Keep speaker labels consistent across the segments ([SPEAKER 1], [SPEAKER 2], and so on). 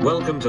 [SPEAKER 1] Welcome to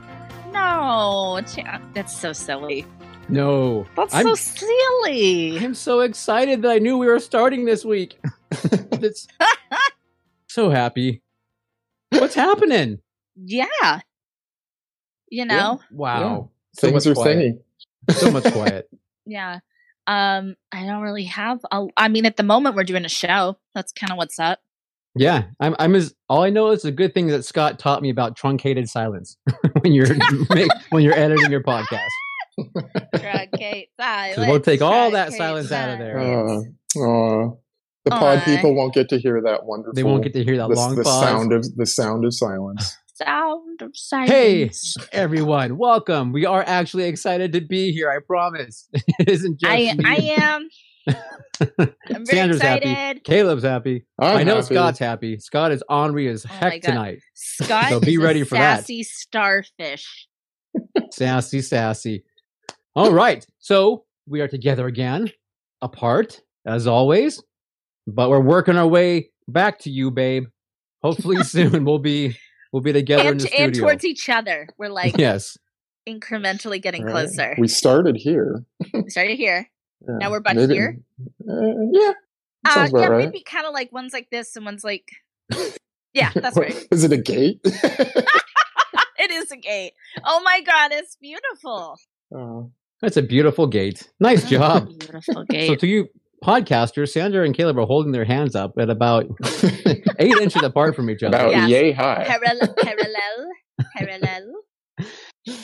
[SPEAKER 2] No, cha- that's so silly.
[SPEAKER 3] No,
[SPEAKER 2] That's
[SPEAKER 3] I'm,
[SPEAKER 2] so silly.
[SPEAKER 3] I'm so excited that I knew we were starting this week. That's so happy. What's happening?
[SPEAKER 2] Yeah. You know?
[SPEAKER 3] Wow, so much
[SPEAKER 4] Things are
[SPEAKER 3] quiet.
[SPEAKER 4] saying.
[SPEAKER 3] so much quiet.
[SPEAKER 2] Yeah. Um, I don't really have a, I mean at the moment we're doing a show. That's kind of what's up.
[SPEAKER 3] Yeah, I'm. I'm as all I know is the good thing that Scott taught me about truncated silence when you're make, when you're editing your podcast.
[SPEAKER 2] Truncate silence.
[SPEAKER 3] we'll take all that
[SPEAKER 2] truncate
[SPEAKER 3] silence out of there.
[SPEAKER 2] silence.
[SPEAKER 4] Aw. Uh, the pod
[SPEAKER 2] Aw.
[SPEAKER 4] people won't get to hear that wonderful.
[SPEAKER 3] They won't get to hear that
[SPEAKER 4] the,
[SPEAKER 3] long
[SPEAKER 4] Oh, the
[SPEAKER 3] pause.
[SPEAKER 4] sound of the sound of silence.
[SPEAKER 2] Sound of
[SPEAKER 3] Hey,
[SPEAKER 2] silence.
[SPEAKER 3] everyone, welcome. We are actually excited to be here. I promise. It isn't just
[SPEAKER 2] I
[SPEAKER 3] me.
[SPEAKER 2] I am I'm very
[SPEAKER 3] Sandra's happy.
[SPEAKER 2] excited.
[SPEAKER 3] Caleb's happy. i
[SPEAKER 4] I'm
[SPEAKER 3] know
[SPEAKER 4] happy.
[SPEAKER 3] Scott's happy. Scott is ornery as
[SPEAKER 2] Oh my
[SPEAKER 3] heck
[SPEAKER 2] God.
[SPEAKER 3] tonight.
[SPEAKER 2] Scott
[SPEAKER 3] So be
[SPEAKER 2] is
[SPEAKER 3] ready
[SPEAKER 2] a
[SPEAKER 3] for that.
[SPEAKER 2] sassy starfish.
[SPEAKER 3] Sassy, sassy. All right. So we are together again, apart as always, but we're working our way back to you, babe. Hopefully soon we'll be we'll be together in
[SPEAKER 2] And,
[SPEAKER 3] the studio.
[SPEAKER 2] and towards each other. We're like
[SPEAKER 3] yes.
[SPEAKER 2] incrementally getting
[SPEAKER 4] Right?
[SPEAKER 2] closer.
[SPEAKER 4] We started here.
[SPEAKER 2] We started here.
[SPEAKER 4] Yeah.
[SPEAKER 2] Now we're back
[SPEAKER 4] Maybe-
[SPEAKER 2] here?
[SPEAKER 4] Uh, yeah.
[SPEAKER 2] Uh,
[SPEAKER 4] Sounds
[SPEAKER 2] yeah,
[SPEAKER 4] about right.
[SPEAKER 2] maybe kind of like one's like this and one's like. Yeah, that's
[SPEAKER 4] What-
[SPEAKER 2] right.
[SPEAKER 4] Is it a gate? Uh,
[SPEAKER 2] It is a gate. Oh my god, it's beautiful.
[SPEAKER 4] Aw.
[SPEAKER 3] That's a beautiful gate. Nice job.
[SPEAKER 2] Beautiful
[SPEAKER 3] So
[SPEAKER 2] gate.
[SPEAKER 3] to you podcasters, Sandra and Caleb are holding their hands up at about eight inches apart from each other.
[SPEAKER 4] About
[SPEAKER 2] Yes.
[SPEAKER 4] yay high.
[SPEAKER 2] parallel, parallel, parallel.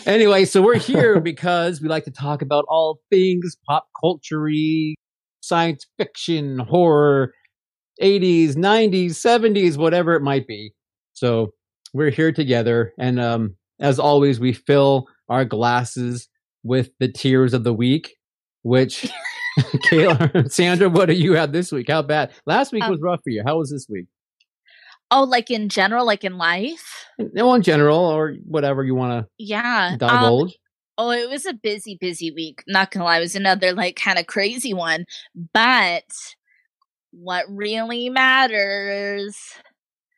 [SPEAKER 3] Anyway, so we're here because we like to talk about all things pop culture, science fiction, horror, 80s, 90s, 70s, whatever it might be. So we're here together. And um, as always, we fill our glasses with the tears of the week, which, Kayla, Sandra, what do you have this week? How bad? Last week
[SPEAKER 2] Um,
[SPEAKER 3] was rough for you. How was this week?
[SPEAKER 2] Oh, like in general, like in life.
[SPEAKER 3] Well, in general, or whatever you want
[SPEAKER 2] Yeah.
[SPEAKER 3] to divulge.
[SPEAKER 2] Oh, it was a busy, busy week. Not gonna lie, it was another like kind of crazy one. But what really matters,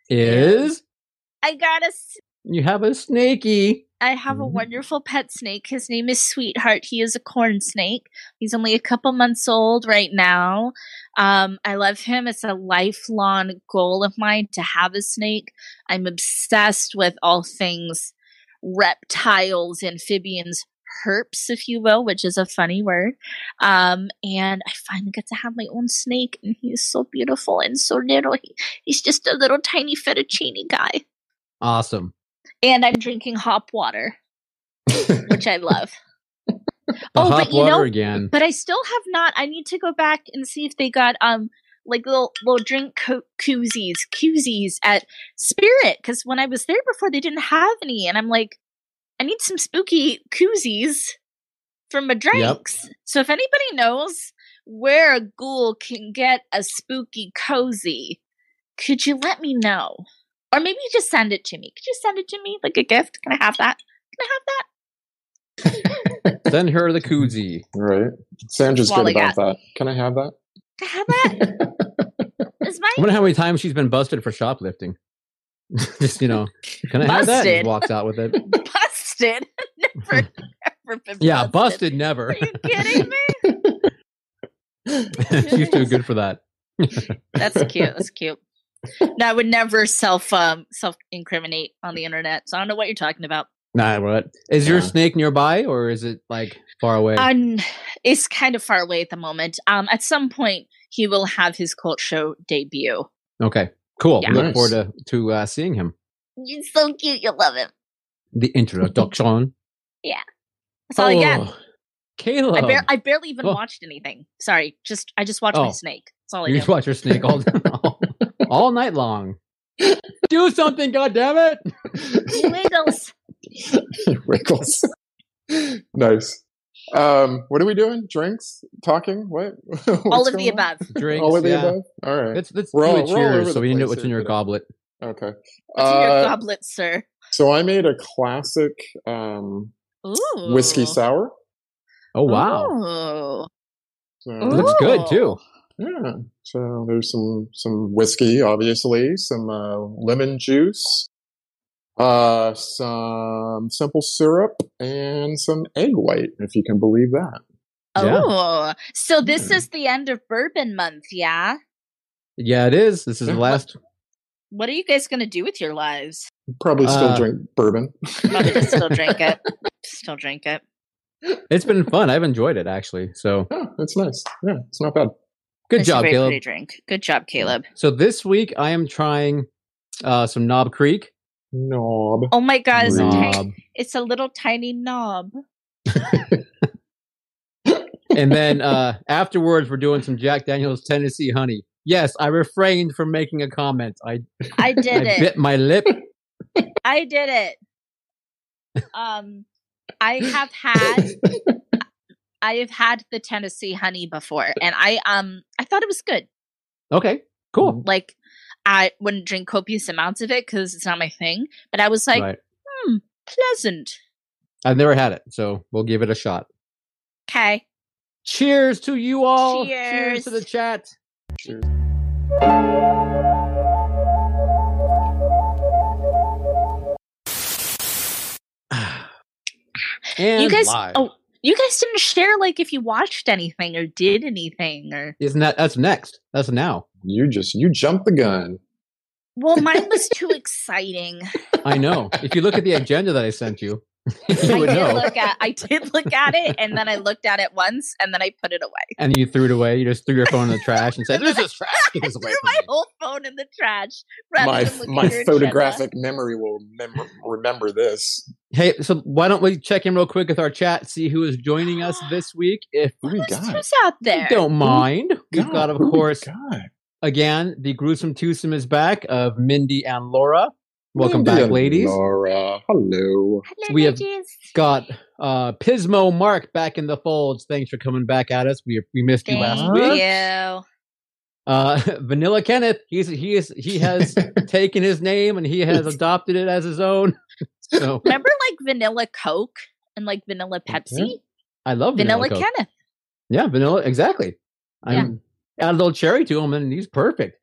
[SPEAKER 3] is
[SPEAKER 2] I got a
[SPEAKER 3] you have a snaky.
[SPEAKER 2] I have a
[SPEAKER 3] Mm.
[SPEAKER 2] wonderful pet snake. His name is Sweetheart. He is a corn snake. He's only a couple months old right now. Um, I love him. It's a lifelong goal of mine to have a snake. I'm obsessed with all things reptiles, amphibians, herps, if you will, which is a funny word. Um, and I finally get to have my own snake, and he is so beautiful and so little. He, he's just a little tiny fettuccine guy.
[SPEAKER 3] Awesome.
[SPEAKER 2] And I'm drinking hop water which I love.
[SPEAKER 3] The
[SPEAKER 2] Oh,
[SPEAKER 3] hot
[SPEAKER 2] but you
[SPEAKER 3] water
[SPEAKER 2] know-
[SPEAKER 3] again.
[SPEAKER 2] But I still have not. I need to go back and see if they got um like little little drink co- koozies, koozies at Spirit because when I was there before they didn't have any, and I'm like, I need some spooky koozies for my drinks. So if anybody knows where a ghoul can get a spooky cozy, could you let me know? Or maybe you just send it to me. Could you send it to me like a gift? Can I have that? Can I have that?
[SPEAKER 3] Send her the koozie.
[SPEAKER 4] right. Sandra's
[SPEAKER 2] Well,
[SPEAKER 4] good
[SPEAKER 2] I
[SPEAKER 4] about that. Can I have that?
[SPEAKER 2] Can I have that?
[SPEAKER 3] I
[SPEAKER 2] Is my
[SPEAKER 3] wonder how many times she's been busted for shoplifting. Just you know, can I have that? And
[SPEAKER 2] Busted.
[SPEAKER 3] just walks out with it.
[SPEAKER 2] busted? never, never been
[SPEAKER 3] Hmm. Yeah, busted never.
[SPEAKER 2] Are you kidding me?
[SPEAKER 3] she's too good for that.
[SPEAKER 2] That's cute. That's cute. No, I would never self um self incriminate on the internet, so I don't know what you're talking about.
[SPEAKER 3] Nah, what? Is your
[SPEAKER 4] Yeah.
[SPEAKER 3] snake nearby or is it like far away?
[SPEAKER 2] Um, it's kind of far away at the moment. Um, at some point he will have his cult show debut.
[SPEAKER 3] okay, cool.
[SPEAKER 2] Yeah.
[SPEAKER 3] Look
[SPEAKER 4] Nice.
[SPEAKER 3] forward to to uh, seeing him.
[SPEAKER 2] He's so cute. You'll love him.
[SPEAKER 3] The introduction. Oh,
[SPEAKER 2] That's all I got.
[SPEAKER 3] Caleb,
[SPEAKER 2] I, bar- I barely even
[SPEAKER 3] Oh.
[SPEAKER 2] watched anything. Sorry, just I just watched my
[SPEAKER 3] Oh.
[SPEAKER 2] snake. That's all I
[SPEAKER 3] you
[SPEAKER 2] did.
[SPEAKER 3] just watch your snake all, all all night long. Do something, goddammit!
[SPEAKER 2] He wiggles.
[SPEAKER 4] he wriggles. nice. Um, what are we doing? Drinks? Talking? What? What's
[SPEAKER 2] All of
[SPEAKER 4] going
[SPEAKER 2] the
[SPEAKER 4] on?
[SPEAKER 2] above.
[SPEAKER 3] Drinks.
[SPEAKER 4] All of the
[SPEAKER 3] yeah.
[SPEAKER 4] above. All right.
[SPEAKER 3] Let's, let's do
[SPEAKER 4] We're all-
[SPEAKER 3] a
[SPEAKER 4] we're all over
[SPEAKER 3] cheers
[SPEAKER 4] the
[SPEAKER 3] so we know
[SPEAKER 4] place
[SPEAKER 3] what's in
[SPEAKER 4] here
[SPEAKER 3] your
[SPEAKER 4] today.
[SPEAKER 3] goblet.
[SPEAKER 4] okay.
[SPEAKER 2] What's in your
[SPEAKER 4] Uh,
[SPEAKER 2] goblet, sir?
[SPEAKER 4] so I made a classic um,
[SPEAKER 2] Ooh.
[SPEAKER 4] whiskey sour.
[SPEAKER 3] Oh, wow.
[SPEAKER 2] Ooh.
[SPEAKER 4] So,
[SPEAKER 2] Oh,
[SPEAKER 3] It looks good, too.
[SPEAKER 4] Yeah. So there's some some whiskey, obviously, some uh, lemon juice, uh, some simple syrup, and some egg white, if you can believe that.
[SPEAKER 3] Yeah. Mm.
[SPEAKER 2] Oh, so this
[SPEAKER 4] Hmm.
[SPEAKER 2] is the end of Bourbon Month, yeah?
[SPEAKER 3] Yeah, it is. This is the
[SPEAKER 4] Yeah.
[SPEAKER 3] last.
[SPEAKER 2] What are you guys going to do with your lives?
[SPEAKER 4] Probably still
[SPEAKER 3] Uh,
[SPEAKER 4] drink bourbon.
[SPEAKER 2] Probably just still drink it. Still drink it.
[SPEAKER 3] It's been fun. I've enjoyed it, actually. So
[SPEAKER 4] Yeah, it's nice. Yeah, it's not bad.
[SPEAKER 3] good
[SPEAKER 2] It's a
[SPEAKER 3] job,
[SPEAKER 2] very
[SPEAKER 3] Caleb.
[SPEAKER 2] pretty drink. Good job, Caleb.
[SPEAKER 3] So this week I am trying uh, some Knob Creek. Um,
[SPEAKER 4] Knob.
[SPEAKER 2] Oh my god, it's a, tiny,
[SPEAKER 3] Knob.
[SPEAKER 2] it's a little tiny knob.
[SPEAKER 3] and then uh, afterwards we're doing some Jack Daniels Tennessee Honey. Yes, I refrained from making a comment. I,
[SPEAKER 2] I did
[SPEAKER 3] I
[SPEAKER 2] it.
[SPEAKER 3] bit my lip.
[SPEAKER 2] I did it. Um, I have had I have had the Tennessee honey before, and I um I thought it was good.
[SPEAKER 3] Okay, cool.
[SPEAKER 2] Like I wouldn't drink copious amounts of it because it's not my thing, but I was like
[SPEAKER 3] right.
[SPEAKER 2] hmm, pleasant.
[SPEAKER 3] I've never had it, so we'll give it a shot.
[SPEAKER 2] Okay,
[SPEAKER 3] Cheers to you all.
[SPEAKER 2] Cheers.
[SPEAKER 3] to the chat.
[SPEAKER 4] Cheers.
[SPEAKER 3] and
[SPEAKER 2] you guys.
[SPEAKER 3] live.
[SPEAKER 2] Oh, you guys didn't share like if you watched anything or did anything or.
[SPEAKER 3] Isn't that that's next? That's now.
[SPEAKER 4] You just you jumped the gun.
[SPEAKER 2] Well, mine was too exciting.
[SPEAKER 3] I know. If you look at the agenda that I sent you, you
[SPEAKER 2] I
[SPEAKER 3] would
[SPEAKER 2] did
[SPEAKER 3] know.
[SPEAKER 2] look at I did look at it and then I looked at it once and then I put it away.
[SPEAKER 3] And you threw it away. You just threw your phone in the trash and said, "This is trash. Get this
[SPEAKER 2] I
[SPEAKER 3] away
[SPEAKER 2] threw
[SPEAKER 3] from
[SPEAKER 2] my
[SPEAKER 3] me."
[SPEAKER 2] whole phone in the trash. rather
[SPEAKER 4] My
[SPEAKER 2] than look at
[SPEAKER 4] my
[SPEAKER 2] your agenda.
[SPEAKER 4] photographic memory will mem- remember this.
[SPEAKER 3] Hey, so why don't we check in real quick with our chat, see who is joining us this week, if
[SPEAKER 4] Who we
[SPEAKER 2] Who's-
[SPEAKER 4] got?
[SPEAKER 2] Who's out
[SPEAKER 3] you
[SPEAKER 2] there?
[SPEAKER 3] don't mind. We've
[SPEAKER 4] God,
[SPEAKER 3] got, of
[SPEAKER 4] who we
[SPEAKER 3] course,
[SPEAKER 4] got?
[SPEAKER 3] again the gruesome twosome is back of Mindy and Laura. Welcome
[SPEAKER 4] Mindy
[SPEAKER 3] back,
[SPEAKER 4] and
[SPEAKER 3] ladies.
[SPEAKER 4] Laura, hello.
[SPEAKER 2] Hello,
[SPEAKER 3] we have-
[SPEAKER 2] bitches.
[SPEAKER 3] Got uh Pismo Mark back in the folds. Thanks for coming back at us. We we missed you last
[SPEAKER 2] Thank
[SPEAKER 3] week.
[SPEAKER 2] you.
[SPEAKER 3] Uh, Vanilla Kenneth, he's he is he has taken his name and he has adopted it as his own. So
[SPEAKER 2] Remember like vanilla Coke and like vanilla Pepsi?
[SPEAKER 3] I love
[SPEAKER 2] Vanilla,
[SPEAKER 3] vanilla. Coke.
[SPEAKER 2] Kenneth.
[SPEAKER 3] Yeah, vanilla. Exactly. I'm, Add a little cherry to him, and he's perfect.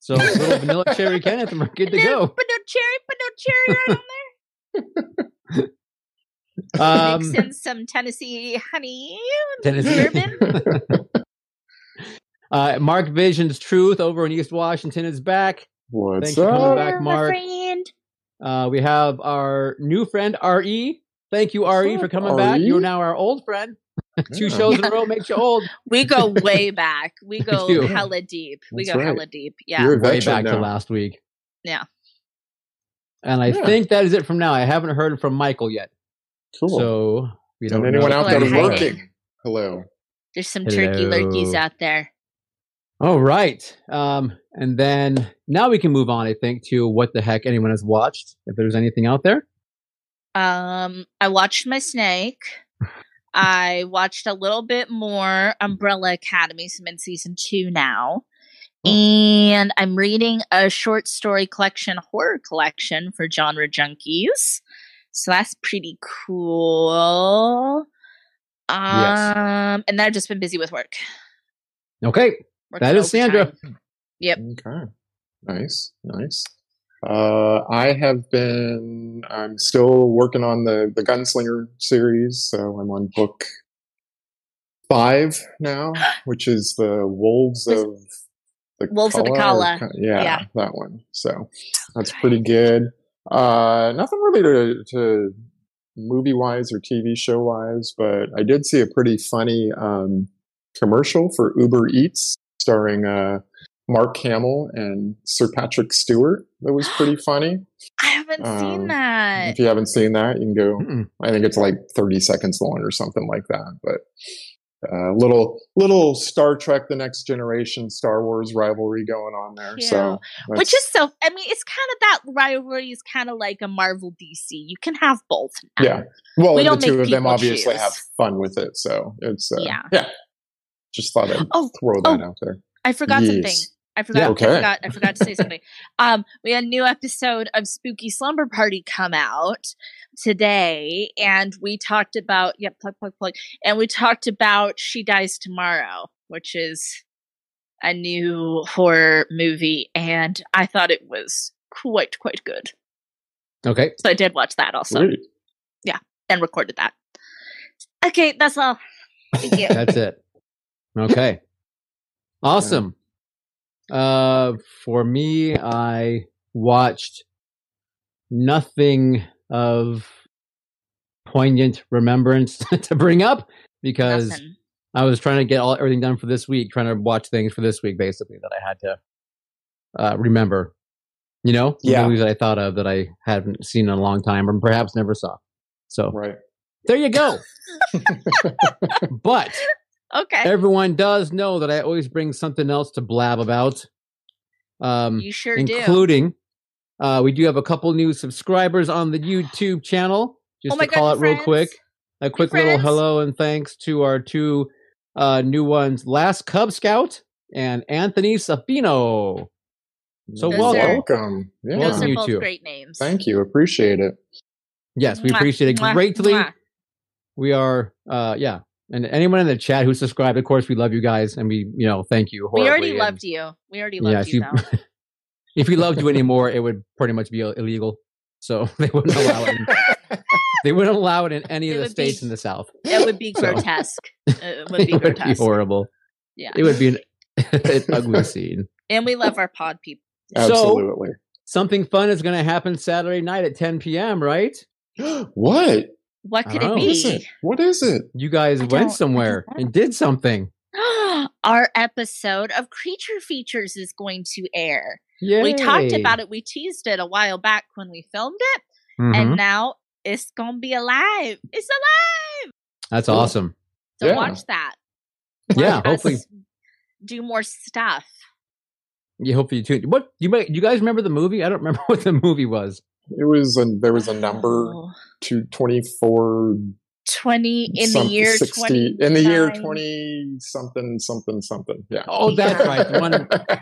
[SPEAKER 3] So a little vanilla cherry Kenneth, and we're good to
[SPEAKER 2] Vanilla-
[SPEAKER 3] go.
[SPEAKER 2] But no cherry, but no cherry right on there.
[SPEAKER 3] Um,
[SPEAKER 2] Mix in some Tennessee honey.
[SPEAKER 3] Tennessee.
[SPEAKER 2] Bourbon.
[SPEAKER 3] Uh, Mark Vision's Truth over in East Washington is back. Thanks
[SPEAKER 4] What's
[SPEAKER 3] for coming
[SPEAKER 4] up?
[SPEAKER 3] back,
[SPEAKER 2] Hello,
[SPEAKER 3] Mark.
[SPEAKER 2] My friend.
[SPEAKER 3] Uh, we have our new friend RE. Thank you, RE, for coming back.
[SPEAKER 4] RE?
[SPEAKER 3] You're now our old friend. Two
[SPEAKER 4] Oh. Yeah.
[SPEAKER 3] shows in a row makes you old.
[SPEAKER 2] We go way back. We go
[SPEAKER 3] do.
[SPEAKER 2] hella deep. We
[SPEAKER 4] That's
[SPEAKER 2] go
[SPEAKER 4] right.
[SPEAKER 2] hella deep. Yeah.
[SPEAKER 4] You're a
[SPEAKER 3] way back
[SPEAKER 4] veteran
[SPEAKER 3] to
[SPEAKER 4] now.
[SPEAKER 3] last week.
[SPEAKER 2] Yeah.
[SPEAKER 3] And I
[SPEAKER 4] Yeah.
[SPEAKER 3] think that is it from now. I haven't heard from Michael yet,
[SPEAKER 4] Cool.
[SPEAKER 3] so we don't.
[SPEAKER 4] and anyone
[SPEAKER 3] know
[SPEAKER 4] out
[SPEAKER 3] if
[SPEAKER 4] there
[SPEAKER 3] he's
[SPEAKER 2] Hello.
[SPEAKER 3] back.
[SPEAKER 4] working? Hello.
[SPEAKER 2] There's some turkey lurkies
[SPEAKER 3] Hello.
[SPEAKER 2] out there.
[SPEAKER 3] All right. Um, and then now we can move on. I think to what the heck anyone has watched. If there's anything out there.
[SPEAKER 2] Um, I watched my snake. I watched a little bit more Umbrella Academy. So I'm in season two now, and I'm reading a short story collection, horror collection for genre junkies. So that's pretty cool. Um, and I've just been busy with work.
[SPEAKER 3] Okay.
[SPEAKER 2] Working
[SPEAKER 3] That is Sandra.
[SPEAKER 2] overtime. Yep.
[SPEAKER 4] Okay. Nice. Nice. Uh, I have been. I'm still working on the the Gunslinger series, so I'm on book five now, which is the Wolves
[SPEAKER 2] Was-
[SPEAKER 4] of the
[SPEAKER 2] Wolves of the
[SPEAKER 4] Calla
[SPEAKER 2] Calla.
[SPEAKER 4] or Ca- Yeah,
[SPEAKER 2] Yeah.
[SPEAKER 4] that one. So that's
[SPEAKER 2] Right.
[SPEAKER 4] pretty good. Uh, nothing really to, to movie wise or TV show wise, but I did see a pretty funny um, commercial for Uber Eats starring uh, Mark Hamill and Sir Patrick Stewart. That was pretty funny.
[SPEAKER 2] I haven't
[SPEAKER 4] Um,
[SPEAKER 2] seen that.
[SPEAKER 4] If you haven't seen that, you can go.
[SPEAKER 3] Mm-mm.
[SPEAKER 4] I think it's like 30 seconds long or something like that. But uh, little little Star Trek: The Next Generation, Star Wars rivalry going on there.
[SPEAKER 2] Yeah.
[SPEAKER 4] So, that's-
[SPEAKER 2] Which is so. I mean, it's kind of that rivalry is kind of like a Marvel DC. You can have both. Now.
[SPEAKER 4] Yeah. well,
[SPEAKER 2] we
[SPEAKER 4] and
[SPEAKER 2] don't
[SPEAKER 4] the two
[SPEAKER 2] make
[SPEAKER 4] of them
[SPEAKER 2] people
[SPEAKER 4] obviously
[SPEAKER 2] choose.
[SPEAKER 4] have fun with it. So it's uh,
[SPEAKER 2] Yeah.
[SPEAKER 4] Just thought I'd
[SPEAKER 2] Oh,
[SPEAKER 4] throw that out there.
[SPEAKER 2] I forgot something.
[SPEAKER 4] Yes.
[SPEAKER 2] I forgot.
[SPEAKER 4] Yeah.
[SPEAKER 2] I
[SPEAKER 4] Okay.
[SPEAKER 2] forgot. I forgot to say something. Um, we had a new episode of Spooky Slumber Party come out today, and we talked about yep, plug, plug, plug, and we talked about She Dies Tomorrow, which is a new horror movie, and I thought it was quite quite good.
[SPEAKER 3] Okay.
[SPEAKER 2] So I did watch that also
[SPEAKER 4] Sweet.
[SPEAKER 2] and recorded that. Okay, that's all. Thank you.
[SPEAKER 3] That's it. Okay. Awesome. Uh for me, I watched nothing of poignant remembrance to bring up because
[SPEAKER 2] Nothing.
[SPEAKER 3] I was trying to get all everything done for this week, trying to watch things for this week basically that I had to uh remember. You know?
[SPEAKER 4] Yeah.
[SPEAKER 3] Movies that I thought of that I haven't seen in a long time or perhaps never saw. So
[SPEAKER 4] Right.
[SPEAKER 3] there you go. but
[SPEAKER 2] Okay,
[SPEAKER 3] everyone does know that I always bring something else to blab about. Um,
[SPEAKER 2] you sure do.
[SPEAKER 3] including, uh, we do have a couple new subscribers on the YouTube channel. Just to call it
[SPEAKER 2] Oh my
[SPEAKER 3] real
[SPEAKER 2] friends.
[SPEAKER 3] quick, a quick little
[SPEAKER 2] friends.
[SPEAKER 3] hello and thanks to our two uh, new ones, Last Cub Scout and Anthony Safino. So
[SPEAKER 2] Those welcome. are-
[SPEAKER 4] welcome. Yeah.
[SPEAKER 2] Those
[SPEAKER 3] Welcome,
[SPEAKER 2] are
[SPEAKER 3] you
[SPEAKER 2] both
[SPEAKER 3] two.
[SPEAKER 2] great names.
[SPEAKER 4] Thank you. Appreciate it.
[SPEAKER 3] Yes, we
[SPEAKER 2] Mwah,
[SPEAKER 3] appreciate it
[SPEAKER 2] mwah,
[SPEAKER 3] greatly.
[SPEAKER 2] mwah.
[SPEAKER 3] We are, uh, yeah, and anyone in the chat who subscribed, of course, we love you guys, and we, you know, thank you.
[SPEAKER 2] We already
[SPEAKER 3] horribly, and-
[SPEAKER 2] loved you. We already loved
[SPEAKER 3] Yeah, if
[SPEAKER 2] you,
[SPEAKER 3] you-
[SPEAKER 2] though.
[SPEAKER 3] if we loved you anymore, it would pretty much be illegal. So they wouldn't allow it. In, they wouldn't allow it in any
[SPEAKER 2] It
[SPEAKER 3] of the
[SPEAKER 2] would
[SPEAKER 3] states
[SPEAKER 2] be-
[SPEAKER 3] in the South.
[SPEAKER 2] It would be
[SPEAKER 3] So-
[SPEAKER 2] grotesque. It would be grotesque.
[SPEAKER 3] horrible.
[SPEAKER 2] yeah.
[SPEAKER 3] It would be an, an ugly scene.
[SPEAKER 2] and we love our pod people.
[SPEAKER 3] So
[SPEAKER 4] Absolutely.
[SPEAKER 3] something fun is going to happen Saturday night at 10 p.m. Right?
[SPEAKER 4] what?
[SPEAKER 2] What could
[SPEAKER 3] Oh.
[SPEAKER 2] it
[SPEAKER 4] What is it?
[SPEAKER 2] be?
[SPEAKER 4] What is it?
[SPEAKER 3] You guys
[SPEAKER 2] I don't- I
[SPEAKER 3] went
[SPEAKER 2] don't
[SPEAKER 3] somewhere
[SPEAKER 2] know.
[SPEAKER 3] and did something.
[SPEAKER 2] our episode of Creature Features is going to air.
[SPEAKER 3] Yeah,
[SPEAKER 2] We talked about it. We teased it a while back when we filmed it,
[SPEAKER 3] Mm-hmm.
[SPEAKER 2] and now it's going to be alive. It's alive.
[SPEAKER 3] That's
[SPEAKER 4] Cool.
[SPEAKER 3] awesome.
[SPEAKER 2] So
[SPEAKER 4] Yeah.
[SPEAKER 2] watch that.
[SPEAKER 3] Yeah,
[SPEAKER 2] Watch
[SPEAKER 3] hopefully,
[SPEAKER 2] us do more stuff.
[SPEAKER 3] you hopefully you tuned. What you might you guys remember the movie? I don't remember what the movie was.
[SPEAKER 4] It was a, there was a number
[SPEAKER 2] Oh.
[SPEAKER 4] to 24
[SPEAKER 2] 20 in
[SPEAKER 4] some-
[SPEAKER 2] the year
[SPEAKER 4] 60 in the year
[SPEAKER 2] 29.
[SPEAKER 4] 20 something something something. Yeah.
[SPEAKER 3] Oh, that's
[SPEAKER 2] Yeah.
[SPEAKER 3] right. The one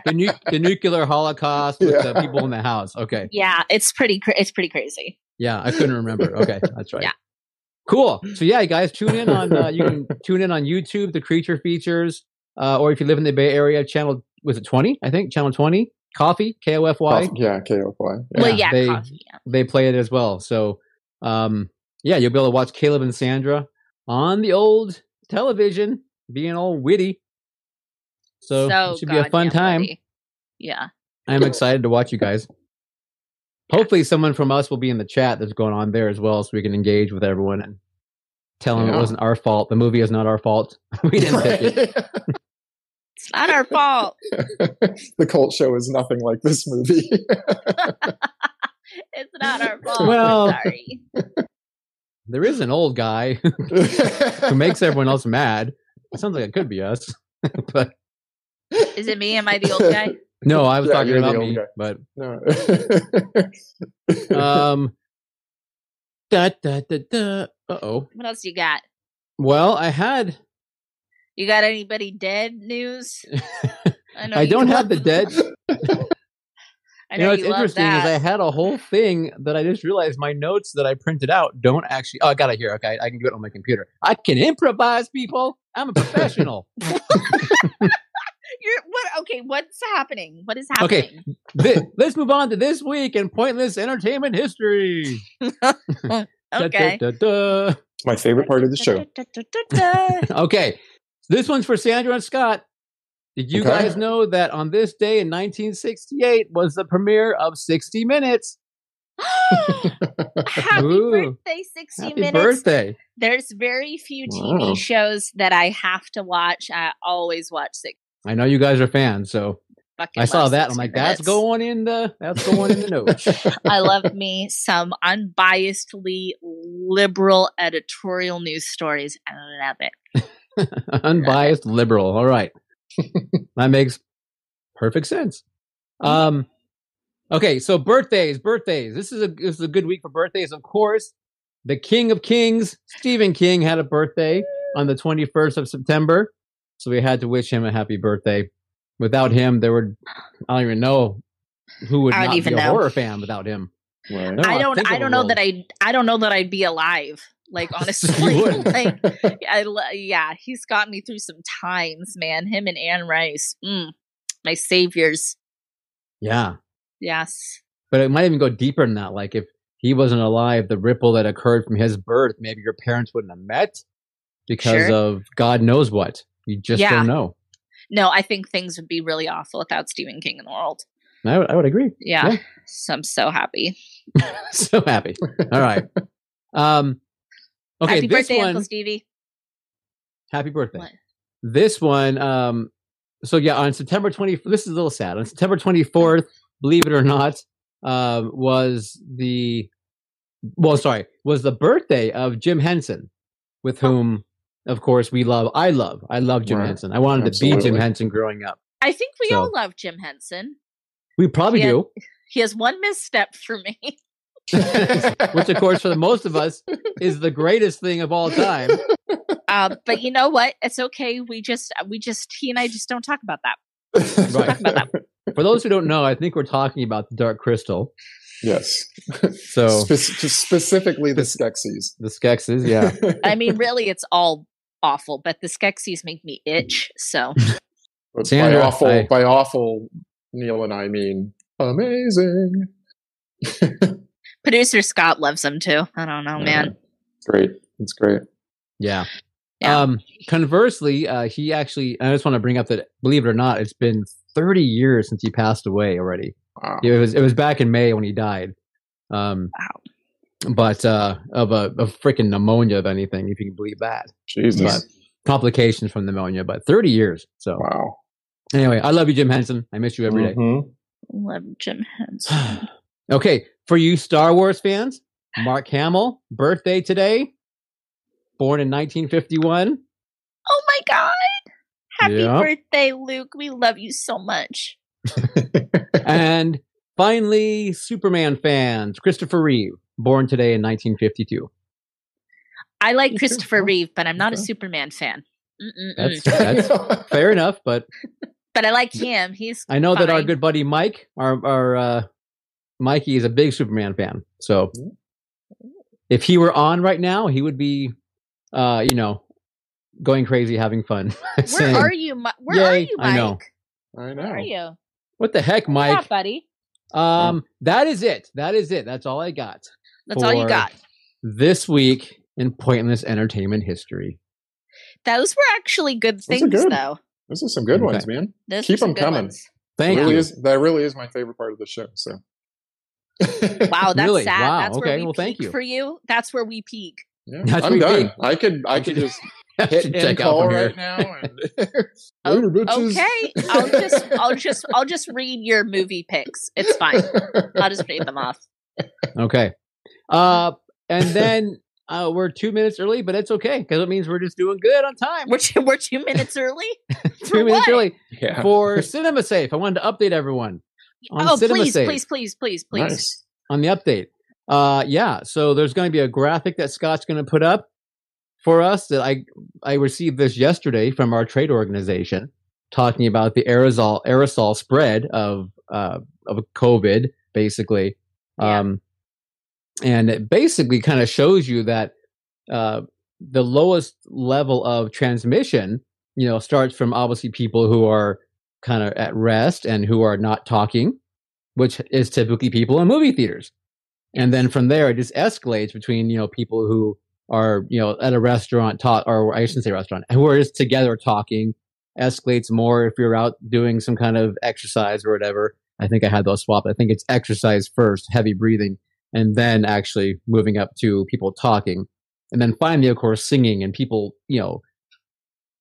[SPEAKER 3] the, nu- the nuclear holocaust with
[SPEAKER 4] Yeah.
[SPEAKER 3] the people in the house. Okay.
[SPEAKER 2] Yeah, it's pretty. Cra- it's pretty crazy.
[SPEAKER 3] Yeah, I couldn't remember. Okay, that's right.
[SPEAKER 2] Yeah.
[SPEAKER 3] Cool. So yeah, you guys tune in on uh, you can tune in on YouTube, the creature features, uh, or if you live in the Bay Area, channel was it twenty? I think channel twenty. Coffee K O F Y.
[SPEAKER 4] Coffee- Yeah, KOY. Yeah.
[SPEAKER 2] well, yeah,
[SPEAKER 3] they-
[SPEAKER 2] coffee. Yeah.
[SPEAKER 3] They play it as well. So um, yeah, you'll be able to watch Caleb and Sandra on the old television, being all witty. So, it should be a fun
[SPEAKER 2] goddamn
[SPEAKER 3] time.
[SPEAKER 2] witty. Yeah.
[SPEAKER 3] I'm excited to watch you guys. Hopefully, someone from us will be in the chat that's going on there as well, so we can engage with everyone and tell them it
[SPEAKER 4] Yeah.
[SPEAKER 3] wasn't our fault. The movie is not our fault. we didn't pick it.
[SPEAKER 2] It's not our fault.
[SPEAKER 4] the cult show is nothing like this movie.
[SPEAKER 2] It's not our fault.
[SPEAKER 3] Well-
[SPEAKER 2] Sorry.
[SPEAKER 3] There is an old guy who makes everyone else mad. It sounds like it could be us, but
[SPEAKER 2] Is it me? Am I the old guy?
[SPEAKER 3] no, I was
[SPEAKER 4] Yeah,
[SPEAKER 3] talking
[SPEAKER 4] you're the
[SPEAKER 3] about
[SPEAKER 4] old
[SPEAKER 3] me.
[SPEAKER 4] guy.
[SPEAKER 3] But
[SPEAKER 4] no.
[SPEAKER 3] um, da da da da. Uh oh.
[SPEAKER 2] What else you got?
[SPEAKER 3] Well, I had.
[SPEAKER 2] You got anybody dead news? know
[SPEAKER 3] I
[SPEAKER 2] you
[SPEAKER 3] don't have
[SPEAKER 2] love-
[SPEAKER 3] the dead.
[SPEAKER 2] I
[SPEAKER 3] you know
[SPEAKER 2] know
[SPEAKER 3] what's
[SPEAKER 2] you, love
[SPEAKER 3] interesting is
[SPEAKER 2] that.
[SPEAKER 3] I had a whole thing that I just realized my notes that I printed out don't actually. Oh, I got it here. Okay, I can do it on my computer. I can improvise, people. I'm a professional.
[SPEAKER 2] You're what? Okay, what's happening? What is
[SPEAKER 3] Okay.
[SPEAKER 2] happening?
[SPEAKER 3] Thi- let's move on to this week in pointless entertainment history. Da, da,
[SPEAKER 2] Okay.
[SPEAKER 3] da, da.
[SPEAKER 4] My favorite part of the show.
[SPEAKER 3] Okay, this one's for Sandra and Scott. Did you
[SPEAKER 4] Okay.
[SPEAKER 3] guys know that on this day in 1968 was the premiere of 60 Minutes?
[SPEAKER 2] Happy
[SPEAKER 3] Ooh.
[SPEAKER 2] birthday, 60
[SPEAKER 3] Happy
[SPEAKER 2] Minutes.
[SPEAKER 3] birthday!
[SPEAKER 2] There's very few TV
[SPEAKER 4] Wow.
[SPEAKER 2] shows that I have to watch. I always watch Six
[SPEAKER 3] I know you guys are fans, so
[SPEAKER 2] Fucking
[SPEAKER 3] I saw
[SPEAKER 2] love
[SPEAKER 3] that. I'm
[SPEAKER 2] 60
[SPEAKER 3] like, that's
[SPEAKER 2] Minutes.
[SPEAKER 3] going in the that's going in the notes.
[SPEAKER 2] I love me some unbiasedly liberal editorial news stories. I love it.
[SPEAKER 3] Unbiased liberal. All right. that makes perfect sense.
[SPEAKER 2] Mm-hmm.
[SPEAKER 3] Um, okay, so birthdays, birthdays. This is a this is a good week for birthdays, of course. The King of Kings, Stephen King, had a birthday on the 21st of September, so we had to wish him a happy birthday. Without him, there would I don't even know who would
[SPEAKER 2] I don't
[SPEAKER 3] not
[SPEAKER 2] even
[SPEAKER 3] be a
[SPEAKER 2] know.
[SPEAKER 3] horror fan without him.
[SPEAKER 4] Right.
[SPEAKER 3] No,
[SPEAKER 2] I don't. I
[SPEAKER 3] unthinkable
[SPEAKER 2] don't know
[SPEAKER 3] role.
[SPEAKER 2] that I. I don't know that I'd be alive. Like honestly,
[SPEAKER 3] You would.
[SPEAKER 2] like I. lo- Yeah, he's got me through some times, man. Him and Anne Rice, mm, my saviors.
[SPEAKER 3] Yeah,
[SPEAKER 2] Yes.
[SPEAKER 3] but it might even go deeper than that. Like if he wasn't alive, the ripple that occurred from his birth, maybe your parents wouldn't have met because
[SPEAKER 2] Sure.
[SPEAKER 3] of God knows what. You just
[SPEAKER 2] Yeah.
[SPEAKER 3] don't know.
[SPEAKER 2] No, I think things would be really awful without Stephen King in the world.
[SPEAKER 3] And I would, I would agree.
[SPEAKER 2] Yeah.
[SPEAKER 3] Yeah.
[SPEAKER 2] So I'm so happy.
[SPEAKER 3] so happy. All right. Um, okay,
[SPEAKER 2] happy
[SPEAKER 3] this
[SPEAKER 2] birthday,
[SPEAKER 3] one.
[SPEAKER 2] Uncle Stevie.
[SPEAKER 3] Happy birthday.
[SPEAKER 2] What?
[SPEAKER 3] This one. Um, so yeah, on September 20. This is a little sad. On September 24th, believe it or not, um, was the well, sorry, was the birthday of Jim Henson, with
[SPEAKER 2] Oh.
[SPEAKER 3] whom, of course, we love. I love. I love Jim
[SPEAKER 4] Right.
[SPEAKER 3] Henson. I wanted to be Jim
[SPEAKER 4] Absolutely.
[SPEAKER 3] Henson growing up.
[SPEAKER 2] I think we
[SPEAKER 3] So-
[SPEAKER 2] all love Jim Henson.
[SPEAKER 3] We probably
[SPEAKER 2] Yeah.
[SPEAKER 3] do,
[SPEAKER 2] He has one misstep for me.
[SPEAKER 3] which of course for the most of us is the greatest thing of all time.
[SPEAKER 2] um, but you know what? It's okay. We just, we just, he and I just don't talk about that.
[SPEAKER 3] Right. For those who don't know, I think we're talking about the Dark Crystal.
[SPEAKER 4] Yes.
[SPEAKER 3] So
[SPEAKER 4] Spec- specifically the Skeksis.
[SPEAKER 3] the Skeksis, yeah.
[SPEAKER 2] I mean, really, it's all awful. But the Skeksis make me itch. So
[SPEAKER 4] But
[SPEAKER 3] Sandra,
[SPEAKER 4] by awful,
[SPEAKER 3] I-
[SPEAKER 4] by awful, Neil and I mean amazing.
[SPEAKER 2] producer Scott loves them too. I don't know, Oh, man.
[SPEAKER 4] Great. It's great.
[SPEAKER 3] Yeah.
[SPEAKER 2] Yeah.
[SPEAKER 3] Um, conversely, uh, he actually, I just want to bring up that, believe it or not, it's been 30 years since he passed away already.
[SPEAKER 4] Wow.
[SPEAKER 3] It was, it was back in May when he died. Um, but, uh, of a, of freaking pneumonia, if anything, if you can believe that.
[SPEAKER 4] Jesus.
[SPEAKER 3] Complications from pneumonia, but 30 years. So
[SPEAKER 4] Wow.
[SPEAKER 3] anyway, I love you, Jim Henson. I miss you every day.
[SPEAKER 4] Mhm.
[SPEAKER 2] Love Jim
[SPEAKER 4] Mm-hmm.
[SPEAKER 2] Henson.
[SPEAKER 3] okay, for you Star Wars fans, Mark Hamill, birthday today, born in 1951.
[SPEAKER 2] Oh my God! Happy
[SPEAKER 3] Yeah.
[SPEAKER 2] birthday, Luke. We love you so much.
[SPEAKER 3] and finally, Superman fans, Christopher Reeve, born today in 1952.
[SPEAKER 2] I like
[SPEAKER 4] Me too.
[SPEAKER 2] Christopher
[SPEAKER 4] Oh,
[SPEAKER 2] Reeve, but I'm not a
[SPEAKER 4] okay.
[SPEAKER 2] Superman fan. Mm-mm-mm.
[SPEAKER 3] That's, that's fair enough, but
[SPEAKER 2] But I like him. He's
[SPEAKER 3] I know that our
[SPEAKER 2] Fine.
[SPEAKER 3] good buddy Mike, our, our uh, Mikey, is a big Superman fan. So if he were on right now, he would be, uh, you know, going crazy, having fun.
[SPEAKER 2] Where
[SPEAKER 3] saying,
[SPEAKER 2] are you? Mi- Where
[SPEAKER 3] Yay,
[SPEAKER 2] are you, Mike?
[SPEAKER 3] I know.
[SPEAKER 4] I
[SPEAKER 2] Where are
[SPEAKER 4] know.
[SPEAKER 2] you?
[SPEAKER 3] what the heck,
[SPEAKER 2] Where you
[SPEAKER 3] Mike?
[SPEAKER 2] at, buddy.
[SPEAKER 3] Um, that is it. That is it. That's all I got
[SPEAKER 2] That's all you
[SPEAKER 3] for-
[SPEAKER 2] got.
[SPEAKER 3] this week in pointless entertainment history.
[SPEAKER 2] Those were actually good
[SPEAKER 4] are
[SPEAKER 2] things,
[SPEAKER 4] good.
[SPEAKER 2] though.
[SPEAKER 4] This is some good
[SPEAKER 3] Okay.
[SPEAKER 4] ones, man.
[SPEAKER 2] Those
[SPEAKER 4] Keep
[SPEAKER 2] were some
[SPEAKER 4] 'em
[SPEAKER 2] good
[SPEAKER 4] coming.
[SPEAKER 2] ones.
[SPEAKER 3] Thank
[SPEAKER 4] really
[SPEAKER 3] you.
[SPEAKER 4] Is, that really is my favorite part of the show. So.
[SPEAKER 2] Wow, that's
[SPEAKER 3] Really?
[SPEAKER 2] sad.
[SPEAKER 3] Wow,
[SPEAKER 2] That's
[SPEAKER 3] okay,
[SPEAKER 2] where we
[SPEAKER 3] well,
[SPEAKER 2] peak
[SPEAKER 3] thank you.
[SPEAKER 2] for you. That's where we peak.
[SPEAKER 4] Yeah,
[SPEAKER 3] That's
[SPEAKER 4] I'm
[SPEAKER 3] what
[SPEAKER 4] done.
[SPEAKER 3] we-
[SPEAKER 4] I could I could just hit
[SPEAKER 3] Should
[SPEAKER 4] and
[SPEAKER 3] check out
[SPEAKER 4] call
[SPEAKER 3] from here.
[SPEAKER 4] right now. And Later, bitches.
[SPEAKER 2] Okay, I'll just, I'll just, I'll just read your movie picks. It's fine. Uh, I'll just read them off.
[SPEAKER 3] Okay. Uh, and then uh, we're two minutes early, but it's okay because it means we're just doing good on time.
[SPEAKER 2] We're two, we're two minutes early.
[SPEAKER 3] two minutes
[SPEAKER 2] what?
[SPEAKER 3] early
[SPEAKER 4] yeah.
[SPEAKER 3] for Cinema Safe. I wanted to update everyone on
[SPEAKER 2] oh,
[SPEAKER 3] Cinema
[SPEAKER 2] please,
[SPEAKER 3] Safe
[SPEAKER 2] please, please, please, please.
[SPEAKER 4] Nice.
[SPEAKER 3] on the update. Uh, yeah. So there's going to be a graphic that Scott's going to put up for us that I I received this yesterday from our trade organization talking about the aerosol aerosol spread of uh, of COVID basically.
[SPEAKER 2] Yeah.
[SPEAKER 3] Um, and it basically kind of shows you that uh, the lowest level of transmission, you know, starts from obviously people who are kind of at rest and who are not talking, which is typically people in movie theaters. And then from there, it just escalates between you know people who are you know at a restaurant talk, or I shouldn't say restaurant, who are just together talking. Escalates more if you're out doing some kind of exercise or whatever. I think I had those swapped. I think it's exercise first, heavy breathing, and then actually moving up to people talking, and then finally, of course, singing and people you know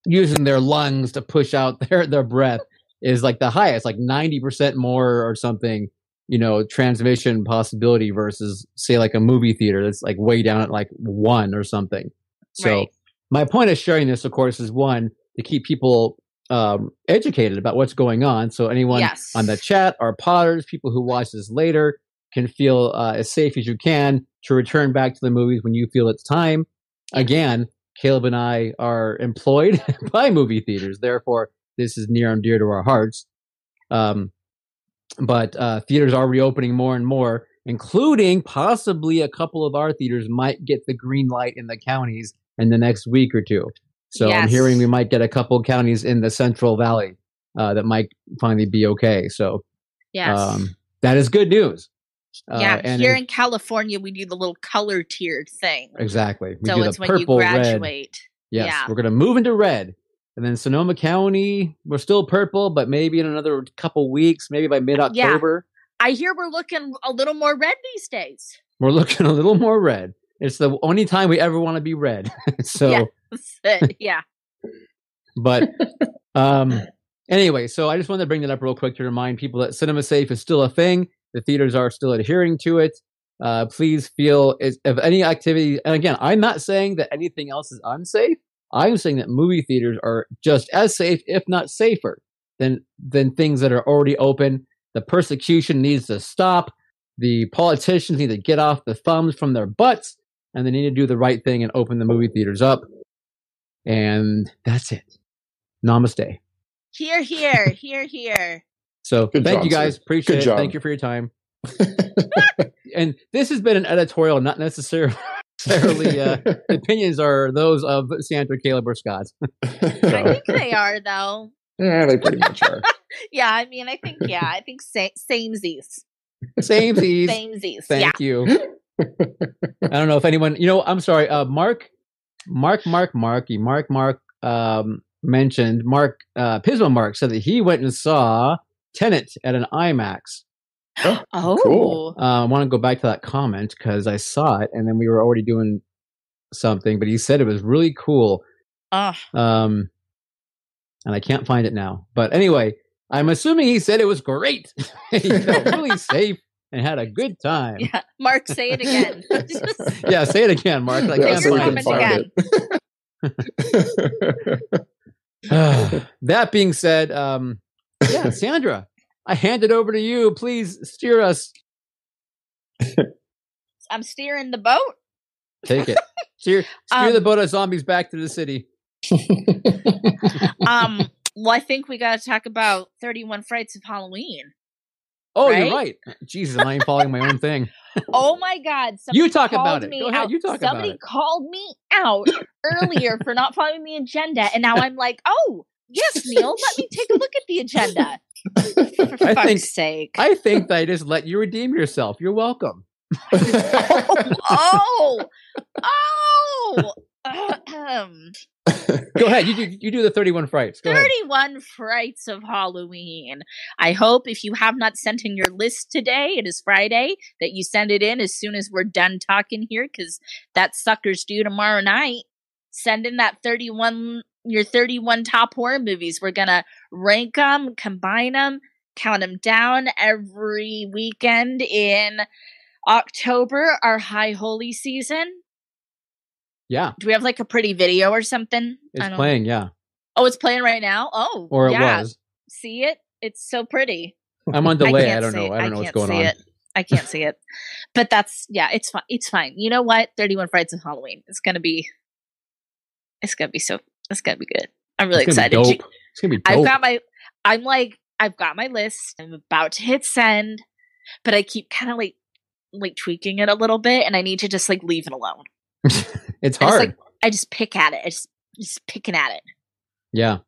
[SPEAKER 3] using their lungs to push out their their breath is like the highest, like ninety percent more or something you know transmission possibility versus say like a movie theater that's like way down at like one or something so
[SPEAKER 2] Right.
[SPEAKER 3] My point of sharing this, of course, is one to keep people um, educated about what's going on, so anyone
[SPEAKER 2] Yes.
[SPEAKER 3] on the chat, our potters, people who watch this later, can feel uh, as safe as you can to return back to the movies when you feel it's time. Again, Caleb and I are employed by movie theaters, therefore this is near and dear to our hearts. Um, but uh, theaters are reopening more and more, including possibly a couple of our theaters might get the green light in the counties in the next week or two. So I'm
[SPEAKER 2] Yes.
[SPEAKER 3] hearing we might get a couple counties in the Central Valley uh, that might finally be okay. So
[SPEAKER 2] Yes.
[SPEAKER 3] um, that is good news. Uh,
[SPEAKER 2] yeah.
[SPEAKER 3] and
[SPEAKER 2] Here
[SPEAKER 3] it-
[SPEAKER 2] in California, we do the little color tiered thing.
[SPEAKER 3] exactly. We
[SPEAKER 2] so
[SPEAKER 3] do
[SPEAKER 2] it's
[SPEAKER 3] the
[SPEAKER 2] when you
[SPEAKER 3] purple,
[SPEAKER 2] graduate.
[SPEAKER 3] red. Yes,
[SPEAKER 2] Yeah.
[SPEAKER 3] we're gonna move into red, and then Sonoma County. We're still purple, but maybe in another couple weeks, maybe by mid-October,
[SPEAKER 2] I hear we're looking a little more red these days.
[SPEAKER 3] we're looking a little more red. It's the only time we ever want to be red. so.
[SPEAKER 2] Yeah. yeah.
[SPEAKER 3] But um anyway, so I just wanted to bring that up real quick to remind people that Cinema Safe is still a thing. The theaters are still adhering to it. Uh, please feel is- if any activity, and again, I'm not saying that anything else is unsafe. I'm saying that movie theaters are just as safe, if not safer, than than things that are already open. The persecution needs to stop. The politicians need to get off the thumbs from their butts, and they need to do the right thing and open the movie theaters up. And that's it. Namaste.
[SPEAKER 2] Here, here, here, here.
[SPEAKER 3] So
[SPEAKER 4] Good
[SPEAKER 3] thank
[SPEAKER 4] job,
[SPEAKER 3] you guys.
[SPEAKER 4] sir.
[SPEAKER 3] Appreciate
[SPEAKER 4] Good
[SPEAKER 3] it.
[SPEAKER 4] job.
[SPEAKER 3] Thank you for your time. and this has been an editorial, not necessarily necessarily uh, opinions are those of Sandra, Caleb, or Scott.
[SPEAKER 2] I think they are, though.
[SPEAKER 4] yeah, they pretty much are.
[SPEAKER 2] Yeah. I mean, I think, yeah, I think sa- samesies.
[SPEAKER 3] Same these.
[SPEAKER 2] Samesies. yeah.
[SPEAKER 3] Thank you. I don't know if anyone, you know, I'm sorry. Uh, Mark, Mark, Mark, Marky, Mark, Mark um, mentioned, Mark, uh, Pismo Mark said that he went and saw Tenet at an IMAX.
[SPEAKER 2] Oh.
[SPEAKER 4] Cool.
[SPEAKER 3] Uh, I want to go back to that comment because I saw it and then we were already doing something, but he said it was really cool.
[SPEAKER 2] Oh,
[SPEAKER 3] Um, and I can't find it now. But anyway, I'm assuming he said it was great. he felt really safe and had a good time.
[SPEAKER 2] yeah. Mark, say it again. Just
[SPEAKER 3] Yeah, say it again, Mark. I
[SPEAKER 2] Yeah,
[SPEAKER 3] can't
[SPEAKER 2] say your
[SPEAKER 3] find
[SPEAKER 2] comment again.
[SPEAKER 3] it. that being said, um, yeah, Sandra, I hand it over to you. Please steer us.
[SPEAKER 2] I'm steering the boat.
[SPEAKER 3] Take it. Steer, steer
[SPEAKER 2] Um,
[SPEAKER 3] the boat of zombies back to the city.
[SPEAKER 2] Um, well, I think we got to talk about 31 Frights of Halloween.
[SPEAKER 3] Oh, you're right.
[SPEAKER 2] right?
[SPEAKER 3] Jesus, I ain't following my own thing.
[SPEAKER 2] Oh my God!
[SPEAKER 3] You
[SPEAKER 2] somebody
[SPEAKER 3] talk about
[SPEAKER 2] called
[SPEAKER 3] it.
[SPEAKER 2] me
[SPEAKER 3] Go ahead,
[SPEAKER 2] out-
[SPEAKER 3] you talk about
[SPEAKER 2] Somebody
[SPEAKER 3] it.
[SPEAKER 2] called me out earlier for not following the agenda, and now I'm like, oh yes, Neil, let me take a look at the agenda. For
[SPEAKER 3] I
[SPEAKER 2] fuck's
[SPEAKER 3] think-
[SPEAKER 2] sake!
[SPEAKER 3] I think that I just let you redeem yourself. You're welcome.
[SPEAKER 2] oh, oh. Um, Ahem.
[SPEAKER 3] Go ahead. You do, you do the 31 frights. Go ahead.
[SPEAKER 2] 31 Frights of Halloween. I hope if you have not sent in your list today, it is Friday, that you send it in as soon as we're done talking here because that sucker's due tomorrow night. Send in that 31, your 31 top horror movies. We're going to rank them, combine them, count them down every weekend in October, our high holy season.
[SPEAKER 3] Yeah,
[SPEAKER 2] Do we have like a pretty video or something?
[SPEAKER 3] it's
[SPEAKER 2] don't-
[SPEAKER 3] playing. Yeah,
[SPEAKER 2] Oh, it's playing right now? Oh,
[SPEAKER 3] or it
[SPEAKER 2] yeah
[SPEAKER 3] was.
[SPEAKER 2] see it. It's so pretty.
[SPEAKER 3] I'm on delay. I,
[SPEAKER 2] can't
[SPEAKER 3] don't
[SPEAKER 2] see
[SPEAKER 3] know.
[SPEAKER 2] it.
[SPEAKER 3] I don't know what's
[SPEAKER 2] can't
[SPEAKER 3] going
[SPEAKER 2] see
[SPEAKER 3] on.
[SPEAKER 2] It. I can't see it. But that's yeah, it's fine. It's fine. You know what? 31 Frights of Halloween. It's going to be it's going to be so it's going to be good. I'm really
[SPEAKER 3] it's gonna
[SPEAKER 2] excited.
[SPEAKER 3] Be
[SPEAKER 2] Gee,
[SPEAKER 3] dope. It's gonna be dope.
[SPEAKER 2] I've got my I'm like I've got my list. I'm about to hit send, but I keep kind of like like tweaking it a little bit and I need to just like leave it alone.
[SPEAKER 3] it's
[SPEAKER 2] I just,
[SPEAKER 3] hard.
[SPEAKER 2] like, I just pick at it. I just just picking at it.
[SPEAKER 3] yeah,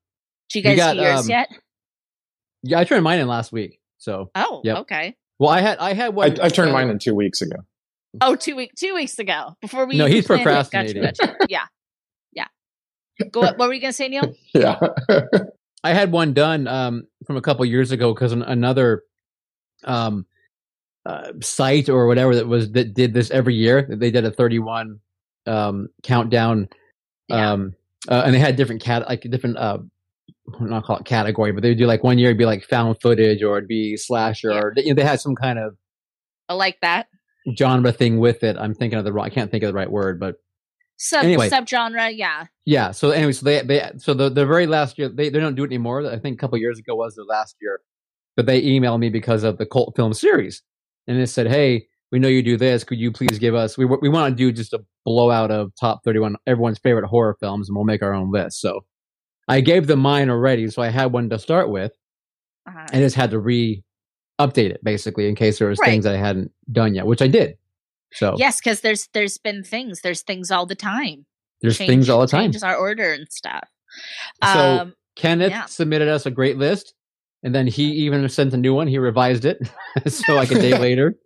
[SPEAKER 2] Do you
[SPEAKER 3] We
[SPEAKER 2] guys
[SPEAKER 3] got,
[SPEAKER 2] do yours
[SPEAKER 3] um,
[SPEAKER 2] yet?
[SPEAKER 3] yeah. I turned mine in last week. So
[SPEAKER 2] Oh,
[SPEAKER 3] yep.
[SPEAKER 2] okay.
[SPEAKER 3] well, I had I had
[SPEAKER 4] I,
[SPEAKER 3] one.
[SPEAKER 4] I turned
[SPEAKER 3] uh,
[SPEAKER 4] mine in two weeks ago.
[SPEAKER 2] Oh, two week two weeks ago before we.
[SPEAKER 3] No,
[SPEAKER 2] even
[SPEAKER 3] he's
[SPEAKER 2] planned it. Gotcha,
[SPEAKER 3] procrastinating.
[SPEAKER 2] gotcha. Yeah, yeah. Go. What were you gonna say, Neil?
[SPEAKER 4] Yeah.
[SPEAKER 3] I had one done um, from a couple years ago because an, another um, uh, site or whatever that was that did this every year. They did a 31 um, countdown,
[SPEAKER 2] Yeah.
[SPEAKER 3] um, uh, and they had different cat like different uh, not call it category, but they would do like one year it'd be like found footage or it'd be slasher
[SPEAKER 2] Yeah.
[SPEAKER 3] or you know, they had some kind of
[SPEAKER 2] I like that.
[SPEAKER 3] genre thing with it. I'm thinking of the wrong, I can't think of the right word, but
[SPEAKER 2] sub
[SPEAKER 3] Anyway.
[SPEAKER 2] subgenre. Yeah,
[SPEAKER 3] Yeah. So anyway, so they, they so the, the very last year they, they don't do it anymore. I think a couple years ago was their last year, but they emailed me because of the cult film series, and they said, "Hey, we know you do this. Could you please give us? We wa- we want to do just a blowout of top thirty one everyone's favorite horror films, and we'll make our own list." So I gave them mine already, so I had one to start with.
[SPEAKER 2] uh,
[SPEAKER 3] I just had to re update it basically in case there was
[SPEAKER 2] Right.
[SPEAKER 3] things I hadn't done yet, which I did. So
[SPEAKER 2] yes, because there's there's been things. There's things all the time.
[SPEAKER 3] there's
[SPEAKER 2] Change-
[SPEAKER 3] things all the time.
[SPEAKER 2] Changes our order and stuff.
[SPEAKER 3] So-
[SPEAKER 2] Um,
[SPEAKER 3] Kenneth
[SPEAKER 2] Yeah.
[SPEAKER 3] submitted us a great list, and then he even sent a new one. He revised it, so like a day later.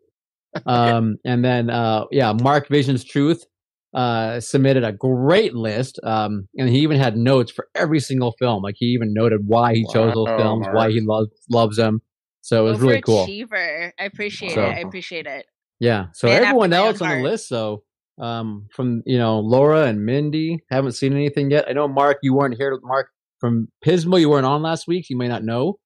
[SPEAKER 3] Um, and then uh, yeah, Mark Vision's Truth uh, submitted a great list, um, and he even had notes for every single film. Like he even noted why he chose those
[SPEAKER 4] Wow,
[SPEAKER 3] films, why he loves loves them. So it was really cool.
[SPEAKER 2] overachiever. I appreciate
[SPEAKER 3] So-
[SPEAKER 2] it. I appreciate it.
[SPEAKER 3] Yeah. So
[SPEAKER 2] Man after
[SPEAKER 3] everyone
[SPEAKER 2] my own
[SPEAKER 3] else on the
[SPEAKER 2] heart.
[SPEAKER 3] list, though, um, from you know Laura and Mindy, haven't seen anything yet. I know Mark, you weren't here. Mark from Pismo, you weren't on last week. You may not know.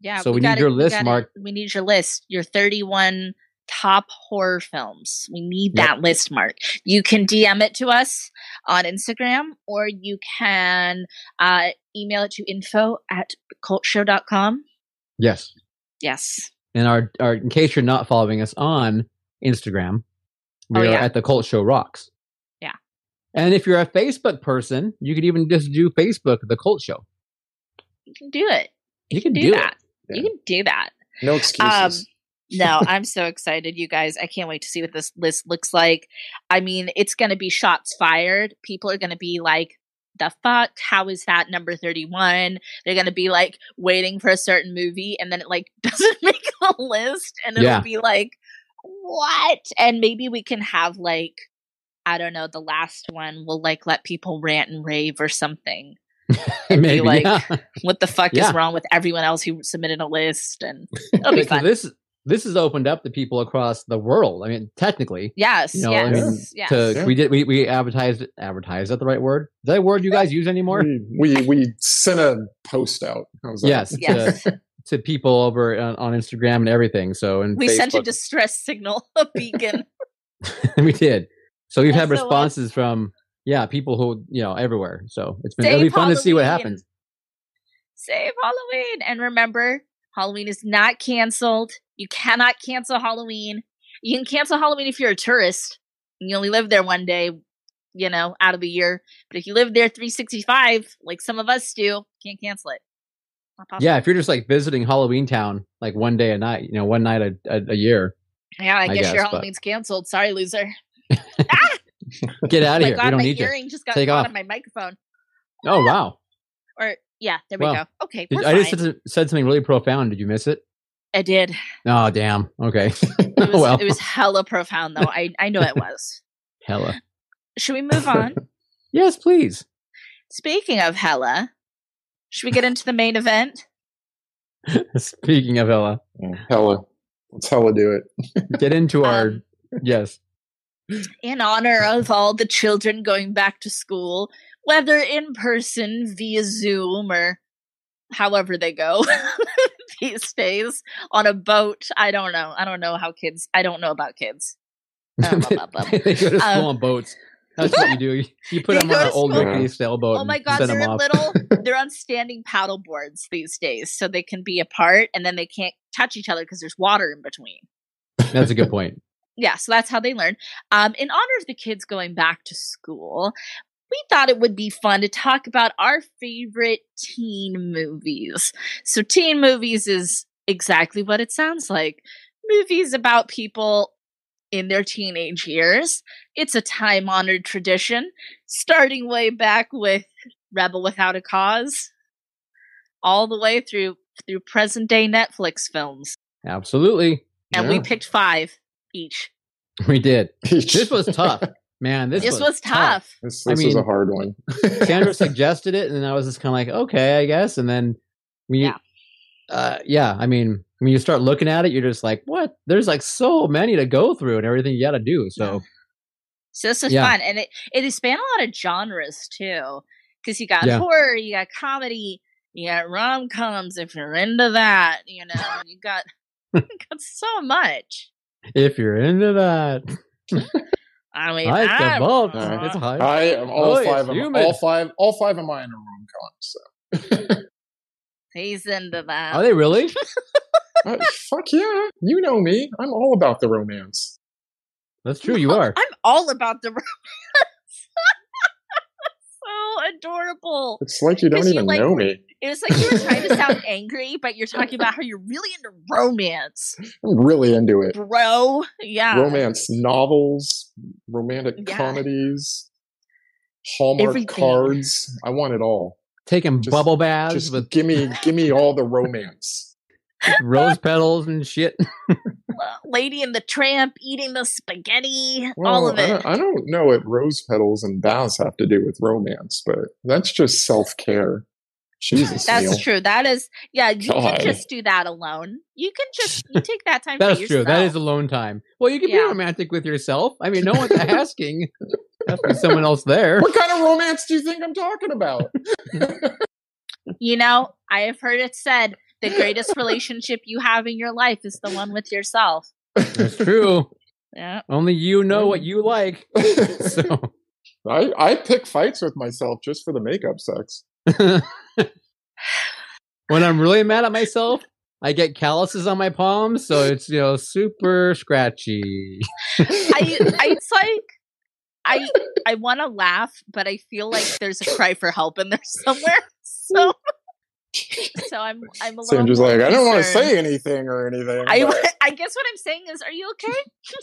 [SPEAKER 2] Yeah.
[SPEAKER 3] So we need your
[SPEAKER 2] we
[SPEAKER 3] list,
[SPEAKER 2] gotta-
[SPEAKER 3] Mark.
[SPEAKER 2] We need your list. Your 31 top horror films. We need
[SPEAKER 3] Yep.
[SPEAKER 2] that list, Mark. You can DM it to us on Instagram or you can uh, email it to info at cultshow.com.
[SPEAKER 3] Yes.
[SPEAKER 2] Yes.
[SPEAKER 3] And our, our in case you're not following us on Instagram, we
[SPEAKER 2] Oh,
[SPEAKER 3] are
[SPEAKER 2] yeah.
[SPEAKER 3] at the Cult Show Rocks.
[SPEAKER 2] Yeah.
[SPEAKER 3] And if you're a Facebook person, you could even just do Facebook the Cult Show.
[SPEAKER 2] You can do it.
[SPEAKER 3] You can
[SPEAKER 2] Do,
[SPEAKER 3] do, it.
[SPEAKER 2] that. You
[SPEAKER 4] Yeah.
[SPEAKER 2] can do that.
[SPEAKER 4] No
[SPEAKER 2] Um,
[SPEAKER 4] excuses.
[SPEAKER 2] no, I'm so excited, you guys. I can't wait to see what this list looks like. I mean, it's going to be shots fired. People are going to be like, the fuck? How is that number 31? They're going to be like waiting for a certain movie and then it like doesn't make a list and it'll
[SPEAKER 3] Yeah.
[SPEAKER 2] be like, what? And maybe we can have like, I don't know, the last one will like let people rant and rave or something. be
[SPEAKER 3] Maybe.
[SPEAKER 2] like,
[SPEAKER 3] yeah.
[SPEAKER 2] What the fuck
[SPEAKER 3] Yeah.
[SPEAKER 2] is wrong with everyone else who submitted a list? And it'll be
[SPEAKER 3] Because
[SPEAKER 2] fun.
[SPEAKER 3] This this has opened up to people across the world. I mean, technically,
[SPEAKER 2] Yes,
[SPEAKER 3] you know,
[SPEAKER 2] yes,
[SPEAKER 3] I mean,
[SPEAKER 2] yes.
[SPEAKER 3] to
[SPEAKER 4] Yeah.
[SPEAKER 3] we did we we advertised advertised. Is that the right word? Is that a word you guys use anymore?
[SPEAKER 4] We, we we sent a post out. How's that?
[SPEAKER 3] Yes.
[SPEAKER 2] Yes.
[SPEAKER 3] To people over on, on Instagram and everything. So and
[SPEAKER 2] we sent a
[SPEAKER 3] Facebook.
[SPEAKER 2] distress signal, a beacon.
[SPEAKER 3] we did. So we've had
[SPEAKER 2] SOS.
[SPEAKER 3] responses from yeah people who you know everywhere. So it's been
[SPEAKER 2] Save
[SPEAKER 3] it'll be fun to see what
[SPEAKER 2] Halloween.
[SPEAKER 3] happens.
[SPEAKER 2] Save Halloween. And remember, Halloween is not canceled. You cannot cancel Halloween. You can cancel Halloween if you're a tourist and you only live there one day, you know, out of the year. But if you live there 365, like some of us do, can't cancel it. Not possible.
[SPEAKER 3] Yeah, if you're just like visiting Halloween Town like one day a night, you know, one night a a, a year,
[SPEAKER 2] Yeah, I,
[SPEAKER 3] I
[SPEAKER 2] guess, your
[SPEAKER 3] guess, but-
[SPEAKER 2] Halloween's canceled. Sorry, loser. Ah!
[SPEAKER 3] get out of
[SPEAKER 2] Oh my
[SPEAKER 3] here.
[SPEAKER 2] God,
[SPEAKER 3] We don't
[SPEAKER 2] my
[SPEAKER 3] need you.
[SPEAKER 2] earring just got
[SPEAKER 3] Take
[SPEAKER 2] caught
[SPEAKER 3] off.
[SPEAKER 2] on my microphone.
[SPEAKER 3] Oh wow!
[SPEAKER 2] Or yeah, there we
[SPEAKER 3] Wow.
[SPEAKER 2] go. Okay,
[SPEAKER 3] Did-
[SPEAKER 2] we're
[SPEAKER 3] I just
[SPEAKER 2] fine.
[SPEAKER 3] said, said something really profound. Did you miss it?
[SPEAKER 2] I did.
[SPEAKER 3] Oh damn. Okay.
[SPEAKER 2] It was,
[SPEAKER 3] well,
[SPEAKER 2] it was hella profound, though. I, I know it was.
[SPEAKER 3] hella.
[SPEAKER 2] Should we move on?
[SPEAKER 3] Yes, please.
[SPEAKER 2] Speaking of hella, should we get into the main event?
[SPEAKER 3] Speaking of Ella,
[SPEAKER 4] Yeah, hella, let's hella do it.
[SPEAKER 3] get into our
[SPEAKER 2] Um,
[SPEAKER 3] yes.
[SPEAKER 2] in honor of all the children going back to school, whether in person, via Zoom, or however they go these days, on a boat. I don't know. I don't know how kids, I don't know about kids. I don't know about them.
[SPEAKER 3] they go to school
[SPEAKER 2] Um,
[SPEAKER 3] on boats. That's what you do. You put
[SPEAKER 2] They
[SPEAKER 3] them
[SPEAKER 2] go
[SPEAKER 3] on an
[SPEAKER 2] to
[SPEAKER 3] old
[SPEAKER 4] school-
[SPEAKER 3] rickety sailboat.
[SPEAKER 2] Oh my
[SPEAKER 3] and
[SPEAKER 2] god,
[SPEAKER 3] send
[SPEAKER 2] they're
[SPEAKER 3] them
[SPEAKER 2] in
[SPEAKER 3] off.
[SPEAKER 2] little they're on standing paddle boards these days, so they can be apart and then they can't touch each other because there's water in between.
[SPEAKER 3] That's a good point.
[SPEAKER 2] Yeah, so that's how they learn. Um, in honor of the kids going back to school, we thought it would be fun to talk about our favorite teen movies. So teen movies is exactly what it sounds like. Movies about people in their teenage years. It's a time-honored tradition, starting way back with Rebel Without a Cause, all the way through through present-day Netflix films.
[SPEAKER 3] Absolutely,
[SPEAKER 2] And we
[SPEAKER 4] Yeah.
[SPEAKER 2] picked 5 each.
[SPEAKER 3] we did. This was tough, man. This,
[SPEAKER 2] This, was, tough.
[SPEAKER 4] This,
[SPEAKER 3] I
[SPEAKER 4] this was a
[SPEAKER 3] mean,
[SPEAKER 4] hard one.
[SPEAKER 3] tough. Sandra suggested it, and I was just kind of like, okay, I guess. And then we,
[SPEAKER 2] Yeah.
[SPEAKER 3] Uh, yeah. I mean, when you start looking at it, you're just like, what? There's like so many to go through and everything you got to do. So
[SPEAKER 2] So this was
[SPEAKER 3] Yeah.
[SPEAKER 2] fun, and it it spanned a lot of genres too, because you got
[SPEAKER 3] Yeah.
[SPEAKER 2] horror, you got comedy, you got rom coms if you're into that. You know, you got you got so much.
[SPEAKER 3] if you're into that,
[SPEAKER 2] I mean,
[SPEAKER 3] Hike
[SPEAKER 2] I'm-
[SPEAKER 3] above.
[SPEAKER 4] Alright.
[SPEAKER 3] It's a hike.
[SPEAKER 4] I am all
[SPEAKER 3] Oh,
[SPEAKER 4] five.
[SPEAKER 3] it's
[SPEAKER 4] Of,
[SPEAKER 3] human.
[SPEAKER 4] all five. All five of mine are rom coms.
[SPEAKER 2] he's into that.
[SPEAKER 3] Are they really?
[SPEAKER 4] So. Uh, fuck yeah, you know me. I'm all about the romance.
[SPEAKER 3] That's true. You are.
[SPEAKER 2] I'm all about the romance. so adorable.
[SPEAKER 4] It's like you don't
[SPEAKER 2] 'Cause you
[SPEAKER 4] even
[SPEAKER 2] like-
[SPEAKER 4] know me.
[SPEAKER 2] It was like you were trying to sound angry, but you're talking about how you're really into romance,
[SPEAKER 4] I'm really into it.
[SPEAKER 2] bro. Yeah.
[SPEAKER 4] Romance novels, romantic
[SPEAKER 2] Yeah.
[SPEAKER 4] comedies, Hallmark
[SPEAKER 2] Everything.
[SPEAKER 4] cards. I want it all.
[SPEAKER 3] Taking
[SPEAKER 4] Just-
[SPEAKER 3] bubble baths
[SPEAKER 4] Just
[SPEAKER 3] with
[SPEAKER 4] give me, give me all the romance.
[SPEAKER 3] rose petals and shit.
[SPEAKER 2] Lady and the Tramp eating the spaghetti,
[SPEAKER 4] Well,
[SPEAKER 2] all of
[SPEAKER 4] I
[SPEAKER 2] it.
[SPEAKER 4] don't, I don't know what rose petals and vows have to do with romance, but that's just self care. Jesus,
[SPEAKER 2] That's
[SPEAKER 4] Neil.
[SPEAKER 2] true. That is, yeah. You
[SPEAKER 4] God.
[SPEAKER 2] can just do that alone. You can just you take that time.
[SPEAKER 3] That's
[SPEAKER 2] for
[SPEAKER 3] true. That is
[SPEAKER 2] yourself.
[SPEAKER 3] alone time. Well, you can be
[SPEAKER 2] Yeah.
[SPEAKER 3] romantic with yourself. I mean, no one's asking. That's be someone else there.
[SPEAKER 4] What kind of romance do you think I'm talking about?
[SPEAKER 2] You know, I have heard it said the greatest relationship you have in your life is the one with yourself.
[SPEAKER 3] That's true.
[SPEAKER 2] Yeah.
[SPEAKER 3] Only you know what you like. So.
[SPEAKER 4] I, I pick fights with myself just for the makeup sex.
[SPEAKER 3] when I'm really mad at myself, I get calluses on my palms, so it's you know super scratchy.
[SPEAKER 2] I, I it's like I I want to laugh, but I feel like there's a cry for help in there somewhere. So so I'm I'm a little
[SPEAKER 4] Sandra's like, I don't want to
[SPEAKER 2] concerned.
[SPEAKER 4] say anything or anything. but
[SPEAKER 2] I, I guess what I'm saying is, are you okay?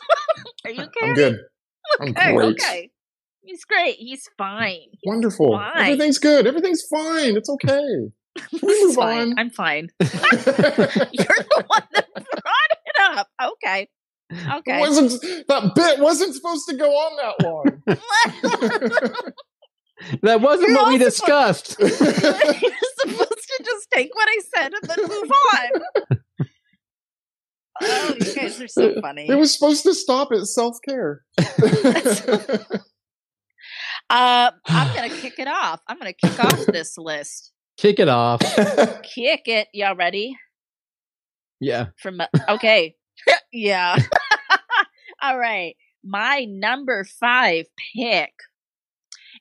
[SPEAKER 2] are you okay?
[SPEAKER 4] I'm good. I'm
[SPEAKER 2] Okay,
[SPEAKER 4] great.
[SPEAKER 2] okay. He's great. He's fine.
[SPEAKER 4] Wonderful.
[SPEAKER 2] Fine.
[SPEAKER 4] Everything's good. Everything's fine. It's okay.
[SPEAKER 2] He's
[SPEAKER 4] move
[SPEAKER 2] fine.
[SPEAKER 4] on?
[SPEAKER 2] I'm fine. You're the one that brought it up. Okay.
[SPEAKER 4] It
[SPEAKER 2] Okay.
[SPEAKER 4] wasn't that bit wasn't supposed to go on that long.
[SPEAKER 3] That wasn't
[SPEAKER 2] You're
[SPEAKER 3] what we
[SPEAKER 2] also-
[SPEAKER 3] discussed.
[SPEAKER 2] You're supposed to just take what I said and then move on. Oh, you guys are so funny.
[SPEAKER 4] it was supposed to stop at self care.
[SPEAKER 2] Uh, I'm gonna kick it off. I'm gonna kick off this list.
[SPEAKER 3] Kick it off.
[SPEAKER 2] Kick it. Y'all ready?
[SPEAKER 3] Yeah.
[SPEAKER 2] From okay, yeah. All right. My number five pick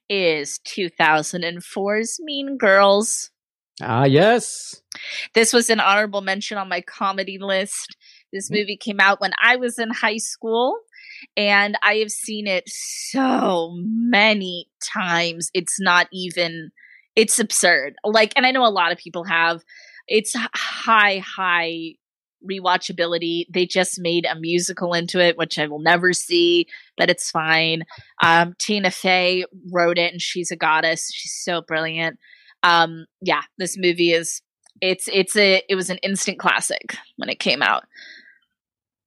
[SPEAKER 2] is 2004's Mean Girls.
[SPEAKER 3] Ah yes.
[SPEAKER 2] This was an honorable mention on my comedy list. This movie came out when I was in high school, and I have seen it so many times. It's not even, it's absurd. Like, and I know a lot of people have. It's h- high, high rewatchability. They just made a musical into it, which I will never see, but it's fine. Um, Tina Fey wrote it, and she's a goddess. She's so brilliant. Um, yeah, this movie is it's it's a it was an instant classic when it came out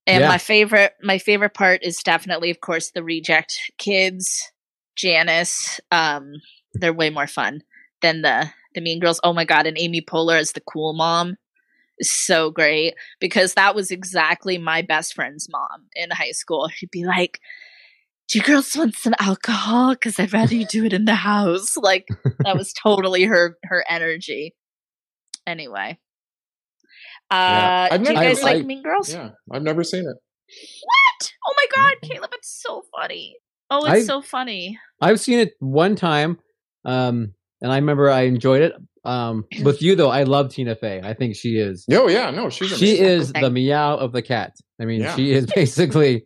[SPEAKER 2] and
[SPEAKER 3] Yeah.
[SPEAKER 2] my favorite my favorite part is definitely of course the reject kids janice um they're way more fun than the the mean girls oh my god and amy poehler as the cool mom is so great because that was exactly my best friend's mom in high school she'd be like do you girls want some alcohol because i'd rather you do it in the house like that was totally her her energy anyway uh
[SPEAKER 4] I've
[SPEAKER 2] do you
[SPEAKER 4] never-
[SPEAKER 2] guys
[SPEAKER 3] I-
[SPEAKER 2] like
[SPEAKER 3] I-
[SPEAKER 2] mean girls
[SPEAKER 4] yeah, I've never seen it.
[SPEAKER 2] what? Oh my god, Caleb, it's so funny. Oh, it's
[SPEAKER 3] I-
[SPEAKER 2] so funny.
[SPEAKER 3] I've seen it one time, um, and I remember I enjoyed it. Um, with you though, I love Tina Fey. I think she is.
[SPEAKER 4] No, yeah, no, she's
[SPEAKER 3] She
[SPEAKER 4] amazing.
[SPEAKER 3] is
[SPEAKER 2] Okay.
[SPEAKER 3] the meow of the cat. I mean,
[SPEAKER 4] Yeah.
[SPEAKER 3] she is basically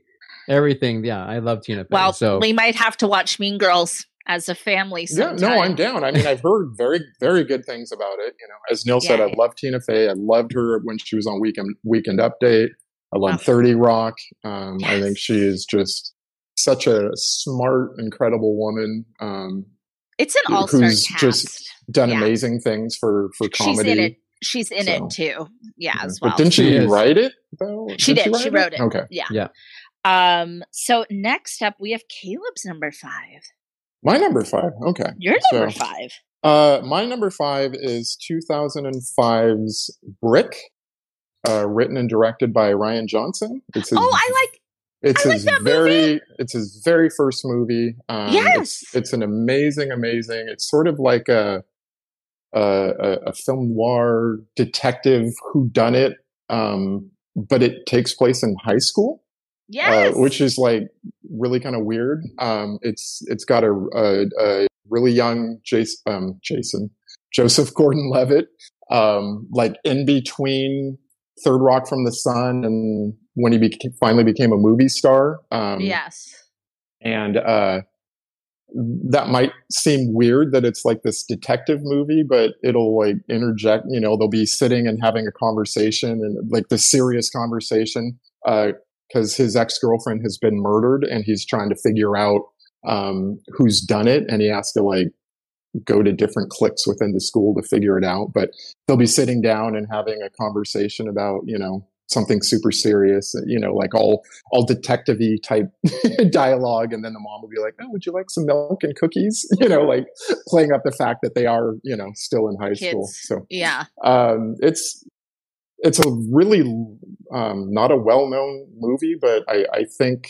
[SPEAKER 3] everything. Yeah, I love Tina Fey.
[SPEAKER 2] Well,
[SPEAKER 3] so
[SPEAKER 2] we might have to watch Mean Girls as a family
[SPEAKER 4] Yeah,
[SPEAKER 2] sometime.
[SPEAKER 4] no, I'm down. I mean, I've heard very, very good things about it. You know, as Neil said, I
[SPEAKER 2] Yay.
[SPEAKER 4] love Tina Fey. I loved her when she was on Weekend Weekend Update. I love
[SPEAKER 2] Oh.
[SPEAKER 4] Thirty Rock. Um, I
[SPEAKER 2] Yes.
[SPEAKER 4] think she is just such a smart, incredible woman. Um,
[SPEAKER 2] It's an
[SPEAKER 4] Who's
[SPEAKER 2] all-star
[SPEAKER 4] just-
[SPEAKER 2] cast.
[SPEAKER 4] done
[SPEAKER 2] Yeah.
[SPEAKER 4] amazing things for for
[SPEAKER 2] She's in
[SPEAKER 4] comedy.
[SPEAKER 2] it She's in it too. Yeah,
[SPEAKER 4] Yeah.
[SPEAKER 2] as well.
[SPEAKER 4] But didn't she,
[SPEAKER 3] She is.
[SPEAKER 4] write it though?
[SPEAKER 2] She did. She
[SPEAKER 4] write
[SPEAKER 2] wrote it.
[SPEAKER 4] Okay.
[SPEAKER 2] yeah.
[SPEAKER 3] Yeah.
[SPEAKER 2] Um, so next up we have Caleb's number five.
[SPEAKER 4] My number five. Okay.
[SPEAKER 2] Your
[SPEAKER 4] So-
[SPEAKER 2] number five.
[SPEAKER 4] Uh, my number five is 2005's Brick, uh, written and directed by Ryan Johnson. It's his,
[SPEAKER 2] Oh, I
[SPEAKER 4] uh,
[SPEAKER 2] like
[SPEAKER 4] it's
[SPEAKER 2] I like
[SPEAKER 4] his
[SPEAKER 2] that
[SPEAKER 4] very
[SPEAKER 2] movie.
[SPEAKER 4] it's his very first movie. Um,
[SPEAKER 2] Yes.
[SPEAKER 4] it's, it's an amazing, amazing. It's sort of like a a, a, a film noir detective who done it, um, but it takes place in high school
[SPEAKER 2] yes.
[SPEAKER 4] uh, which is like really kind of weird. Um, it's it's got a, a, a really young Jason, um, Jason Joseph Gordon-Levitt, um, like in between Third Rock from the Sun and when he beca- finally became a movie star. Um,
[SPEAKER 2] yes.
[SPEAKER 4] and uh, that might seem weird that it's like this detective movie, but it'll like interject. You know, they'll be sitting and having a conversation and like the serious conversation because uh, his ex girlfriend has been murdered and he's trying to figure out um, who's done it, and he has to like go to different cliques within the school to figure it out. But they'll be sitting down and having a conversation about you know something super serious, uh, you know, like all all detective-y type dialogue and then the mom will be like oh would you like some milk and cookies you know like playing up the fact that they are you know still in high school
[SPEAKER 2] Kids.
[SPEAKER 4] so
[SPEAKER 2] Yeah.
[SPEAKER 4] um it's it's a really um not a well-known movie but i i think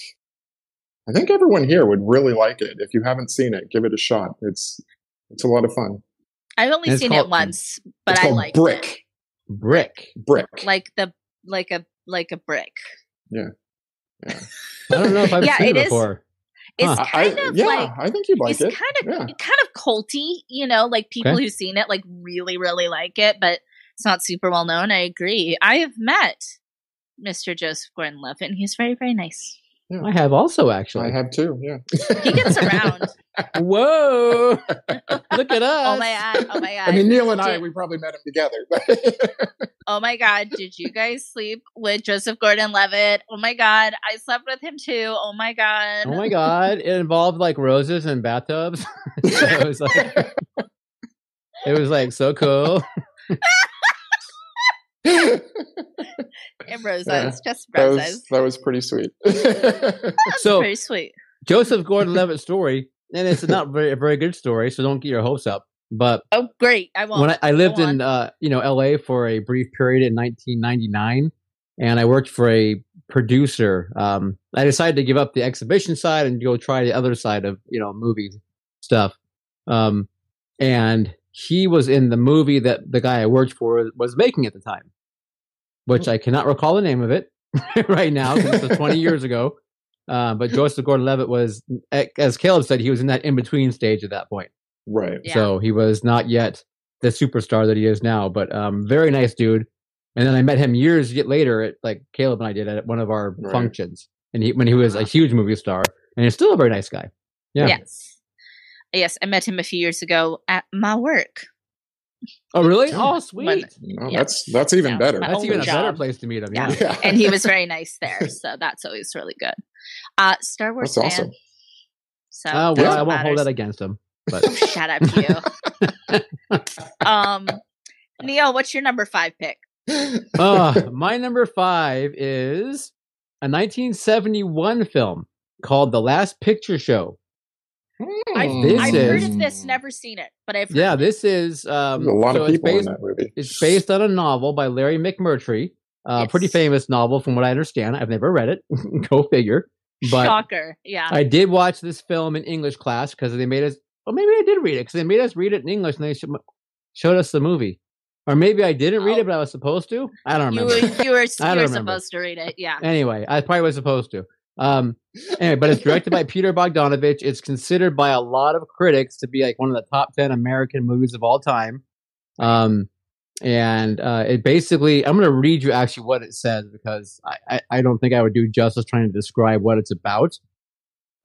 [SPEAKER 4] i think everyone here would really like it if you haven't seen it give it a shot it's it's a lot of fun
[SPEAKER 2] I've only
[SPEAKER 3] And it's
[SPEAKER 2] seen
[SPEAKER 3] called-
[SPEAKER 2] it once, but
[SPEAKER 4] um, it's
[SPEAKER 2] I
[SPEAKER 4] called
[SPEAKER 2] liked
[SPEAKER 4] brick
[SPEAKER 3] Brick.
[SPEAKER 4] brick
[SPEAKER 2] it. Like the like a like a brick.
[SPEAKER 3] I don't know if I've
[SPEAKER 2] Yeah,
[SPEAKER 3] seen it,
[SPEAKER 2] it is-
[SPEAKER 3] before.
[SPEAKER 2] It's
[SPEAKER 3] Huh.
[SPEAKER 2] kind
[SPEAKER 4] I,
[SPEAKER 2] of
[SPEAKER 4] yeah
[SPEAKER 2] like
[SPEAKER 4] i think you'd like
[SPEAKER 2] it's
[SPEAKER 4] it
[SPEAKER 2] kind
[SPEAKER 4] yeah
[SPEAKER 2] of kind of culty, you know, like people
[SPEAKER 3] Okay.
[SPEAKER 2] who've seen it like really really like it, but it's not super well known. I agree. I have met Mr. Joseph Gordon-Levitt, and he's very very nice.
[SPEAKER 3] I have also
[SPEAKER 4] i
[SPEAKER 3] actually.
[SPEAKER 4] have too yeah
[SPEAKER 2] He gets around.
[SPEAKER 3] Whoa! Look at us.
[SPEAKER 2] oh my god. Oh my god.
[SPEAKER 4] i mean neil and i
[SPEAKER 2] Did-
[SPEAKER 4] we probably met him together but
[SPEAKER 2] Oh my God, did you guys sleep with Joseph Gordon Levitt? Oh my God, I slept with him too. Oh my God.
[SPEAKER 3] Oh my god! It involved like roses and bathtubs. so it was like it was like so cool.
[SPEAKER 2] And roses,
[SPEAKER 4] Yeah,
[SPEAKER 2] just
[SPEAKER 4] that
[SPEAKER 2] roses.
[SPEAKER 4] was that was pretty sweet.
[SPEAKER 3] So
[SPEAKER 2] Pretty sweet.
[SPEAKER 3] Joseph Gordon-Levitt story, and it's not very, a very good story, so don't get your hopes up. But
[SPEAKER 2] Oh, great. I won't.
[SPEAKER 3] when I, I lived
[SPEAKER 2] go
[SPEAKER 3] in uh, you know LA for a brief period in 1999, and I worked for a producer. Um, I decided to give up the exhibition side and go try the other side of you know movie stuff. Um, and he was in the movie that the guy I worked for was making at the time, which I cannot recall the name of it right now. 'cause This was 20 years ago. Uh, but Joseph Gordon-Levitt was, as Caleb said, he was in that in-between stage at that point.
[SPEAKER 4] right.
[SPEAKER 2] Yeah.
[SPEAKER 3] So he was not yet the superstar that he is now, but um, very nice dude. And then I met him years ye- later, at, like Caleb and I did at one of our
[SPEAKER 4] Right.
[SPEAKER 3] functions, and he when he was a huge movie star, and he's still a very nice guy. Yeah.
[SPEAKER 2] Yes. Yes, I met him a few years ago at my work.
[SPEAKER 3] Oh, really?
[SPEAKER 4] Yeah.
[SPEAKER 3] Oh,
[SPEAKER 2] When-
[SPEAKER 3] sweet.
[SPEAKER 4] No,
[SPEAKER 2] Yeah.
[SPEAKER 4] That's that's even
[SPEAKER 2] Yeah.
[SPEAKER 4] better.
[SPEAKER 2] My
[SPEAKER 3] That's
[SPEAKER 2] old
[SPEAKER 3] even a better
[SPEAKER 2] job.
[SPEAKER 3] place to meet him.
[SPEAKER 2] Yeah.
[SPEAKER 3] Yeah.
[SPEAKER 4] Yeah.
[SPEAKER 2] And he was very nice there. So that's always really good. Uh, Star Wars
[SPEAKER 4] That's
[SPEAKER 2] fan.
[SPEAKER 4] awesome.
[SPEAKER 2] So
[SPEAKER 3] Oh,
[SPEAKER 2] that's
[SPEAKER 3] well,
[SPEAKER 2] what
[SPEAKER 3] I won't hold
[SPEAKER 2] matters.
[SPEAKER 3] that against him. But
[SPEAKER 2] Shut up, you. um, Neil, what's your number five pick?
[SPEAKER 3] uh, my number five is a 1971 film called The Last Picture Show.
[SPEAKER 2] I've,
[SPEAKER 3] Oh,
[SPEAKER 4] Hmm.
[SPEAKER 3] This
[SPEAKER 2] I've heard of
[SPEAKER 4] is-
[SPEAKER 2] this, never seen it, but I've heard
[SPEAKER 3] Yeah,
[SPEAKER 2] of it.
[SPEAKER 3] this is um,
[SPEAKER 4] There's a lot
[SPEAKER 3] so
[SPEAKER 4] of
[SPEAKER 3] it's
[SPEAKER 4] people in
[SPEAKER 3] based
[SPEAKER 4] that movie.
[SPEAKER 3] It's based on a novel by Larry McMurtry, a pretty
[SPEAKER 2] Yes.
[SPEAKER 3] famous novel from what I understand. I've never read it. Go figure. But
[SPEAKER 2] shocker. Yeah,
[SPEAKER 3] I did watch this film in English class because they made us. Well, maybe I did read it because they made us read it in English and they sh- showed us the movie, or maybe I didn't read
[SPEAKER 2] Oh.
[SPEAKER 3] it, but I was supposed to. I don't
[SPEAKER 2] you
[SPEAKER 3] remember.
[SPEAKER 2] were you were,
[SPEAKER 3] I
[SPEAKER 2] you
[SPEAKER 3] don't
[SPEAKER 2] were
[SPEAKER 3] remember.
[SPEAKER 2] supposed to read it. Yeah,
[SPEAKER 3] Anyway, I probably was supposed to. Um, anyway, but it's directed by Peter Bogdanovich. It's considered by a lot of critics to be like one of the top ten American movies of all time. Um, and uh, it basically, I'm going to read you actually what it says because I, I, I don't think I would do justice trying to describe what it's about.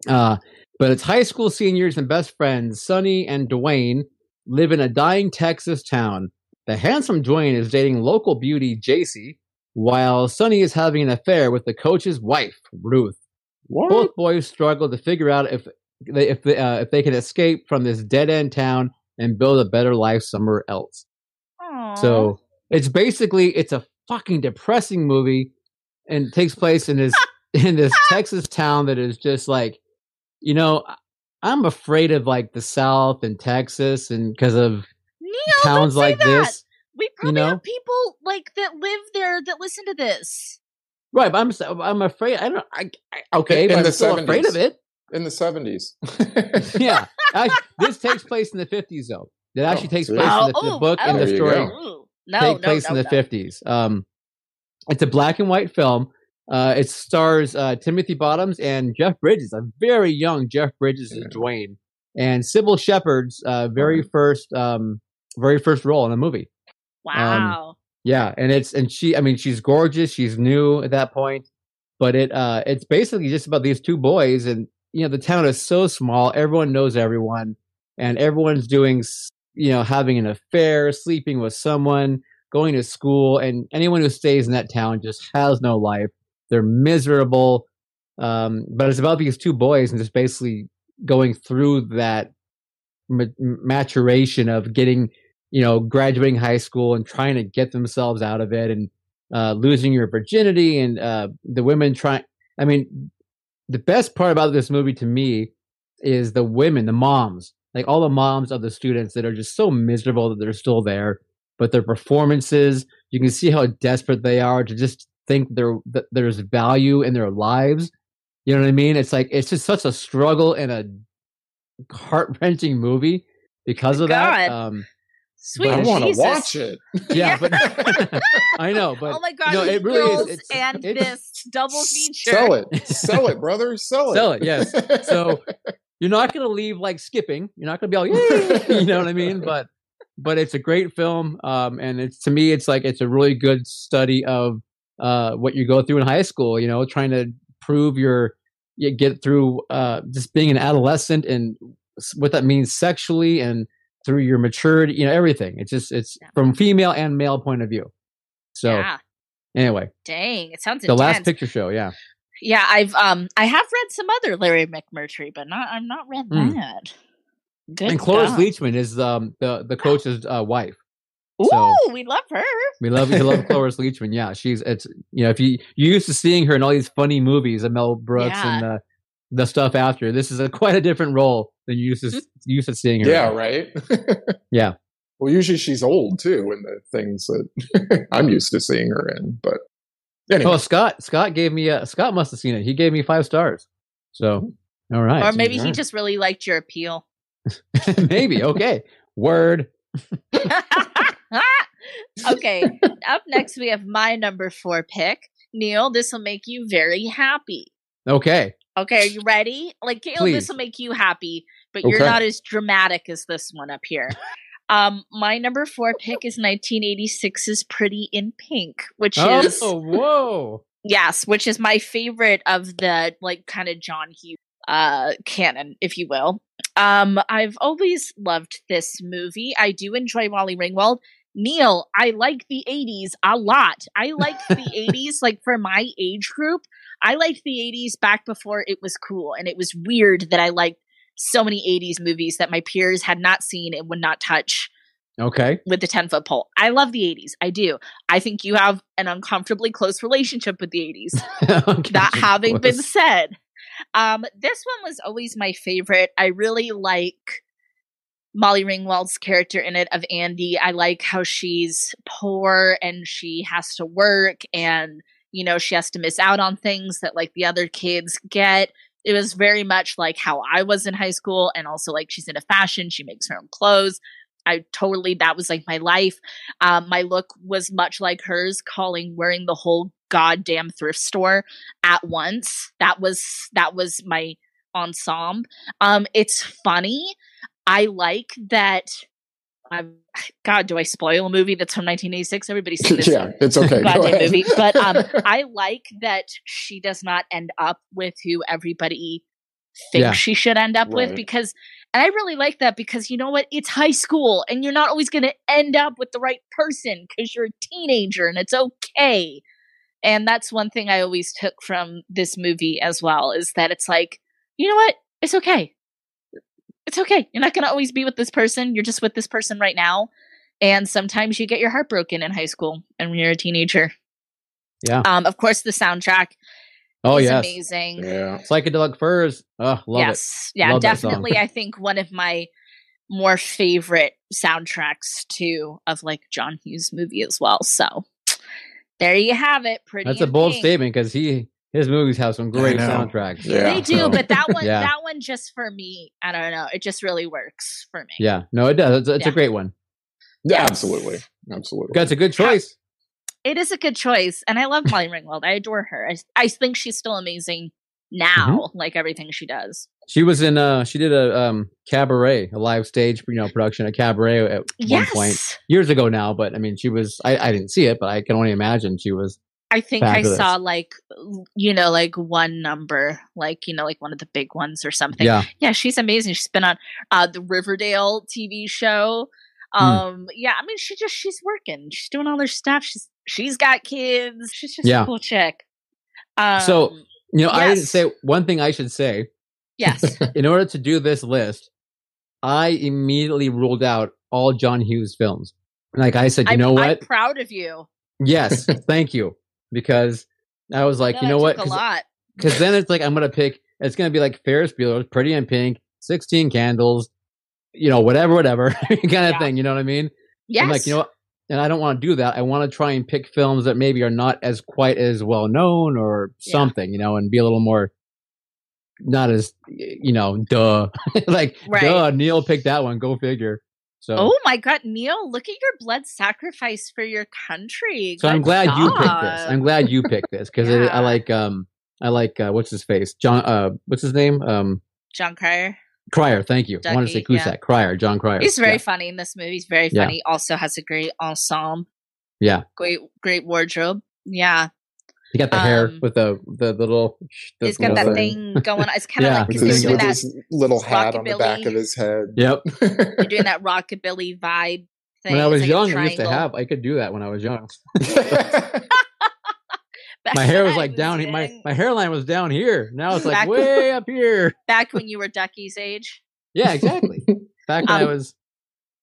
[SPEAKER 3] Uh, but it's high school seniors and best friends Sonny and Dwayne live in a dying Texas town. The handsome Dwayne is dating local beauty Jacy, while Sonny is having an affair with the coach's wife, Ruth.
[SPEAKER 4] What?
[SPEAKER 3] Both boys struggle to figure out if they, if they, uh, if they can escape from this dead end town and build a better life somewhere else.
[SPEAKER 2] Aw.
[SPEAKER 3] So it's basically it's a fucking depressing movie, and it takes place in this in this Texas town that is just like, you know, I- I'm afraid of like the South and Texas, and because of
[SPEAKER 2] Neil,
[SPEAKER 3] towns
[SPEAKER 2] don't say
[SPEAKER 3] like
[SPEAKER 2] that.
[SPEAKER 3] this.
[SPEAKER 2] we probably
[SPEAKER 3] know?
[SPEAKER 2] have people like that live there that listen to this.
[SPEAKER 3] Right, but I'm s- I'm afraid I don't. I, I okay,
[SPEAKER 4] In
[SPEAKER 3] but
[SPEAKER 4] the
[SPEAKER 3] I'm still afraid
[SPEAKER 4] 70s.
[SPEAKER 3] of it.
[SPEAKER 4] In the seventies.
[SPEAKER 3] Yeah, I, this takes place in the 50s though. It actually takes
[SPEAKER 4] see?
[SPEAKER 3] place in the,
[SPEAKER 2] Oh,
[SPEAKER 3] the
[SPEAKER 2] ooh,
[SPEAKER 3] book and
[SPEAKER 4] oh.
[SPEAKER 3] the
[SPEAKER 4] There you
[SPEAKER 3] story
[SPEAKER 4] go.
[SPEAKER 2] Ooh. No,
[SPEAKER 3] take
[SPEAKER 2] no,
[SPEAKER 3] place
[SPEAKER 2] no,
[SPEAKER 3] in the
[SPEAKER 2] no.
[SPEAKER 3] 50s. Um, it's a black and white film, Uh, it stars uh, Timothy Bottoms and Jeff Bridges, a very young Jeff Bridges as Dwayne, and Sybil Shepherd's uh, very first um, very first role in a movie. um,
[SPEAKER 2] Wow.
[SPEAKER 3] Yeah, and it's and she, I mean, she's gorgeous. She's new at that point, but it uh, it's basically just about these two boys, and you know, the town is so small, everyone knows everyone, and everyone's doing, s- you know, having an affair, sleeping with someone, going to school, and anyone who stays in that town just has no life. They're miserable. Um, but it's about these two boys and just basically going through that ma- maturation of getting, you know, graduating high school and trying to get themselves out of it and uh, losing your virginity and uh, the women trying. I mean, the best part about this movie to me is the women, the moms, like all the moms of the students that are just so miserable that they're still there. But their performances, you can see how desperate they are to just think there that there's value in their lives. You know what I mean? It's like it's just such a struggle and a heart wrenching movie because of that.
[SPEAKER 2] God.
[SPEAKER 3] Um,
[SPEAKER 2] Sweet
[SPEAKER 4] I
[SPEAKER 3] But
[SPEAKER 4] want to
[SPEAKER 2] Jesus.
[SPEAKER 4] watch it.
[SPEAKER 3] yeah, but I know, but
[SPEAKER 2] oh my god,
[SPEAKER 3] no, it really
[SPEAKER 2] girls
[SPEAKER 3] is. It's,
[SPEAKER 2] and
[SPEAKER 3] it's-
[SPEAKER 2] fists double feature.
[SPEAKER 4] Sell it. Sell it, brother. Sell it.
[SPEAKER 3] Sell it, yes. So you're not going to leave like skipping. You're not going to be all, "Yay!" you know what I mean? But but it's a great film, um, and it's to me, it's like it's a really good study of uh, what you go through in high school. You know, trying to prove your you get through uh, just being an adolescent and s- what that means sexually and through your maturity. You know, everything. It's just it's from female and male point of view. So
[SPEAKER 2] Yeah.
[SPEAKER 3] anyway.
[SPEAKER 2] Dang, it sounds
[SPEAKER 3] the
[SPEAKER 2] intense.
[SPEAKER 3] last picture show yeah
[SPEAKER 2] yeah, I've um I have read some other Larry McMurtry, but not I've not read
[SPEAKER 3] Mm.
[SPEAKER 2] that. Good.
[SPEAKER 3] and cloris
[SPEAKER 2] God.
[SPEAKER 3] leachman is um the the coach's uh, wife
[SPEAKER 2] Ooh,
[SPEAKER 3] so-
[SPEAKER 2] we love her.
[SPEAKER 3] we love we love cloris leachman yeah she's it's you know if you you're used to seeing her in all these funny movies and mel brooks and uh, the stuff after this is a quite a different role than you used to
[SPEAKER 2] Mm-hmm.
[SPEAKER 3] used to seeing her
[SPEAKER 4] yeah,
[SPEAKER 3] in.
[SPEAKER 4] right.
[SPEAKER 3] Yeah.
[SPEAKER 4] Well, usually she's old too in the things that I'm used to seeing her in. But anyway,
[SPEAKER 3] oh scott scott gave me uh scott must have seen it he gave me five stars so all right
[SPEAKER 2] Mm-hmm. Or maybe he
[SPEAKER 4] alright.
[SPEAKER 2] just really liked your appeal.
[SPEAKER 3] maybe okay word
[SPEAKER 2] okay. Up next we have my number four pick. Neil, this will make you very happy.
[SPEAKER 3] okay
[SPEAKER 2] Okay, are you ready? Like, Gail,
[SPEAKER 3] Please.
[SPEAKER 2] this will make you happy, but you're
[SPEAKER 4] Okay.
[SPEAKER 2] not as dramatic as this one up here. Um, my number four pick is 1986's Pretty in Pink, which is
[SPEAKER 3] oh whoa
[SPEAKER 2] yes, which is my favorite of the like kind of John Hughes uh canon, if you will. Um, I've always loved this movie. I do enjoy Molly Ringwald. Neil, I like the 80s a lot. I like the 80s, like for my age group. I liked the 80s back before it was cool. And it was weird that I liked so many 80s movies that my peers had not seen and would not touch
[SPEAKER 3] okay
[SPEAKER 2] with the 10 foot pole. I love the 80s. I do. I think you have an uncomfortably close relationship with the 80s.
[SPEAKER 3] Okay.
[SPEAKER 2] that having been
[SPEAKER 3] Gross.
[SPEAKER 2] said, um, this one was always my favorite. I really like Molly Ringwald's character in it of Andy. I like how she's poor and she has to work and, you know, she has to miss out on things that like the other kids get. It was very much like how I was in high school and also like she's into fashion, she makes her own clothes. I totally that was like my life. Um, my look was much like hers, calling wearing the whole goddamn thrift store at once. That was that was my ensemble. Um, it's funny. I like that. Um, God, do I spoil a movie that's from 1986? Everybody's seen this
[SPEAKER 4] yeah, it's okay. Go
[SPEAKER 2] goddamn
[SPEAKER 4] ahead.
[SPEAKER 2] movie. But um, I like that she does not end up with who everybody thinks
[SPEAKER 3] Yeah.
[SPEAKER 2] she should end up with
[SPEAKER 4] Right.
[SPEAKER 2] because and I really like that because you know what? It's high school and you're not always gonna end up with the right person because you're a teenager and it's okay. And that's one thing I always took from this movie as well is that it's like, you know what? It's okay. It's okay. You're not gonna always be with this person. You're just with this person right now. And sometimes you get your heart broken in high school and when you're a teenager.
[SPEAKER 3] Yeah.
[SPEAKER 2] Um, of course, the soundtrack
[SPEAKER 3] oh
[SPEAKER 2] is
[SPEAKER 3] yes
[SPEAKER 2] amazing.
[SPEAKER 4] yeah.
[SPEAKER 3] psychedelic furs oh love it
[SPEAKER 2] yes. Yeah,
[SPEAKER 3] Love that song.
[SPEAKER 2] definitely. I think one of my more favorite soundtracks too of like John Hughes movie as well. So there you have it. Pretty.
[SPEAKER 3] That's a
[SPEAKER 2] in
[SPEAKER 3] bold
[SPEAKER 2] Pink.
[SPEAKER 3] statement because he his movies have some great
[SPEAKER 4] know.
[SPEAKER 3] soundtracks.
[SPEAKER 4] Yeah.
[SPEAKER 2] They do,
[SPEAKER 3] So,
[SPEAKER 2] but that one,
[SPEAKER 3] Yeah.
[SPEAKER 2] that one, just for me, I don't know. It just really works for me.
[SPEAKER 3] yeah, no, it does. It's, it's
[SPEAKER 2] Yeah.
[SPEAKER 3] a great one.
[SPEAKER 4] Yeah,
[SPEAKER 2] Yes.
[SPEAKER 4] absolutely. Absolutely.
[SPEAKER 3] That's a good choice.
[SPEAKER 2] It is a good choice, and I love Molly Ringwald. I adore her. I, I think she's still amazing
[SPEAKER 3] Mm-hmm.
[SPEAKER 2] now, like everything she does.
[SPEAKER 3] She was in uh she did a um cabaret, a live stage you know production at cabaret at
[SPEAKER 2] yes,
[SPEAKER 3] one point years ago now, but I mean she was I, I didn't see it, but I can only imagine she was
[SPEAKER 2] I think
[SPEAKER 3] Fabulous.
[SPEAKER 2] I saw like l- you know like one number, like you know like one of the big ones or something.
[SPEAKER 3] yeah.
[SPEAKER 2] Yeah, she's amazing. She's been on uh the Riverdale TV show.
[SPEAKER 3] Hmm.
[SPEAKER 2] Um yeah, I mean she just she's working. She's doing all her stuff. She's she's got kids. She's just
[SPEAKER 3] Yeah.
[SPEAKER 2] a cool chick. Um,
[SPEAKER 3] So, You know, I didn't
[SPEAKER 2] Yes.
[SPEAKER 3] say one thing I should say.
[SPEAKER 2] yes.
[SPEAKER 3] In order to do this list, I immediately ruled out all John Hughes films. Like I said, you
[SPEAKER 2] I'm,
[SPEAKER 3] know
[SPEAKER 2] I'm
[SPEAKER 3] what?
[SPEAKER 2] proud of you.
[SPEAKER 3] yes, thank you. Because I was like,
[SPEAKER 2] That
[SPEAKER 3] you know what?
[SPEAKER 2] took A
[SPEAKER 3] Because
[SPEAKER 2] lot.
[SPEAKER 3] Because then it's like I'm gonna pick. It's gonna be like Ferris Bueller's Pretty in Pink, Sixteen Candles, you know, whatever, whatever kind of
[SPEAKER 2] Yeah.
[SPEAKER 3] thing. You know what I mean?
[SPEAKER 2] Yes.
[SPEAKER 3] I'm like, you know what? And I don't want to do that. I want to try and pick films that maybe are not as quite as well known or
[SPEAKER 2] Yeah.
[SPEAKER 3] something, you know, and be a little more not as you know, duh, like
[SPEAKER 2] Right.
[SPEAKER 3] duh. Neil picked that one. Go figure. So.
[SPEAKER 2] Oh my God, Neil! Look at your blood sacrifice for your country.
[SPEAKER 3] So I'm
[SPEAKER 2] Good
[SPEAKER 3] glad you picked this.
[SPEAKER 2] job.
[SPEAKER 3] I'm glad you picked this because I
[SPEAKER 2] Yeah.
[SPEAKER 3] like um I like uh, what's his face John uh what's his name um
[SPEAKER 2] John Cryer.
[SPEAKER 3] Crier, thank you. I wanted to say
[SPEAKER 2] Ducky, yeah.
[SPEAKER 3] Cusack. Crier, John Crier.
[SPEAKER 2] He's very
[SPEAKER 3] Yeah.
[SPEAKER 2] funny in this movie. He's very
[SPEAKER 3] Yeah.
[SPEAKER 2] funny. Also has a great ensemble.
[SPEAKER 3] Yeah.
[SPEAKER 2] Great, great wardrobe. Yeah.
[SPEAKER 3] He got the hair
[SPEAKER 2] um,
[SPEAKER 3] with the the little. The
[SPEAKER 2] He's got
[SPEAKER 3] little
[SPEAKER 2] that
[SPEAKER 4] Lovely.
[SPEAKER 2] thing going on. It's kind of
[SPEAKER 3] Yeah.
[SPEAKER 2] like
[SPEAKER 4] with
[SPEAKER 2] you're
[SPEAKER 4] his,
[SPEAKER 2] doing
[SPEAKER 4] with
[SPEAKER 2] that,
[SPEAKER 4] his little hat on the back
[SPEAKER 2] rockabilly-
[SPEAKER 4] of his head.
[SPEAKER 3] Yep.
[SPEAKER 2] you're doing that rockabilly vibe thing.
[SPEAKER 3] When I
[SPEAKER 2] It's
[SPEAKER 3] was
[SPEAKER 2] like a
[SPEAKER 3] young, I used to
[SPEAKER 2] triangle.
[SPEAKER 3] have. I could do that when I was young.
[SPEAKER 2] Back
[SPEAKER 3] My hair
[SPEAKER 2] when
[SPEAKER 3] was
[SPEAKER 2] I
[SPEAKER 3] like down. he- My
[SPEAKER 2] young,
[SPEAKER 3] my hairline was down here. Now it's like
[SPEAKER 2] Back-
[SPEAKER 3] way up here.
[SPEAKER 2] back when you were Ducky's age.
[SPEAKER 3] Yeah, exactly. Back when I
[SPEAKER 2] Um,
[SPEAKER 3] was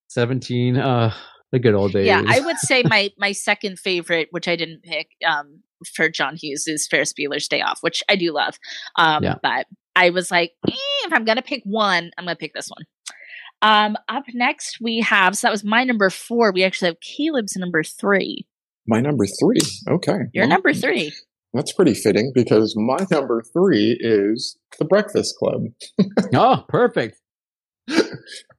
[SPEAKER 3] seventeen. Uh, the good old days.
[SPEAKER 2] Yeah, I would say my my second favorite, which I didn't pick um, for John Hughes, is Ferris Bueller's Day Off, which I do love. Um,
[SPEAKER 3] Yeah.
[SPEAKER 2] But I was like, eh, if I'm gonna pick one, I'm gonna pick this one. Um, up next we have so that was my number four. We actually have Caleb's number three.
[SPEAKER 4] My number three. Okay.
[SPEAKER 2] Your
[SPEAKER 4] Well,
[SPEAKER 2] number three.
[SPEAKER 4] That's pretty fitting because my number three is The Breakfast Club.
[SPEAKER 3] oh, perfect.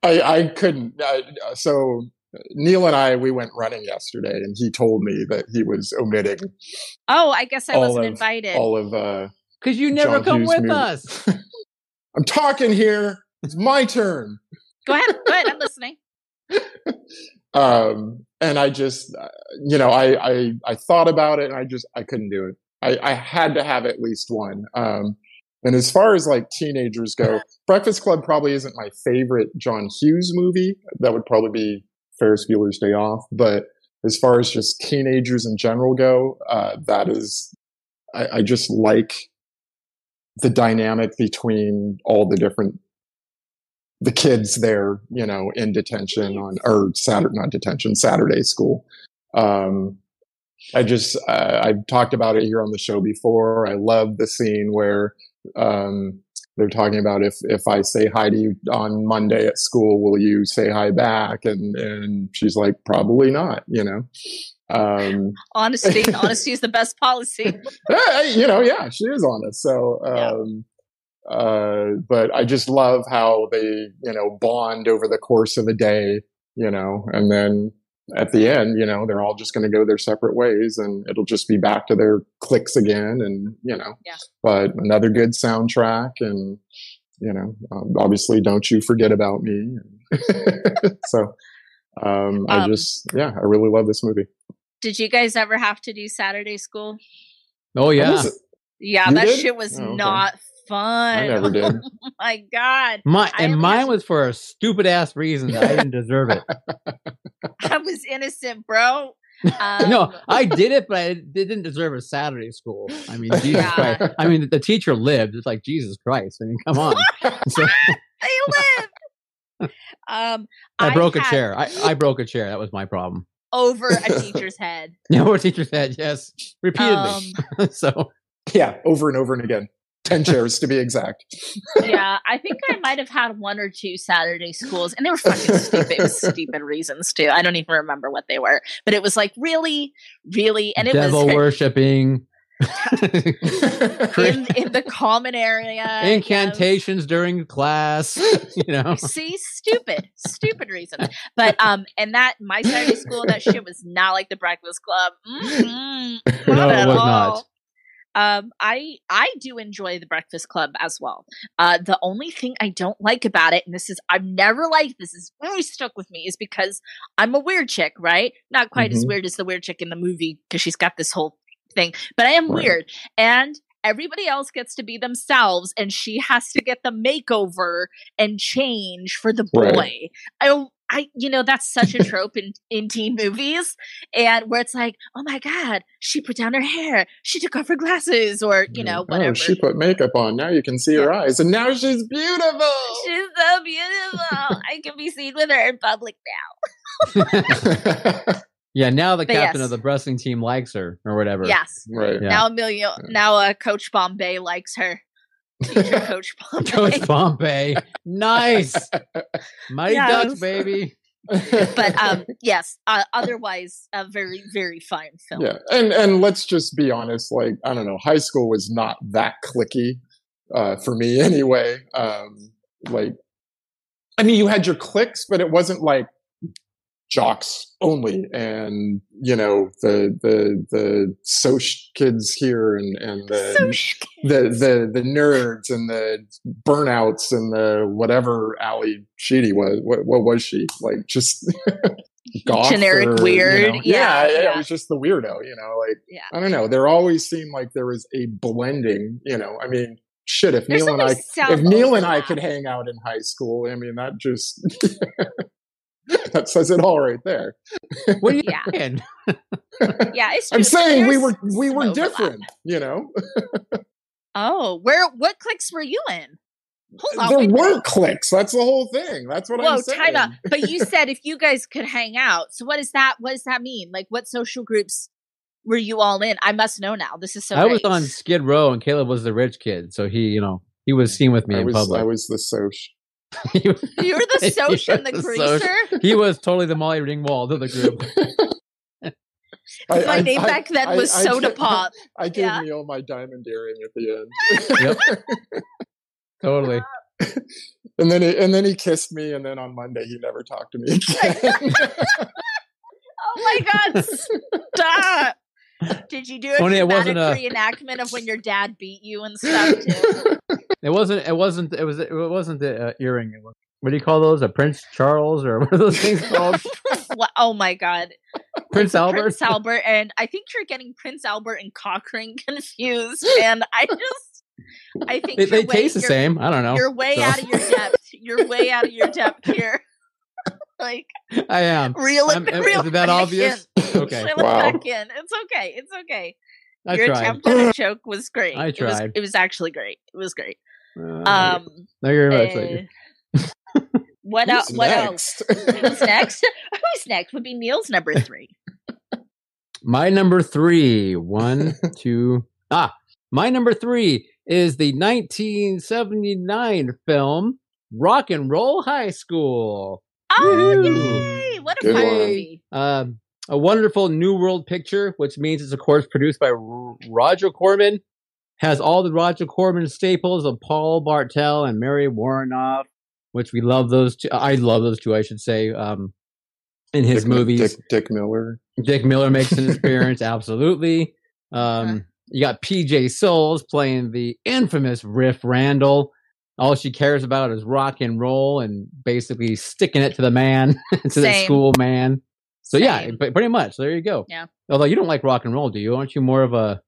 [SPEAKER 4] I, I couldn't. I, uh, so Neil and I, we went running yesterday, and he told me that he was omitting
[SPEAKER 2] Oh, I guess I
[SPEAKER 4] All
[SPEAKER 2] wasn't
[SPEAKER 4] of-
[SPEAKER 2] invited.
[SPEAKER 4] all of. Uh,
[SPEAKER 3] Because you never
[SPEAKER 4] John
[SPEAKER 3] come
[SPEAKER 4] Hughes
[SPEAKER 3] with
[SPEAKER 4] movie.
[SPEAKER 3] us.
[SPEAKER 4] I'm talking here. It's my turn.
[SPEAKER 2] Go ahead. Go ahead. I'm listening.
[SPEAKER 4] Um, and I just, uh, you know, I, I I thought about it, and I just I couldn't do it. I, I had to have at least one. Um, and as far as like teenagers go, Breakfast Club probably isn't my favorite John Hughes movie. That would probably be Ferris Bueller's Day Off. But as far as just teenagers in general go, uh, that is, I, I just like the dynamic between all the different the kids there, you know, in detention on or Saturday not detention Saturday school. Um, I just uh, I've talked about it here on the show before. I love the scene where um, they're talking about if if I say hi to you on Monday at school, will you say hi back? And and she's like, probably not, you know. Um,
[SPEAKER 2] Honesty. honesty is the best policy.
[SPEAKER 4] yeah, you know, yeah, she is honest. So,
[SPEAKER 2] Yeah.
[SPEAKER 4] um, uh, but I just love how they, you know, bond over the course of a day, you know, and then at the end, you know, they're all just going to go their separate ways and it'll just be back to their clicks again. And, you know,
[SPEAKER 2] Yeah.
[SPEAKER 4] but another good soundtrack and, you know, um, obviously don't you forget about me. so, um, I
[SPEAKER 2] Um,
[SPEAKER 4] just, yeah, I really love this movie.
[SPEAKER 2] Did you guys ever have to do Saturday school?
[SPEAKER 3] Oh
[SPEAKER 4] I
[SPEAKER 3] yeah.
[SPEAKER 4] miss it.
[SPEAKER 2] Yeah,
[SPEAKER 4] You
[SPEAKER 2] that
[SPEAKER 4] did?
[SPEAKER 2] shit was
[SPEAKER 4] Oh, okay.
[SPEAKER 2] not fun.
[SPEAKER 4] I never did.
[SPEAKER 2] Oh my god.
[SPEAKER 3] My
[SPEAKER 2] I
[SPEAKER 3] and
[SPEAKER 2] only
[SPEAKER 3] mine
[SPEAKER 2] have-
[SPEAKER 3] was for a stupid ass reason that I didn't deserve it.
[SPEAKER 2] I was innocent, bro. Um,
[SPEAKER 3] no, I did it, but I d- didn't deserve a Saturday school. I mean, Jesus
[SPEAKER 2] Yeah.
[SPEAKER 3] Christ. I mean, the teacher lived. It's like Jesus Christ. I mean, come on. So,
[SPEAKER 2] I lived. Um,
[SPEAKER 3] I broke a
[SPEAKER 2] had
[SPEAKER 3] chair. I, I broke a chair. That was my problem.
[SPEAKER 2] over a teacher's head.
[SPEAKER 3] You know what teacher said? Yes,
[SPEAKER 2] Um,
[SPEAKER 3] repeatedly. so
[SPEAKER 4] Yeah, over and over and again. 10 chairs to be exact.
[SPEAKER 2] yeah, I think I might have had one or two Saturday schools, and they were fucking stupid, stupid reasons too. I don't even remember what they were, but it was like really, really, and it
[SPEAKER 3] devil
[SPEAKER 2] was
[SPEAKER 3] worshiping.
[SPEAKER 4] Oh,
[SPEAKER 2] in, in the common area.
[SPEAKER 3] Incantations during class, you know.
[SPEAKER 2] See, stupid, stupid reason. But um, and that my Saturday school, that shit was not like the Breakfast Club. Mm-mm, not
[SPEAKER 3] No, it
[SPEAKER 2] at
[SPEAKER 3] was
[SPEAKER 2] all.
[SPEAKER 3] not.
[SPEAKER 2] Um, I I do enjoy the Breakfast Club as well. Uh, the only thing I don't like about it, and this is I've never liked this, is always stuck with me, is because I'm a weird chick, right? Not quite as
[SPEAKER 4] Mhm.
[SPEAKER 2] weird as the weird chick in the movie because she's got this whole thing, but I am
[SPEAKER 4] Right.
[SPEAKER 2] weird, and everybody else gets to be themselves, and she has to get the makeover and change for the boy.
[SPEAKER 4] Right.
[SPEAKER 2] I I you know that's such a trope in in teen movies and where it's like, oh my god, she put down her hair, she took off her glasses, or you know, whatever.
[SPEAKER 4] Oh, she put makeup on. Now you can see her eyes, and now she's beautiful.
[SPEAKER 2] She's so beautiful. I can be seen with her in public
[SPEAKER 3] yeah, now the
[SPEAKER 2] But
[SPEAKER 3] captain of
[SPEAKER 2] yes.
[SPEAKER 3] the wrestling team likes her or
[SPEAKER 2] now.
[SPEAKER 3] whatever.
[SPEAKER 2] Yes.
[SPEAKER 4] right.
[SPEAKER 3] Yeah.
[SPEAKER 2] Now Emilio, now uh, Coach Bombay likes her. Teacher Coach Bombay.
[SPEAKER 3] Coach Bombay. Nice. Mighty
[SPEAKER 2] Yeah, it
[SPEAKER 3] Ducks,
[SPEAKER 2] was-
[SPEAKER 3] baby.
[SPEAKER 2] but um, yes. Uh, otherwise, a very very fine film.
[SPEAKER 4] yeah, and and let's just be honest. Like I don't know, high school was not that clicky uh, for me anyway. Um, like, I mean, you had your cliques, but it wasn't like jocks only, and you know the the the soc kids here, and and the
[SPEAKER 2] So sh-
[SPEAKER 4] the the the nerds and the burnouts and the whatever Ally Sheedy was. What what was she like? Just goth
[SPEAKER 2] Generic
[SPEAKER 4] or, you know-
[SPEAKER 2] weird.
[SPEAKER 4] yeah,
[SPEAKER 2] Yeah,
[SPEAKER 4] yeah, It
[SPEAKER 2] yeah.
[SPEAKER 4] was just the weirdo. You know, like
[SPEAKER 2] Yeah.
[SPEAKER 4] I don't know. There always seemed like there was a blending. You know, I mean, shit. If
[SPEAKER 2] There's
[SPEAKER 4] Neil and I,
[SPEAKER 2] always some
[SPEAKER 4] if Neil and I
[SPEAKER 2] overlap.
[SPEAKER 4] could hang out in high school, I mean, that just that says it all right there.
[SPEAKER 3] What are you
[SPEAKER 2] Yeah.
[SPEAKER 3] saying?
[SPEAKER 2] yeah, it's true.
[SPEAKER 4] I'm saying we
[SPEAKER 2] There's
[SPEAKER 4] were we
[SPEAKER 2] some
[SPEAKER 4] were
[SPEAKER 2] overlap.
[SPEAKER 4] different. You know,
[SPEAKER 2] Oh, where what clicks were you in? Hold on,
[SPEAKER 4] there
[SPEAKER 2] wait a
[SPEAKER 4] were
[SPEAKER 2] minute.
[SPEAKER 4] cliques. That's the whole thing. That's what I'm
[SPEAKER 2] Whoa,
[SPEAKER 4] saying.
[SPEAKER 2] time out. But you said if you guys could hang out. So what is that? What does that mean? Like what social groups were you all in? I must know now. This is so
[SPEAKER 3] I was
[SPEAKER 2] great.
[SPEAKER 3] on Skid Row and Caleb was the rich kid, so he, you know, he was seen with me
[SPEAKER 4] I
[SPEAKER 3] in
[SPEAKER 4] was, I
[SPEAKER 3] public.
[SPEAKER 4] was the soc.
[SPEAKER 3] he, was,
[SPEAKER 2] You were the
[SPEAKER 3] You were
[SPEAKER 2] social and the
[SPEAKER 3] the
[SPEAKER 2] greaser.
[SPEAKER 3] he was totally the Molly Ringwald of the group.
[SPEAKER 4] I-
[SPEAKER 2] My
[SPEAKER 4] I-
[SPEAKER 2] name
[SPEAKER 4] I-
[SPEAKER 2] back then
[SPEAKER 4] I-
[SPEAKER 2] was
[SPEAKER 4] I
[SPEAKER 2] Soda
[SPEAKER 4] gave-
[SPEAKER 2] Pop.
[SPEAKER 4] I gave
[SPEAKER 2] Yeah.
[SPEAKER 4] Neil my diamond earring at the end,
[SPEAKER 3] Totally.
[SPEAKER 4] and then he, and then he kissed me, and then on Monday he never talked to me again.
[SPEAKER 2] Oh my god. Stop. Did you do a
[SPEAKER 3] Only it
[SPEAKER 2] dramatic
[SPEAKER 3] wasn't a-
[SPEAKER 2] reenactment of when your dad beat you and stuff too?
[SPEAKER 3] It wasn't. It wasn't. It was. It wasn't the uh, earring. It was, what do you call those? A Prince Charles or what are those things called?
[SPEAKER 2] Wha- oh my god.
[SPEAKER 3] Prince Albert.
[SPEAKER 2] Prince Albert, and I think you're getting Prince Albert and Cochrane confused. And I just, I think
[SPEAKER 3] they
[SPEAKER 2] you're
[SPEAKER 3] they
[SPEAKER 2] way-
[SPEAKER 3] taste the
[SPEAKER 2] you're-
[SPEAKER 3] same. I don't know.
[SPEAKER 2] You're way
[SPEAKER 3] so.
[SPEAKER 2] out of your depth. You're way out of your depth here. like
[SPEAKER 3] I am.
[SPEAKER 2] reel it,
[SPEAKER 3] I'm- am-
[SPEAKER 2] reel
[SPEAKER 3] is it that
[SPEAKER 2] back
[SPEAKER 3] obvious?
[SPEAKER 2] in.
[SPEAKER 3] Okay.
[SPEAKER 2] Reel it
[SPEAKER 4] Wow.
[SPEAKER 2] back in. It's okay. It's okay.
[SPEAKER 3] I
[SPEAKER 2] your
[SPEAKER 3] tried.
[SPEAKER 2] attempt at a joke was great.
[SPEAKER 3] I
[SPEAKER 2] It was,
[SPEAKER 3] tried.
[SPEAKER 2] it was actually great. It was great.
[SPEAKER 3] Uh,
[SPEAKER 2] Um,
[SPEAKER 3] thank you very much. Thank you.
[SPEAKER 2] uh, what else?
[SPEAKER 4] Who's
[SPEAKER 2] What else?
[SPEAKER 4] next?
[SPEAKER 2] Who's next? Who's next would be Neil's number three.
[SPEAKER 3] My number three. One, two. Ah, my number three is the 1979 film Rock and Roll High School.
[SPEAKER 2] Oh,
[SPEAKER 3] Woohoo.
[SPEAKER 2] yay! What a
[SPEAKER 4] Good
[SPEAKER 2] fun
[SPEAKER 4] one.
[SPEAKER 2] movie.
[SPEAKER 3] Um, a wonderful New World picture, which means it's of course produced by R- Roger Corman. Has all the Roger Corman staples of Paul Bartel and Mary Warrenoff, which we love those two. I love those two, I should say. Um, in his
[SPEAKER 4] Dick,
[SPEAKER 3] movies,
[SPEAKER 4] Dick, Dick Miller.
[SPEAKER 3] Dick Miller makes an appearance, absolutely.
[SPEAKER 2] Uh-huh.
[SPEAKER 3] Um, you got PJ Souls playing the infamous Riff Randall. All she cares about is rock and roll and basically sticking it to the man, to the
[SPEAKER 2] Same.
[SPEAKER 3] school man. So yeah,
[SPEAKER 2] Same.
[SPEAKER 3] but pretty much. There you go.
[SPEAKER 2] Yeah.
[SPEAKER 3] Although you don't like rock and roll, do you? Aren't you more of a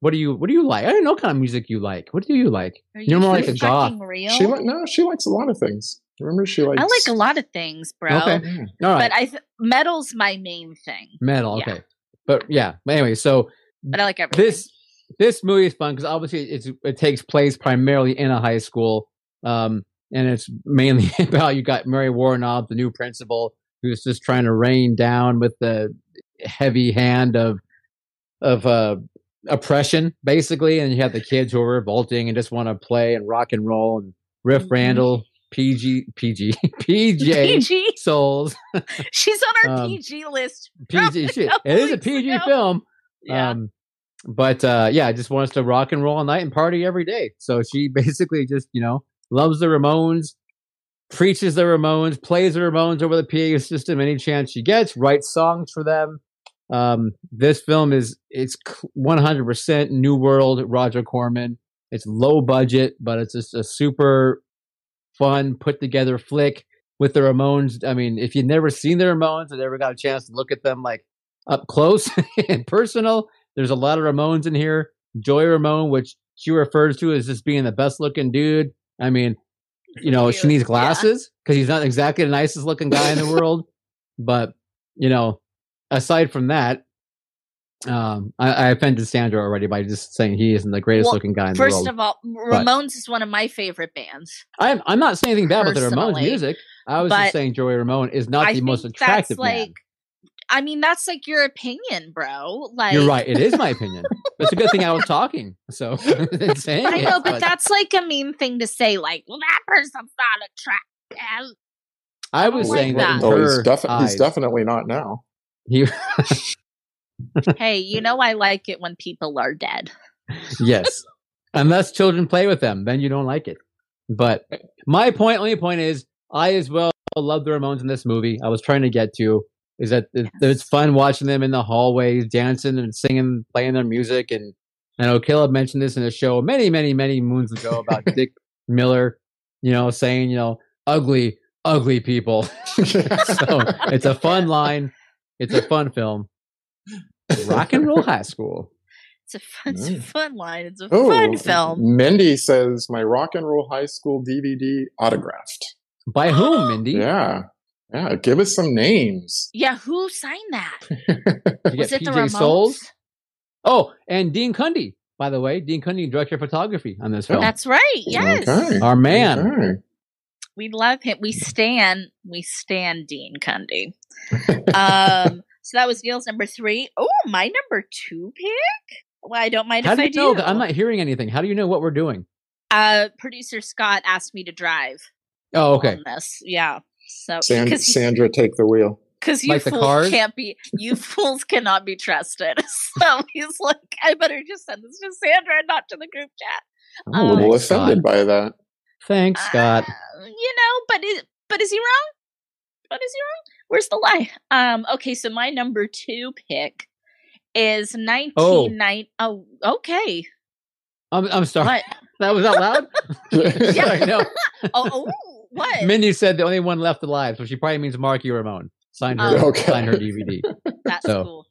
[SPEAKER 3] what do you what do you like? I don't know what kind of music you like. What do you like?
[SPEAKER 2] Are
[SPEAKER 3] You're more like a goth.
[SPEAKER 2] fucking Real?
[SPEAKER 4] She li- no, she likes a lot of things. Remember, she likes.
[SPEAKER 2] I like a lot of things, bro.
[SPEAKER 3] Okay.
[SPEAKER 4] Yeah.
[SPEAKER 3] All right.
[SPEAKER 2] But I th- metal's my main thing.
[SPEAKER 3] Metal,
[SPEAKER 2] yeah.
[SPEAKER 3] okay. But yeah, but anyway, so
[SPEAKER 2] But I like everything.
[SPEAKER 3] this this movie is fun because obviously it's, it takes place primarily in a high school, um, and it's mainly about you got Mary Warnob, the new principal, who's just trying to rain down with the heavy hand of of uh, oppression, basically. And you have the kids who are revolting and just want to play and rock and roll and riff
[SPEAKER 2] Mhm.
[SPEAKER 3] Randall, PG, PG, PJ
[SPEAKER 2] PG.
[SPEAKER 3] Souls,
[SPEAKER 2] She's on our
[SPEAKER 3] Um,
[SPEAKER 2] PG list.
[SPEAKER 3] PG. shit,
[SPEAKER 2] couple
[SPEAKER 3] it is a
[SPEAKER 2] weeks
[SPEAKER 3] PG
[SPEAKER 2] ago.
[SPEAKER 3] film.
[SPEAKER 2] Yeah.
[SPEAKER 3] Um, but uh, yeah, just wants to rock and roll all night and party every day. So she basically just you know loves the Ramones, preaches the Ramones, plays the Ramones over the PA system any chance she gets, writes songs for them. Um, this film is it's c- 100% New World Roger Corman. It's low budget, but it's just a super fun put together flick with the Ramones. I mean, if you've never seen the Ramones and never got a chance to look at them like up close and personal, there's a lot of Ramones in here. Joy Ramone, which she refers to as just being the best looking dude. I mean, you know, she
[SPEAKER 2] Cute.
[SPEAKER 3] needs
[SPEAKER 2] Yeah.
[SPEAKER 3] glasses because he's not exactly the nicest looking guy in the world. But, you know, aside from that, um, I, I offended Sandra already by just saying he isn't the greatest
[SPEAKER 2] Well,
[SPEAKER 3] looking guy in the
[SPEAKER 2] First
[SPEAKER 3] world.
[SPEAKER 2] of all, Ramones is one of my favorite bands.
[SPEAKER 3] I'm, I'm not saying anything bad about the Ramones
[SPEAKER 2] personally,
[SPEAKER 3] music. I was just
[SPEAKER 2] but
[SPEAKER 3] saying Joey Ramone is not
[SPEAKER 2] I
[SPEAKER 3] the most
[SPEAKER 2] think
[SPEAKER 3] attractive
[SPEAKER 2] that's like
[SPEAKER 3] man.
[SPEAKER 2] I mean, that's like your opinion, bro. Like
[SPEAKER 3] You're right. It is my opinion. It's a good thing I was talking. So it's saying
[SPEAKER 2] I
[SPEAKER 3] it,
[SPEAKER 2] know, but that's like a mean thing to say, like, well, that person's not attractive.
[SPEAKER 3] I was
[SPEAKER 2] don't like
[SPEAKER 3] saying that.
[SPEAKER 2] that.
[SPEAKER 3] in
[SPEAKER 4] Oh, he's,
[SPEAKER 3] her
[SPEAKER 4] defi- he's
[SPEAKER 3] eyes,
[SPEAKER 4] definitely not now.
[SPEAKER 3] he,
[SPEAKER 2] hey, you know I like it when people are dead.
[SPEAKER 3] yes, unless children play with them, then you don't like it. But my point, only point is, I as well love the Ramones in this movie. I was trying to get to is that it, it's fun watching them in the hallways dancing and singing, playing their music, and I know Caleb mentioned this in a show many, many, many moons ago about Dick Miller, you know, saying you know ugly, ugly people. so it's a fun line. It's a fun film. Rock and Roll High School.
[SPEAKER 2] It's a fun, it's a
[SPEAKER 4] Mm.
[SPEAKER 2] fun line. It's a
[SPEAKER 4] Oh,
[SPEAKER 2] fun film.
[SPEAKER 4] Mindy says my rock and roll high school DVD autographed.
[SPEAKER 3] By whom, Mindy?
[SPEAKER 4] Yeah, yeah. Give us some names.
[SPEAKER 2] Yeah, who signed that?
[SPEAKER 3] Did you
[SPEAKER 2] Was
[SPEAKER 3] get
[SPEAKER 2] it the
[SPEAKER 3] PJ
[SPEAKER 2] Ramones?
[SPEAKER 3] Souls? Oh, and Dean Cundy, by the way. Dean Cundy, director of photography on this film.
[SPEAKER 2] That's right. Yes,
[SPEAKER 4] Okay.
[SPEAKER 3] Our man.
[SPEAKER 4] Okay.
[SPEAKER 2] we love him. We stan. We stan Dean Cundy. Um, so that was Neil's number three. Oh, my number two pick. Well, I don't mind
[SPEAKER 3] How
[SPEAKER 2] if
[SPEAKER 3] do
[SPEAKER 2] I
[SPEAKER 3] you
[SPEAKER 2] do.
[SPEAKER 3] know? that- I'm not hearing anything. How do you know what we're doing?
[SPEAKER 2] Uh, producer Scott asked me to drive.
[SPEAKER 3] Oh, okay.
[SPEAKER 2] On this, yeah. So
[SPEAKER 4] San-
[SPEAKER 2] because
[SPEAKER 4] Sandra, take the wheel.
[SPEAKER 2] Because you
[SPEAKER 3] Like the
[SPEAKER 2] fools
[SPEAKER 3] cars?
[SPEAKER 2] can't be, you fools cannot be trusted. So he's like, I better just send this to Sandra and not to the group chat.
[SPEAKER 4] I'm
[SPEAKER 2] Oh
[SPEAKER 4] a little
[SPEAKER 3] my
[SPEAKER 4] offended by that.
[SPEAKER 3] Thanks, Scott.
[SPEAKER 2] Uh, you know, but is, but is he wrong? But is he wrong? Where's the lie? Um. Okay, so my number two pick is
[SPEAKER 3] Oh.
[SPEAKER 2] nineteen ninety. Oh. okay.
[SPEAKER 3] I'm, I'm sorry.
[SPEAKER 2] What?
[SPEAKER 3] That was out loud? I know.
[SPEAKER 2] Oh, oh, what?
[SPEAKER 3] Mindy said the only one left alive, so she probably means Marky Ramone. Signed her,
[SPEAKER 2] Oh.
[SPEAKER 4] Okay.
[SPEAKER 3] signed her DVD.
[SPEAKER 2] That's
[SPEAKER 3] so,
[SPEAKER 2] cool.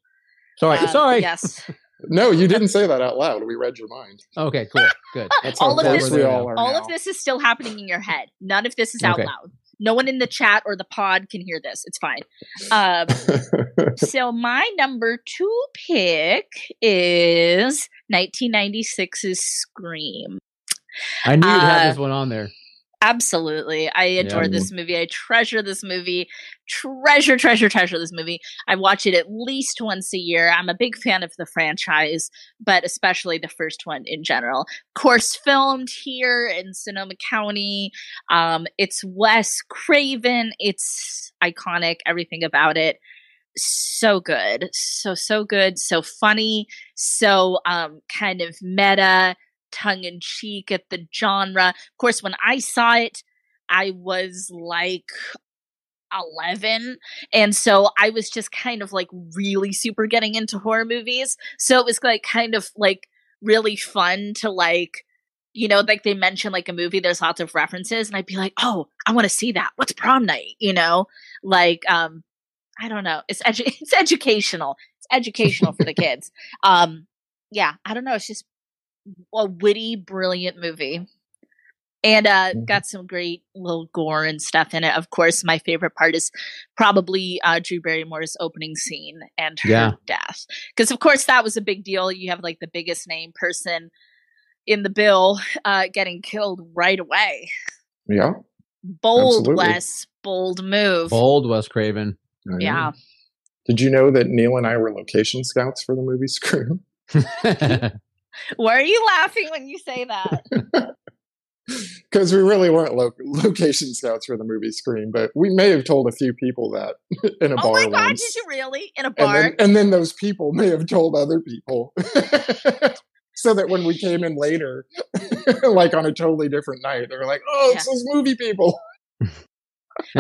[SPEAKER 3] Sorry,
[SPEAKER 2] Um,
[SPEAKER 3] sorry.
[SPEAKER 2] Yes.
[SPEAKER 4] No, you didn't say that out loud. We read your mind.
[SPEAKER 3] Okay, cool, good.
[SPEAKER 4] That's
[SPEAKER 2] All
[SPEAKER 4] how
[SPEAKER 2] of
[SPEAKER 4] close
[SPEAKER 2] this-
[SPEAKER 4] we all are.
[SPEAKER 2] all
[SPEAKER 4] now.
[SPEAKER 2] of this is still happening in your head. None of this is out
[SPEAKER 3] Okay.
[SPEAKER 2] loud. No one in the chat or the pod can hear this. It's fine. Um, so my number two pick is 1996's Scream.
[SPEAKER 3] I knew you'd have
[SPEAKER 2] Uh,
[SPEAKER 3] this one on there.
[SPEAKER 2] Absolutely. I adore
[SPEAKER 3] Yeah.
[SPEAKER 2] this movie. I treasure this movie. Treasure, treasure, treasure this movie. I watch it at least once a year. I'm a big fan of the franchise, but especially the first one in general. Of course, filmed here in Sonoma County. Um, it's Wes Craven. It's iconic, everything about it. So good. So, so good. So funny. So um, kind of meta, tongue in cheek at the genre of course when i saw it i was like 11 and so i was just kind of like really super getting into horror movies so it was like kind of like really fun to like you know like they mention like a movie there's lots of references and i'd be like oh i want to see that what's prom night you know like um i don't know it's edu- it's educational it's educational for the kids um yeah i don't know it's just a witty brilliant movie and uh
[SPEAKER 4] Mhm.
[SPEAKER 2] got some great little gore and stuff in it of course my favorite part is probably uh drew barrymore's opening scene and her
[SPEAKER 3] Yeah.
[SPEAKER 2] death because of course that was a big deal you have like the biggest name person in the bill uh getting killed right away
[SPEAKER 4] yeah.
[SPEAKER 2] bold
[SPEAKER 4] Absolutely.
[SPEAKER 2] wes bold move
[SPEAKER 3] Bold Wes Craven.
[SPEAKER 4] I know.
[SPEAKER 2] yeah
[SPEAKER 4] Did you know that Neil and I were location scouts for the movie Scream?
[SPEAKER 2] why are you laughing when you say that
[SPEAKER 4] because we really weren't lo- location scouts for the movie screen, but we may have told a few people that in a
[SPEAKER 2] oh
[SPEAKER 4] bar
[SPEAKER 2] my god,
[SPEAKER 4] once.
[SPEAKER 2] did you really? In a
[SPEAKER 4] and
[SPEAKER 2] bar?
[SPEAKER 4] then, and then those people may have told other people, so that when we came in later, like on a totally different night, they were like, "Oh, it's those movie people."
[SPEAKER 2] but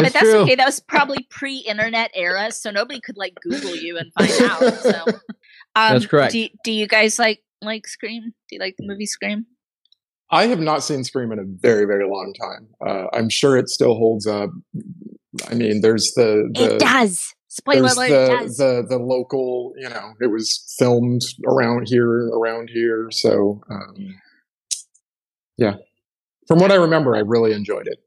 [SPEAKER 3] It's
[SPEAKER 2] that's
[SPEAKER 3] true.
[SPEAKER 2] okay. That was probably pre-internet era, so nobody could like Google you and find out. So um,
[SPEAKER 3] That's correct.
[SPEAKER 2] Do, do you guys like like Scream? Do you like the movie Scream?
[SPEAKER 4] I have not seen Scream in a very, very long time. Uh, I'm sure it still holds up. I mean, there's the the
[SPEAKER 2] it does. Spoiler
[SPEAKER 4] there's
[SPEAKER 2] alert!
[SPEAKER 4] the,
[SPEAKER 2] it does.
[SPEAKER 4] the the local you know it was filmed around here around here so um, yeah from what i remember i really enjoyed it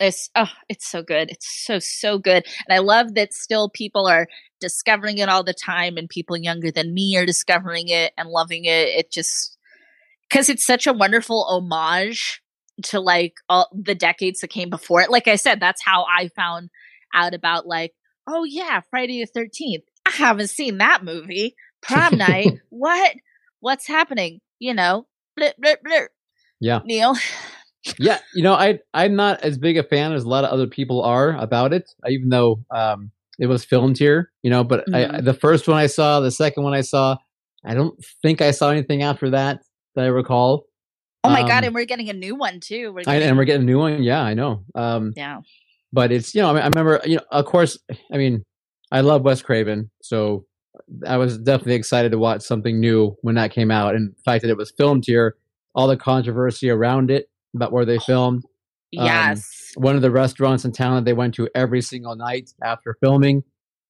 [SPEAKER 2] It's oh, it's so good. It's so so good, and I love that still people are discovering it all the time, and people younger than me are discovering it and loving it. It just because it's such a wonderful homage to like all the decades that came before it. Like I said, that's how I found out about like oh yeah, Friday the Thirteenth. I haven't seen that movie. Prom night. What? What's happening? You know, blip blip blip.
[SPEAKER 3] Yeah.
[SPEAKER 2] Neil.
[SPEAKER 3] yeah you know i i'm not as big a fan as a lot of other people are about it I- even though um it was filmed here you know but I,
[SPEAKER 2] Mhm.
[SPEAKER 3] the first one i saw the second one i saw i don't think i saw anything after that that i recall
[SPEAKER 2] Oh my
[SPEAKER 3] Um,
[SPEAKER 2] god! And we're getting a new one too. We're
[SPEAKER 3] I,
[SPEAKER 2] getting,
[SPEAKER 3] and we're getting a new one yeah i know um
[SPEAKER 2] yeah.
[SPEAKER 3] but it's you know I, mean, I remember you know of course i mean i love wes craven so i was definitely excited to watch something new when that came out and the fact that it was filmed here all the controversy around it about where they filmed Um,
[SPEAKER 2] Yes.
[SPEAKER 3] one of the restaurants in town that they went to every single night after filming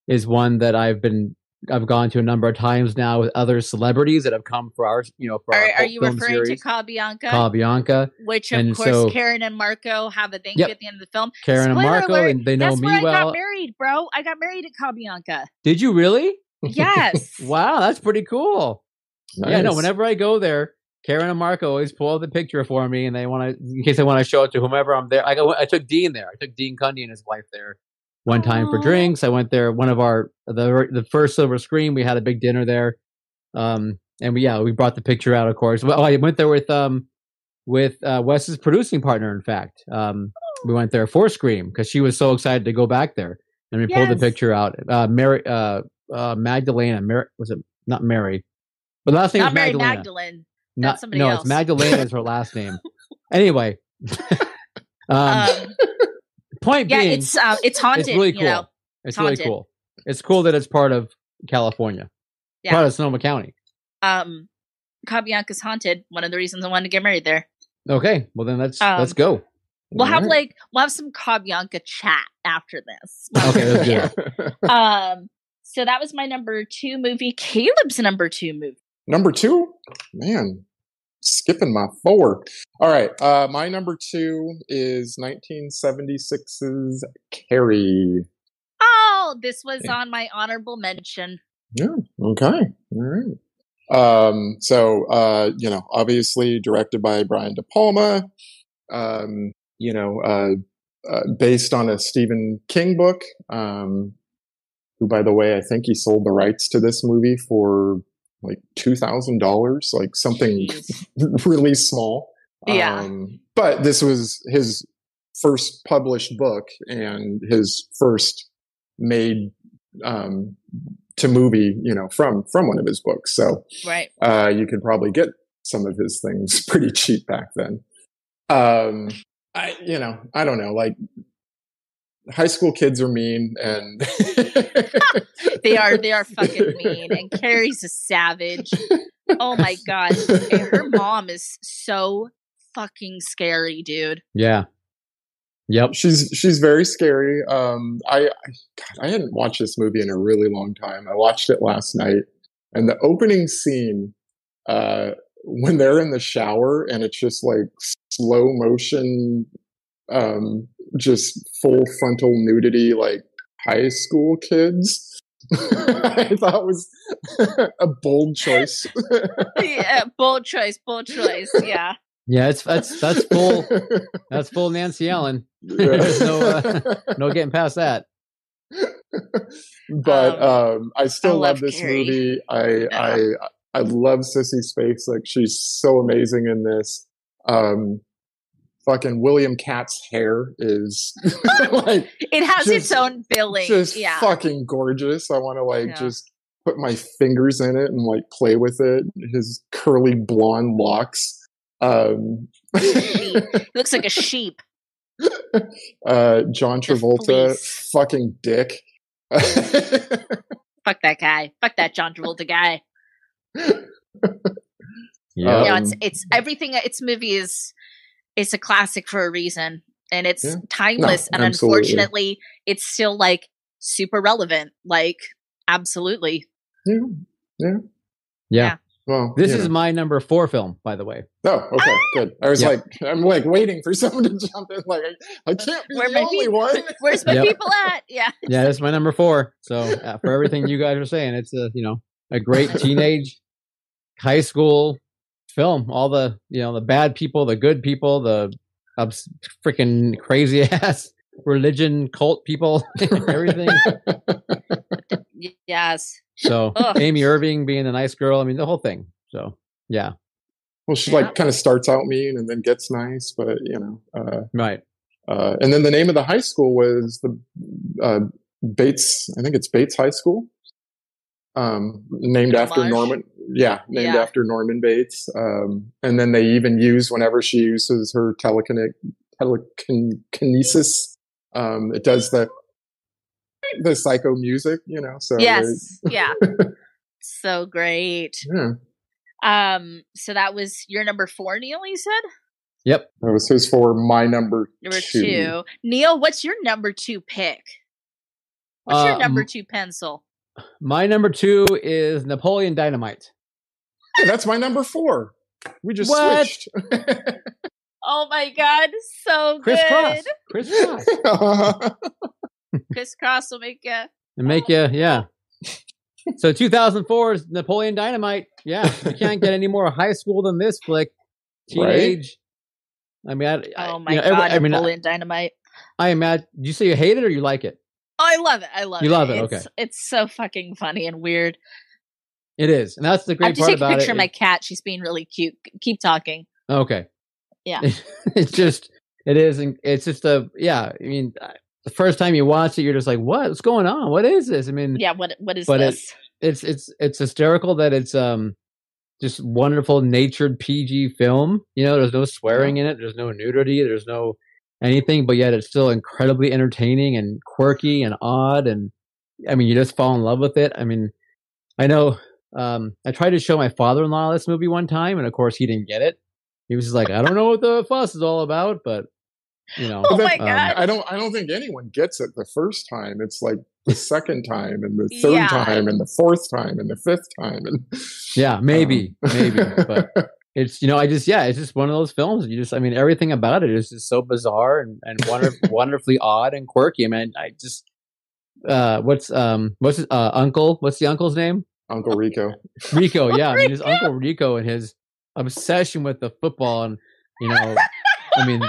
[SPEAKER 3] is one that I've been I've gone to a number of times now with other celebrities that have come for our you know for
[SPEAKER 2] are,
[SPEAKER 3] our
[SPEAKER 2] are
[SPEAKER 3] whole
[SPEAKER 2] you
[SPEAKER 3] film
[SPEAKER 2] referring
[SPEAKER 3] series,
[SPEAKER 2] to Cabianca?
[SPEAKER 3] Cala Bianca,
[SPEAKER 2] which of
[SPEAKER 3] and
[SPEAKER 2] course
[SPEAKER 3] so-
[SPEAKER 2] Karen and Marco have a thing
[SPEAKER 3] Yep.
[SPEAKER 2] at the end of the film.
[SPEAKER 3] Karen and
[SPEAKER 2] Spoiler
[SPEAKER 3] Marco,
[SPEAKER 2] alert,
[SPEAKER 3] and they know
[SPEAKER 2] That's
[SPEAKER 3] me
[SPEAKER 2] where I
[SPEAKER 3] well.
[SPEAKER 2] got married, bro. I got married at Cabianca.
[SPEAKER 3] Did you really?
[SPEAKER 2] Yes.
[SPEAKER 3] Wow, that's pretty cool. Yeah, no.
[SPEAKER 4] Nice.
[SPEAKER 3] Whenever I go there, Karen and Marco always pull out the picture for me, and they want to in case I want to show it to whomever I'm there. I go. I took Dean there. I took Dean Cundy and his wife there one time for
[SPEAKER 2] Aw.
[SPEAKER 3] drinks. I went there. One of our the the first silver screen. We had a big dinner there, um, and we yeah we brought the picture out. Of course, well, I went there with um with uh, Wes's producing partner. In fact, um,
[SPEAKER 2] Oh.
[SPEAKER 3] we went there for Scream because she was so excited to go back there, and we pulled the
[SPEAKER 2] Yes.
[SPEAKER 3] picture out. Uh, Mary uh, uh, Magdalena, Mary was it not Mary? But last name
[SPEAKER 2] Not
[SPEAKER 3] was
[SPEAKER 2] married
[SPEAKER 3] Magdalena.
[SPEAKER 2] Magdalene.
[SPEAKER 3] Not-
[SPEAKER 2] That's somebody
[SPEAKER 3] no,
[SPEAKER 2] else.
[SPEAKER 3] it's Magdalena is her last name. Anyway, um,
[SPEAKER 2] Um,
[SPEAKER 3] point
[SPEAKER 2] yeah,
[SPEAKER 3] being,
[SPEAKER 2] it's uh, it's haunted.
[SPEAKER 3] really
[SPEAKER 2] You know,
[SPEAKER 3] cool. it's
[SPEAKER 2] haunted.
[SPEAKER 3] really cool. It's cool that it's part of California,
[SPEAKER 2] Yeah.
[SPEAKER 3] part of Sonoma County.
[SPEAKER 2] um, Cabianca's haunted. One of the reasons I wanted to get married there.
[SPEAKER 3] Okay, well then let's
[SPEAKER 2] Um,
[SPEAKER 3] let's go.
[SPEAKER 2] We'll have
[SPEAKER 4] Alright.
[SPEAKER 2] like we'll have some Cabianca chat after this.
[SPEAKER 3] Okay, let's do that.
[SPEAKER 2] um, so that was my number two movie. Caleb's number two movie.
[SPEAKER 4] number two man skipping my four all right uh, my number two is 1976's carrie
[SPEAKER 2] Oh, this was
[SPEAKER 4] Yeah.
[SPEAKER 2] on my honorable mention.
[SPEAKER 4] Yeah. Okay. All right. Um, so uh, you know, obviously directed by Brian De Palma. Um, you know, uh, uh, based on a Stephen King book. Um, who, by the way, I think he sold the rights to this movie for like two thousand dollars, like something
[SPEAKER 2] Jeez.
[SPEAKER 4] really small.
[SPEAKER 2] Yeah.
[SPEAKER 4] Um, but this was his first published book and his first made um, to movie, you know, from from one of his books. So
[SPEAKER 2] Right.
[SPEAKER 4] uh, you could probably get some of his things pretty cheap back then. Um, I, you know, I don't know. Like high school kids are mean, and
[SPEAKER 2] They are they are fucking mean. And Carrie's a savage. Oh my god. And her mom is so fucking scary, dude.
[SPEAKER 3] Yeah. Yep.
[SPEAKER 4] she's she's very scary. Um, I I- God, I hadn't watched this movie in a really long time. I watched it last night, and the opening scene uh, when they're in the shower and it's just like slow motion, um, just full frontal nudity, like high school kids. I thought was a bold choice.
[SPEAKER 2] Yeah, bold choice, bold choice. Yeah.
[SPEAKER 3] Yeah, it's that's that's full that's full Nancy Allen. There's no, uh, No getting past that.
[SPEAKER 4] but um, I still
[SPEAKER 2] I
[SPEAKER 4] love,
[SPEAKER 2] love
[SPEAKER 4] this
[SPEAKER 2] Carrie.
[SPEAKER 4] movie. I, I I love Sissy Spacek. She's so amazing in this. Um, fucking William Cat's hair is like
[SPEAKER 2] It has
[SPEAKER 4] Just-
[SPEAKER 2] its own billing.
[SPEAKER 4] just
[SPEAKER 2] yeah.
[SPEAKER 4] fucking gorgeous. I want to like
[SPEAKER 2] Yeah.
[SPEAKER 4] just put my fingers in it and like play with it. His curly blonde locks. Um,
[SPEAKER 2] Sheep. Looks like a sheep.
[SPEAKER 4] uh, John Travolta,
[SPEAKER 2] fleece.
[SPEAKER 4] fucking dick.
[SPEAKER 2] Fuck that guy. Fuck that John Travolta guy.
[SPEAKER 3] Yeah.
[SPEAKER 4] Uh,
[SPEAKER 2] no, it's
[SPEAKER 4] Um,
[SPEAKER 2] it's everything. It's movie is it's a classic for a reason, and it's
[SPEAKER 4] Yeah.
[SPEAKER 2] timeless. and
[SPEAKER 4] absolutely.
[SPEAKER 2] unfortunately, it's still like super relevant. Like absolutely,
[SPEAKER 4] yeah.
[SPEAKER 3] yeah.
[SPEAKER 2] yeah.
[SPEAKER 4] Well,
[SPEAKER 3] This
[SPEAKER 4] you
[SPEAKER 3] is
[SPEAKER 4] know.
[SPEAKER 3] my number four film, by the way.
[SPEAKER 4] oh
[SPEAKER 2] Ah!
[SPEAKER 4] okay good. I was
[SPEAKER 3] Yeah.
[SPEAKER 4] like I'm like waiting for someone to jump in. Like I, I can't be
[SPEAKER 2] Where
[SPEAKER 4] the
[SPEAKER 2] my
[SPEAKER 4] only
[SPEAKER 2] peop-
[SPEAKER 4] one.
[SPEAKER 2] Where's my
[SPEAKER 3] Yep.
[SPEAKER 2] people at? Yeah,
[SPEAKER 3] Yeah, this is my number four. So uh, for everything you guys are saying, it's a you know a great teenage, high school film. All the you know the bad people, the good people, the obs- freaking crazy ass religion cult people, everything.
[SPEAKER 2] Y- yes.
[SPEAKER 3] So
[SPEAKER 2] Ugh.
[SPEAKER 3] Amy Irving being a nice girl. I mean the whole thing. So yeah,
[SPEAKER 4] Well, she
[SPEAKER 2] Yeah.
[SPEAKER 4] like kind of starts out mean and then gets nice, but you know. Uh,
[SPEAKER 3] right.
[SPEAKER 4] Uh, and then the name of the high school was the uh, Bates. I think it's Bates High School, um, named
[SPEAKER 2] An
[SPEAKER 4] after
[SPEAKER 2] homage?
[SPEAKER 4] Norman. Yeah, named
[SPEAKER 2] Yeah.
[SPEAKER 4] after Norman Bates. Um, and then they even use whenever she uses her telekine- telekinesis, um, it does the the psycho music. You know, so they-
[SPEAKER 2] yes yeah so great
[SPEAKER 4] yeah,
[SPEAKER 2] um so that was your number four neil you said
[SPEAKER 3] Yep.
[SPEAKER 4] that was his for my number
[SPEAKER 2] number two, neil what's your number two pick what's
[SPEAKER 3] Uh,
[SPEAKER 4] Um
[SPEAKER 2] your number
[SPEAKER 3] m-
[SPEAKER 2] two pencil
[SPEAKER 3] My number two is Napoleon Dynamite.
[SPEAKER 4] Hey, that's my number four. We just
[SPEAKER 3] What?
[SPEAKER 4] switched.
[SPEAKER 2] oh my god so
[SPEAKER 3] Chris
[SPEAKER 2] good
[SPEAKER 3] Cross. Chris Cross.
[SPEAKER 2] chris cross will make a
[SPEAKER 3] and make you yeah so 2004 is napoleon dynamite yeah you can't get any more high school than this flick
[SPEAKER 4] Right?
[SPEAKER 3] teenage i mean i, I-
[SPEAKER 2] oh my
[SPEAKER 3] you know, every-
[SPEAKER 2] god
[SPEAKER 3] i mean I,
[SPEAKER 2] napoleon dynamite
[SPEAKER 3] I imagine you say you hate it or you like it
[SPEAKER 2] oh i love it i love
[SPEAKER 3] You
[SPEAKER 2] it
[SPEAKER 3] love it,
[SPEAKER 2] It's- it's so fucking funny and weird
[SPEAKER 3] it is and that's the
[SPEAKER 2] i
[SPEAKER 3] great
[SPEAKER 2] have to
[SPEAKER 3] part
[SPEAKER 2] take a
[SPEAKER 3] about
[SPEAKER 2] picture
[SPEAKER 3] it
[SPEAKER 2] of my cat she's being really cute C- keep talking
[SPEAKER 3] okay
[SPEAKER 2] Yeah.
[SPEAKER 3] it's just it is and it's just a yeah i mean I- the first time you watch it you're just like what's going on what is this i mean
[SPEAKER 2] yeah what what is
[SPEAKER 3] But it-
[SPEAKER 2] this
[SPEAKER 3] it's it's it's hysterical that it's um just wonderful natured PG film. You know, there's no swearing in it, there's no nudity, there's no anything, but yet it's still incredibly entertaining and quirky and odd and I mean you just fall in love with it. I mean I know um I tried to show my father in law this movie one time and of course he didn't get it. He was just like, I don't know what the fuss is all about, but you know
[SPEAKER 2] oh
[SPEAKER 4] that-
[SPEAKER 2] my
[SPEAKER 3] um,
[SPEAKER 2] god
[SPEAKER 4] I don't I don't think anyone gets it the first time. It's like the second time and the third
[SPEAKER 2] Yeah.
[SPEAKER 4] time and the fourth time and the fifth time and
[SPEAKER 3] Yeah, maybe,
[SPEAKER 4] Um,
[SPEAKER 3] maybe. But it's you know, I just yeah, it's just one of those films. You just, I mean, everything about it is just so bizarre and and wonder, wonderfully odd and quirky. I mean, I just uh, what's um, what's his, uh, uncle? What's the uncle's name?
[SPEAKER 4] Uncle Rico.
[SPEAKER 3] Rico.
[SPEAKER 2] Oh,
[SPEAKER 3] Yeah, I mean, his uncle Rico and his obsession with the football and you know, I mean,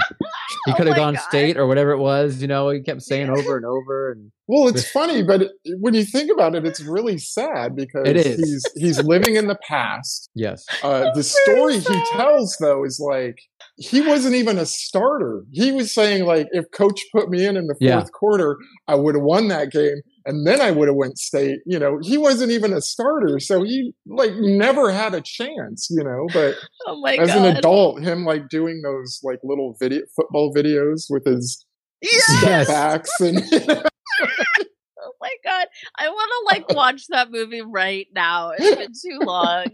[SPEAKER 3] he
[SPEAKER 2] Oh
[SPEAKER 3] could have
[SPEAKER 2] my
[SPEAKER 3] gone
[SPEAKER 2] God.
[SPEAKER 3] state or whatever it was. You know, he kept saying over and over and
[SPEAKER 4] Well, it's funny, but it, when you think about it, it's really sad because
[SPEAKER 3] It is.
[SPEAKER 4] he's he's living in the past.
[SPEAKER 3] yes,
[SPEAKER 4] Uh, the
[SPEAKER 2] That's really
[SPEAKER 4] story he
[SPEAKER 2] sad.
[SPEAKER 4] tells though is like he wasn't even a starter. He was saying like, if coach put me in in the fourth
[SPEAKER 3] Yeah.
[SPEAKER 4] quarter, I would have won that game, and then I would have went state. You know, he wasn't even a starter, so he like never had a chance. You know, but
[SPEAKER 2] oh my
[SPEAKER 4] as
[SPEAKER 2] god
[SPEAKER 4] an adult, him like doing those like little video football videos with his
[SPEAKER 3] Yes.
[SPEAKER 4] step backs and
[SPEAKER 2] Oh my god, I want to like watch that movie right now. It's been too long.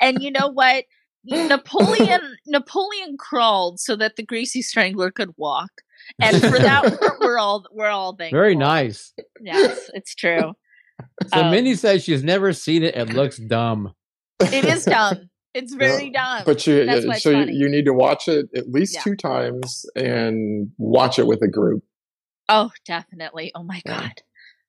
[SPEAKER 2] And you know what? Napoleon Napoleon crawled so that the greasy strangler could walk. And for that we're, we're all we're all thankful.
[SPEAKER 3] very nice.
[SPEAKER 2] Yes, it's true.
[SPEAKER 3] So
[SPEAKER 2] oh, Um,
[SPEAKER 3] Mindy says she's never seen it. It looks dumb.
[SPEAKER 2] It is dumb. It's very dumb.
[SPEAKER 4] But you,
[SPEAKER 2] That's why it's
[SPEAKER 4] so you,
[SPEAKER 2] funny.
[SPEAKER 4] you need to watch it at least
[SPEAKER 2] Yeah.
[SPEAKER 4] two times and watch it with a group
[SPEAKER 2] oh, definitely. Oh my
[SPEAKER 4] Yeah.
[SPEAKER 2] god.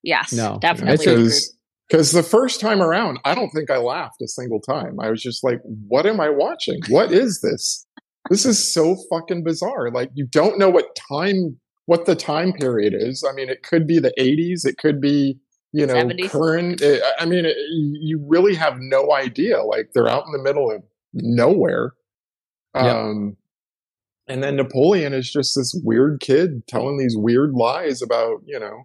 [SPEAKER 2] Yes.
[SPEAKER 3] No,
[SPEAKER 2] definitely.
[SPEAKER 3] It's a-
[SPEAKER 2] agree.
[SPEAKER 4] because because the first time around, I don't think I laughed a single time. I was just like, "What am I watching? What is this? This is so fucking bizarre. Like you don't know what time what the time period is. I mean, it could be the '80s, it could be." You know,
[SPEAKER 2] 70s.
[SPEAKER 4] current. I- I mean, it, you really have no idea. Like they're out in the middle of nowhere.
[SPEAKER 3] Yep.
[SPEAKER 4] Um, And then Napoleon is just this weird kid telling these weird lies about, you know,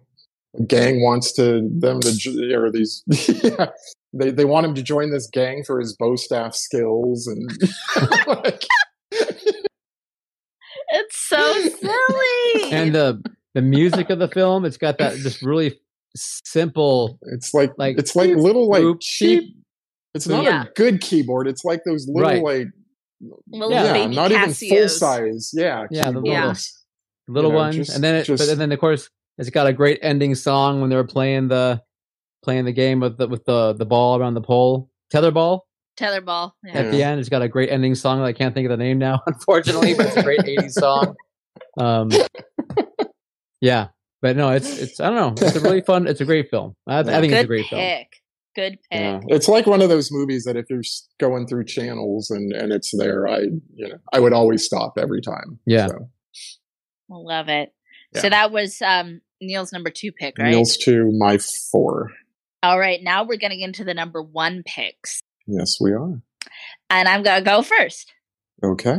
[SPEAKER 4] a gang wants to them to jo- or these yeah, they they want him to join this gang for his bow staff skills and like,
[SPEAKER 2] It's so silly.
[SPEAKER 3] and the the music of the film it's got that just really simple
[SPEAKER 4] it's like,
[SPEAKER 3] Like,
[SPEAKER 4] it's like little like
[SPEAKER 3] boop,
[SPEAKER 4] cheap
[SPEAKER 3] beep.
[SPEAKER 4] it's not
[SPEAKER 2] Yeah.
[SPEAKER 4] a good keyboard it's like those little
[SPEAKER 3] Right.
[SPEAKER 4] like
[SPEAKER 2] Little
[SPEAKER 4] yeah,
[SPEAKER 2] baby
[SPEAKER 4] not even full
[SPEAKER 2] Casios.
[SPEAKER 4] size yeah
[SPEAKER 3] Yeah, the
[SPEAKER 4] keyboards.
[SPEAKER 2] Yeah.
[SPEAKER 3] little
[SPEAKER 4] You know,
[SPEAKER 3] ones
[SPEAKER 4] just-
[SPEAKER 3] and then it
[SPEAKER 4] just-
[SPEAKER 3] but then of course it's got a great ending song when they were playing the playing the game with the with the the ball around the pole tetherball
[SPEAKER 2] Tetherball. Yeah.
[SPEAKER 3] at the end it's got a great ending song that i can't think of the name now unfortunately but it's a great 80s song um yeah but no it's it's i don't know it's a really fun it's a great film i, I think it's a
[SPEAKER 2] Good
[SPEAKER 3] great film
[SPEAKER 2] pick. Good pick.
[SPEAKER 4] Yeah. It's like one of those movies that if you're s- going through channels and, and it's there, I you know I would always stop every time.
[SPEAKER 3] Yeah.
[SPEAKER 4] So,
[SPEAKER 2] Love it.
[SPEAKER 4] Yeah.
[SPEAKER 2] So that was um, Neil's number two pick, right?
[SPEAKER 4] Neil's two, my four.
[SPEAKER 2] All right, now we're getting into the number one picks,
[SPEAKER 4] Yes, we are.
[SPEAKER 2] and I'm gonna go first.
[SPEAKER 4] Okay.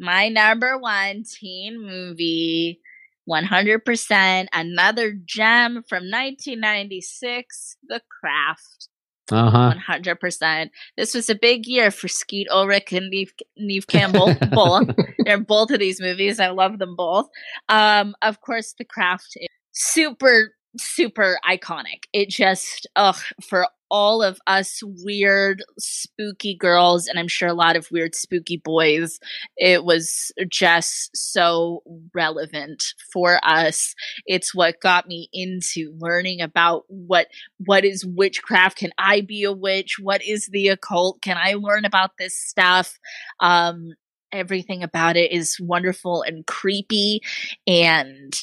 [SPEAKER 2] My number one teen movie, 100%, another gem from 1996, The Craft.
[SPEAKER 3] uh-huh
[SPEAKER 2] 100%. This was a big year for Skeet Ulrich and Neve, Neve Campbell. both. They're in both of these movies. I love them both. Um, of course, The Craft is super, super iconic. It just, ugh, for all of us weird, spooky girls, and I'm sure a lot of weird, spooky boys, it was just so relevant for us. It's what got me into learning about what what is witchcraft can i be a witch what is the occult can i learn about this stuff um everything about it is wonderful and creepy and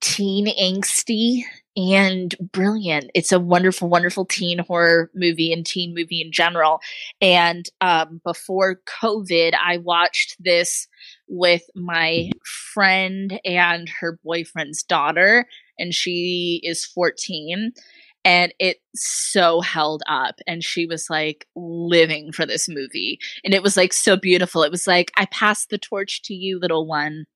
[SPEAKER 2] teen angsty and brilliant it's a wonderful wonderful teen horror movie and teen movie in general and um, before covid i watched this with my friend and her boyfriend's daughter and she is 14 and it so held up and she was like living for this movie and it was like so beautiful it was like i passed the torch to you little one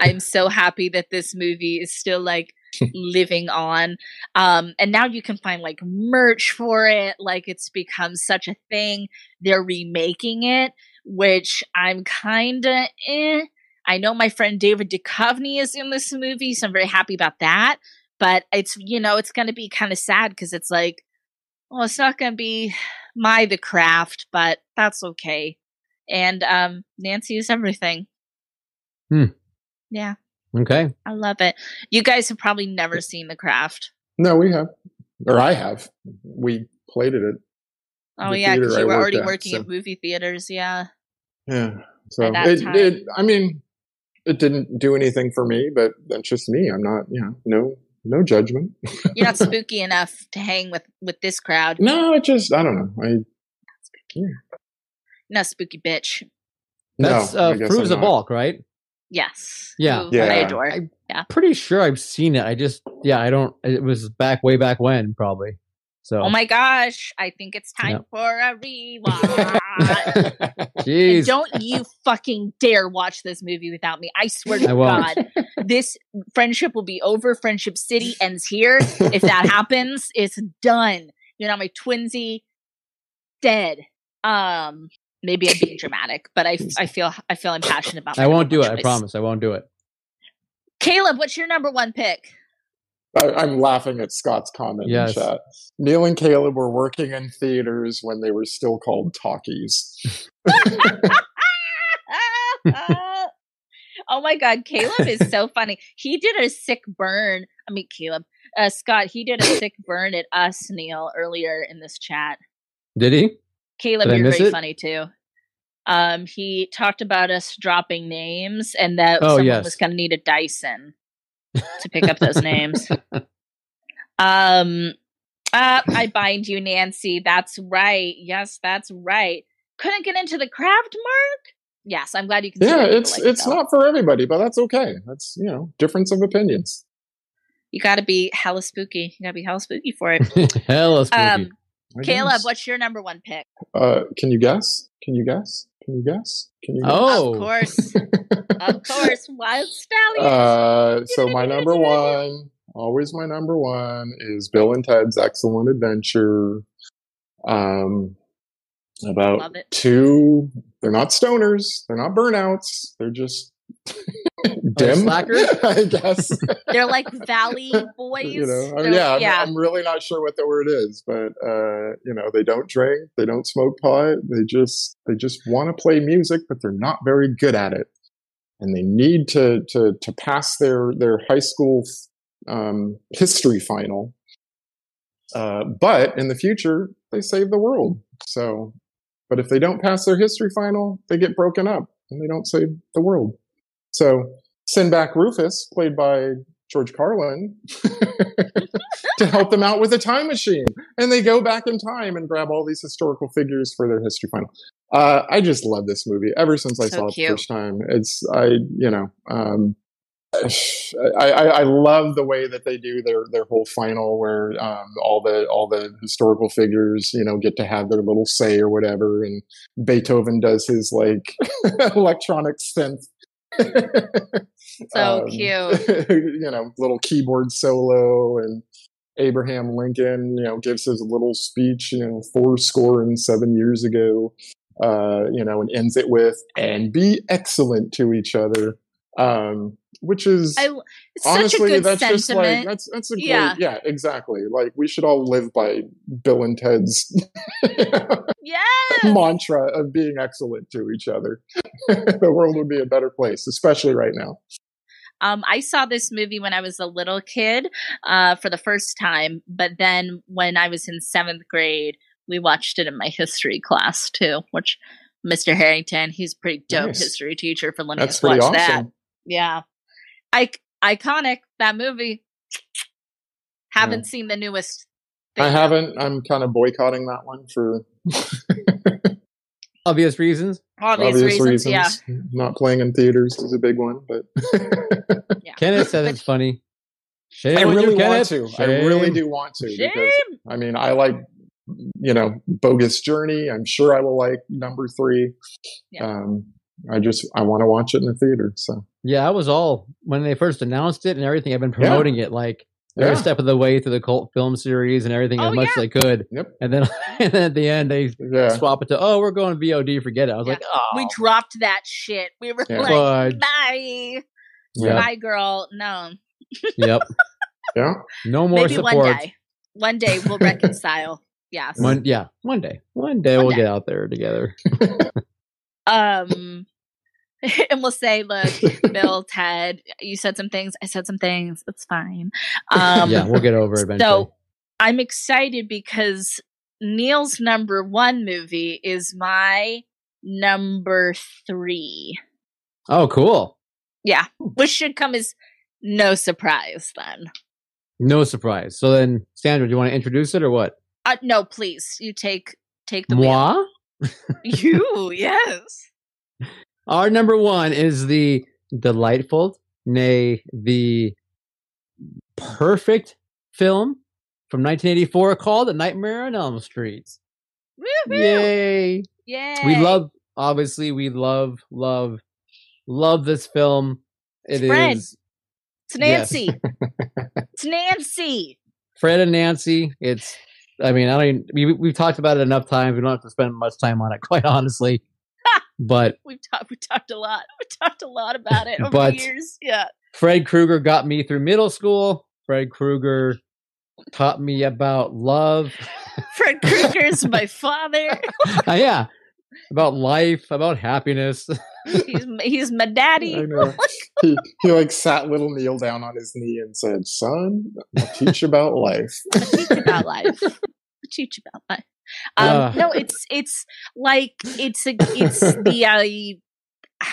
[SPEAKER 2] i'm so happy that this movie is still like living on um and now you can find like merch for it like it's become such a thing they're remaking it which i'm kinda eh, I know my friend David Duchovny is in this movie, so I'm very happy about that. But it's you know it's going to be kind of sad because it's like, well, it's not going to be my The Craft, but that's okay. And um, Nancy is everything.
[SPEAKER 3] Hmm.
[SPEAKER 2] Yeah,
[SPEAKER 3] okay
[SPEAKER 2] I love it. You guys have probably never seen The Craft.
[SPEAKER 4] No, we have. Or I have. We played it at
[SPEAKER 2] Oh
[SPEAKER 4] The
[SPEAKER 2] yeah, because
[SPEAKER 4] theater
[SPEAKER 2] you
[SPEAKER 4] I
[SPEAKER 2] were
[SPEAKER 4] worked
[SPEAKER 2] already
[SPEAKER 4] at,
[SPEAKER 2] working
[SPEAKER 4] so-
[SPEAKER 2] at movie theaters. Yeah,
[SPEAKER 4] yeah. So
[SPEAKER 2] By that
[SPEAKER 4] it,
[SPEAKER 2] time-
[SPEAKER 4] it I mean it didn't do anything for me, but that's just me. I'm not, you know, no no judgment.
[SPEAKER 2] you're not spooky enough to hang with with this crowd.
[SPEAKER 4] No, it just I don't know. I
[SPEAKER 2] No spooky bitch.
[SPEAKER 3] that's
[SPEAKER 4] no,
[SPEAKER 3] uh
[SPEAKER 4] I guess I'm
[SPEAKER 3] Fruza
[SPEAKER 4] not.
[SPEAKER 3] Balk, right
[SPEAKER 2] Yes.
[SPEAKER 3] Yeah.
[SPEAKER 2] Who I
[SPEAKER 4] Yeah.
[SPEAKER 2] adore.
[SPEAKER 3] I- pretty sure I've seen it. I just yeah, I don't. It was back way back when probably. So
[SPEAKER 2] Oh my gosh, I think it's time
[SPEAKER 3] Yep.
[SPEAKER 2] for a rewatch. and
[SPEAKER 3] jeez,
[SPEAKER 2] don't you fucking dare watch this movie without me. I swear to
[SPEAKER 3] I won't.
[SPEAKER 2] God, this friendship will be over. Friendship City ends here. If that happens, it's done. You're not my twinsy. Dead. Um, maybe I'm being dramatic, but I, I feel I feel I'm passionate about.
[SPEAKER 3] I
[SPEAKER 2] my
[SPEAKER 3] won't do it.
[SPEAKER 2] choice.
[SPEAKER 3] I promise, I won't do it.
[SPEAKER 2] Caleb, what's your number one pick?
[SPEAKER 4] I, I'm laughing at Scott's comment
[SPEAKER 3] Yes.
[SPEAKER 4] in chat. Neil and Caleb were working in theaters when they were still called talkies.
[SPEAKER 2] oh my god, Caleb is so funny. He did a sick burn. I mean, Caleb, uh, Scott, he did a sick burn at us, Neil, earlier in this chat.
[SPEAKER 3] Did he?
[SPEAKER 2] Caleb,
[SPEAKER 3] Did I
[SPEAKER 2] you're
[SPEAKER 3] miss
[SPEAKER 2] very
[SPEAKER 3] it?
[SPEAKER 2] funny too. Um, he talked about us dropping names and that
[SPEAKER 3] Oh,
[SPEAKER 2] someone
[SPEAKER 3] yes.
[SPEAKER 2] was going to need a Dyson to pick up those names. Um, uh, I bind you, Nancy. That's right. Yes, that's right. Couldn't get into the craft, Mark. Yes, I'm glad you can. see
[SPEAKER 4] yeah,
[SPEAKER 2] why people
[SPEAKER 4] it's
[SPEAKER 2] like it,
[SPEAKER 4] it's
[SPEAKER 2] though.
[SPEAKER 4] not for everybody, but that's okay. That's you know difference of opinions.
[SPEAKER 2] You got to be hella spooky. You got to be hella spooky for it.
[SPEAKER 3] Hella spooky.
[SPEAKER 2] Um,
[SPEAKER 4] I
[SPEAKER 2] Caleb,
[SPEAKER 4] guess.
[SPEAKER 2] what's your number one pick?
[SPEAKER 4] Uh, can you guess? Can you guess? Can you guess? Can you? Guess?
[SPEAKER 3] Oh,
[SPEAKER 2] Of course. of course. Wild Stallion.
[SPEAKER 4] Uh, so my number one, always my number one, is Bill and Ted's Excellent Adventure. Um, about
[SPEAKER 2] Love it.
[SPEAKER 4] two, they're not stoners, they're not burnouts, they're just dim
[SPEAKER 3] slackers?
[SPEAKER 4] I guess.
[SPEAKER 2] They're like Valley Boys.
[SPEAKER 4] you know,
[SPEAKER 2] They're-
[SPEAKER 4] I'm- yeah, I'm-
[SPEAKER 2] yeah.
[SPEAKER 4] I'm, really not sure what the word is, but uh, you know, they don't drink, they don't smoke pot, they just they just want to play music, but they're not very good at it, and they need to to to pass their their high school um, history final. Uh, but in the future, they save the world. So, but if they don't pass their history final, they get broken up and they don't save the world. So, Sinback Rufus, played by George Carlin to help them out with a time machine. And they go back in time and grab all these historical figures for their history final. Uh, I just love this movie ever since I
[SPEAKER 2] So
[SPEAKER 4] saw it
[SPEAKER 2] cute.
[SPEAKER 4] the first time. It's, I, you know, um, I, I, I love the way that they do their, their whole final where um, all the all the historical figures you know get to have their little say or whatever and Beethoven does his like electronic synth
[SPEAKER 2] So
[SPEAKER 4] um,
[SPEAKER 2] cute.
[SPEAKER 4] you know, little keyboard solo and Abraham Lincoln, you know, gives his little speech, you know, four score and seven years ago, uh, you know, and ends it with, and be excellent to each other. Um, which is
[SPEAKER 2] I, it's such a
[SPEAKER 4] honestly,
[SPEAKER 2] good
[SPEAKER 4] that's just like,
[SPEAKER 2] sentiment.
[SPEAKER 4] that's, that's a great,
[SPEAKER 2] Yeah.
[SPEAKER 4] yeah. exactly. Like we should all live by Bill and Ted's
[SPEAKER 2] yes.
[SPEAKER 4] mantra of being excellent to each other. the world would be a better place, especially right now.
[SPEAKER 2] Um, I saw this movie when I was a little kid uh, for the first time, but then when I was in seventh grade, we watched it in my history class too, which Mr. Harrington, he's a pretty dope
[SPEAKER 4] Nice.
[SPEAKER 2] history teacher for letting
[SPEAKER 4] That's
[SPEAKER 2] us watch
[SPEAKER 4] pretty awesome.
[SPEAKER 2] that. Yeah. I- iconic, that movie. Haven't seen the newest.
[SPEAKER 4] I
[SPEAKER 2] thing.
[SPEAKER 4] haven't. I'm kind of boycotting that one for
[SPEAKER 3] obvious reasons.
[SPEAKER 2] Obvious,
[SPEAKER 4] obvious
[SPEAKER 2] reasons,
[SPEAKER 4] reasons.
[SPEAKER 2] Yeah.
[SPEAKER 4] Not playing in theaters is a big one, but
[SPEAKER 3] Kenneth says
[SPEAKER 2] But-
[SPEAKER 3] it's funny. Shame
[SPEAKER 4] I
[SPEAKER 3] on you,
[SPEAKER 4] really
[SPEAKER 3] Kenneth.
[SPEAKER 4] want to. I really
[SPEAKER 3] Shame.
[SPEAKER 4] do want to.
[SPEAKER 2] Shame.
[SPEAKER 4] Because, I mean, I like, you know, Bogus Journey. I'm sure I will like number three.
[SPEAKER 2] Yeah.
[SPEAKER 4] Um, I just, I want to watch it in the theater. So,
[SPEAKER 3] Yeah, I was all when they first announced it and everything. I've been
[SPEAKER 4] Yeah.
[SPEAKER 3] promoting it like every
[SPEAKER 4] yeah.
[SPEAKER 3] step of the way through the cult film series and everything
[SPEAKER 2] Oh,
[SPEAKER 3] as much as I could.
[SPEAKER 4] Yep.
[SPEAKER 3] And then, and then at the end, they
[SPEAKER 4] Yeah.
[SPEAKER 3] swap it to oh, we're going VOD. Forget it. I was
[SPEAKER 2] Yeah.
[SPEAKER 3] like, oh,
[SPEAKER 2] We dropped that shit. We were
[SPEAKER 4] Yeah.
[SPEAKER 2] like,
[SPEAKER 3] fudge.
[SPEAKER 2] bye.
[SPEAKER 4] Yeah.
[SPEAKER 2] Bye, girl. No.
[SPEAKER 3] yep,
[SPEAKER 4] Yeah.
[SPEAKER 3] no more
[SPEAKER 2] Maybe
[SPEAKER 3] support.
[SPEAKER 2] one day. One day we'll reconcile. Yes.
[SPEAKER 3] One- yeah, one day, one day
[SPEAKER 2] One
[SPEAKER 3] we'll
[SPEAKER 2] day.
[SPEAKER 3] get out there together.
[SPEAKER 2] Um and we'll say, look, Bill, Ted, you said some things, I said some things, it's fine. Um
[SPEAKER 3] yeah, we'll get over it eventually.
[SPEAKER 2] so I'm excited because Neil's number one movie is my number three.
[SPEAKER 3] oh, cool.
[SPEAKER 2] Yeah.
[SPEAKER 3] Hmm.
[SPEAKER 2] Which should come as no surprise then.
[SPEAKER 3] No surprise. So then, Sandra, do you want to introduce it or what?
[SPEAKER 2] Uh, no, please, you take take the wheel.
[SPEAKER 3] Moi.
[SPEAKER 2] You, yes.
[SPEAKER 3] Our number one is the delightful, nay, the perfect film from 1984 called A Nightmare on Elm Street.
[SPEAKER 2] Woo-hoo.
[SPEAKER 3] Yay!
[SPEAKER 2] Yay.
[SPEAKER 3] We love, obviously, we love, love, love this film. It is
[SPEAKER 2] Fred. It's
[SPEAKER 3] Yes.
[SPEAKER 2] Nancy. it's Nancy.
[SPEAKER 3] Fred and Nancy. It's, I mean, I don't. Even, we we've talked about it enough times. We don't have to spend much time on it, quite honestly. but
[SPEAKER 2] We've talked. We talked a lot. We talked a lot about it over
[SPEAKER 3] But-
[SPEAKER 2] the years. Yeah.
[SPEAKER 3] Fred Krueger got me through middle school. Fred Krueger taught me about love.
[SPEAKER 2] Fred Krueger is my father.
[SPEAKER 3] Uh, yeah, about life, about happiness.
[SPEAKER 2] He's m- he's my
[SPEAKER 4] I
[SPEAKER 2] daddy.
[SPEAKER 4] know. he, he like sat little Neil down on his knee and said, "Son, I'll teach about life."
[SPEAKER 2] Teach about life. Teach about life. Um,
[SPEAKER 3] Uh.
[SPEAKER 2] No, it's it's like it's a it's the uh,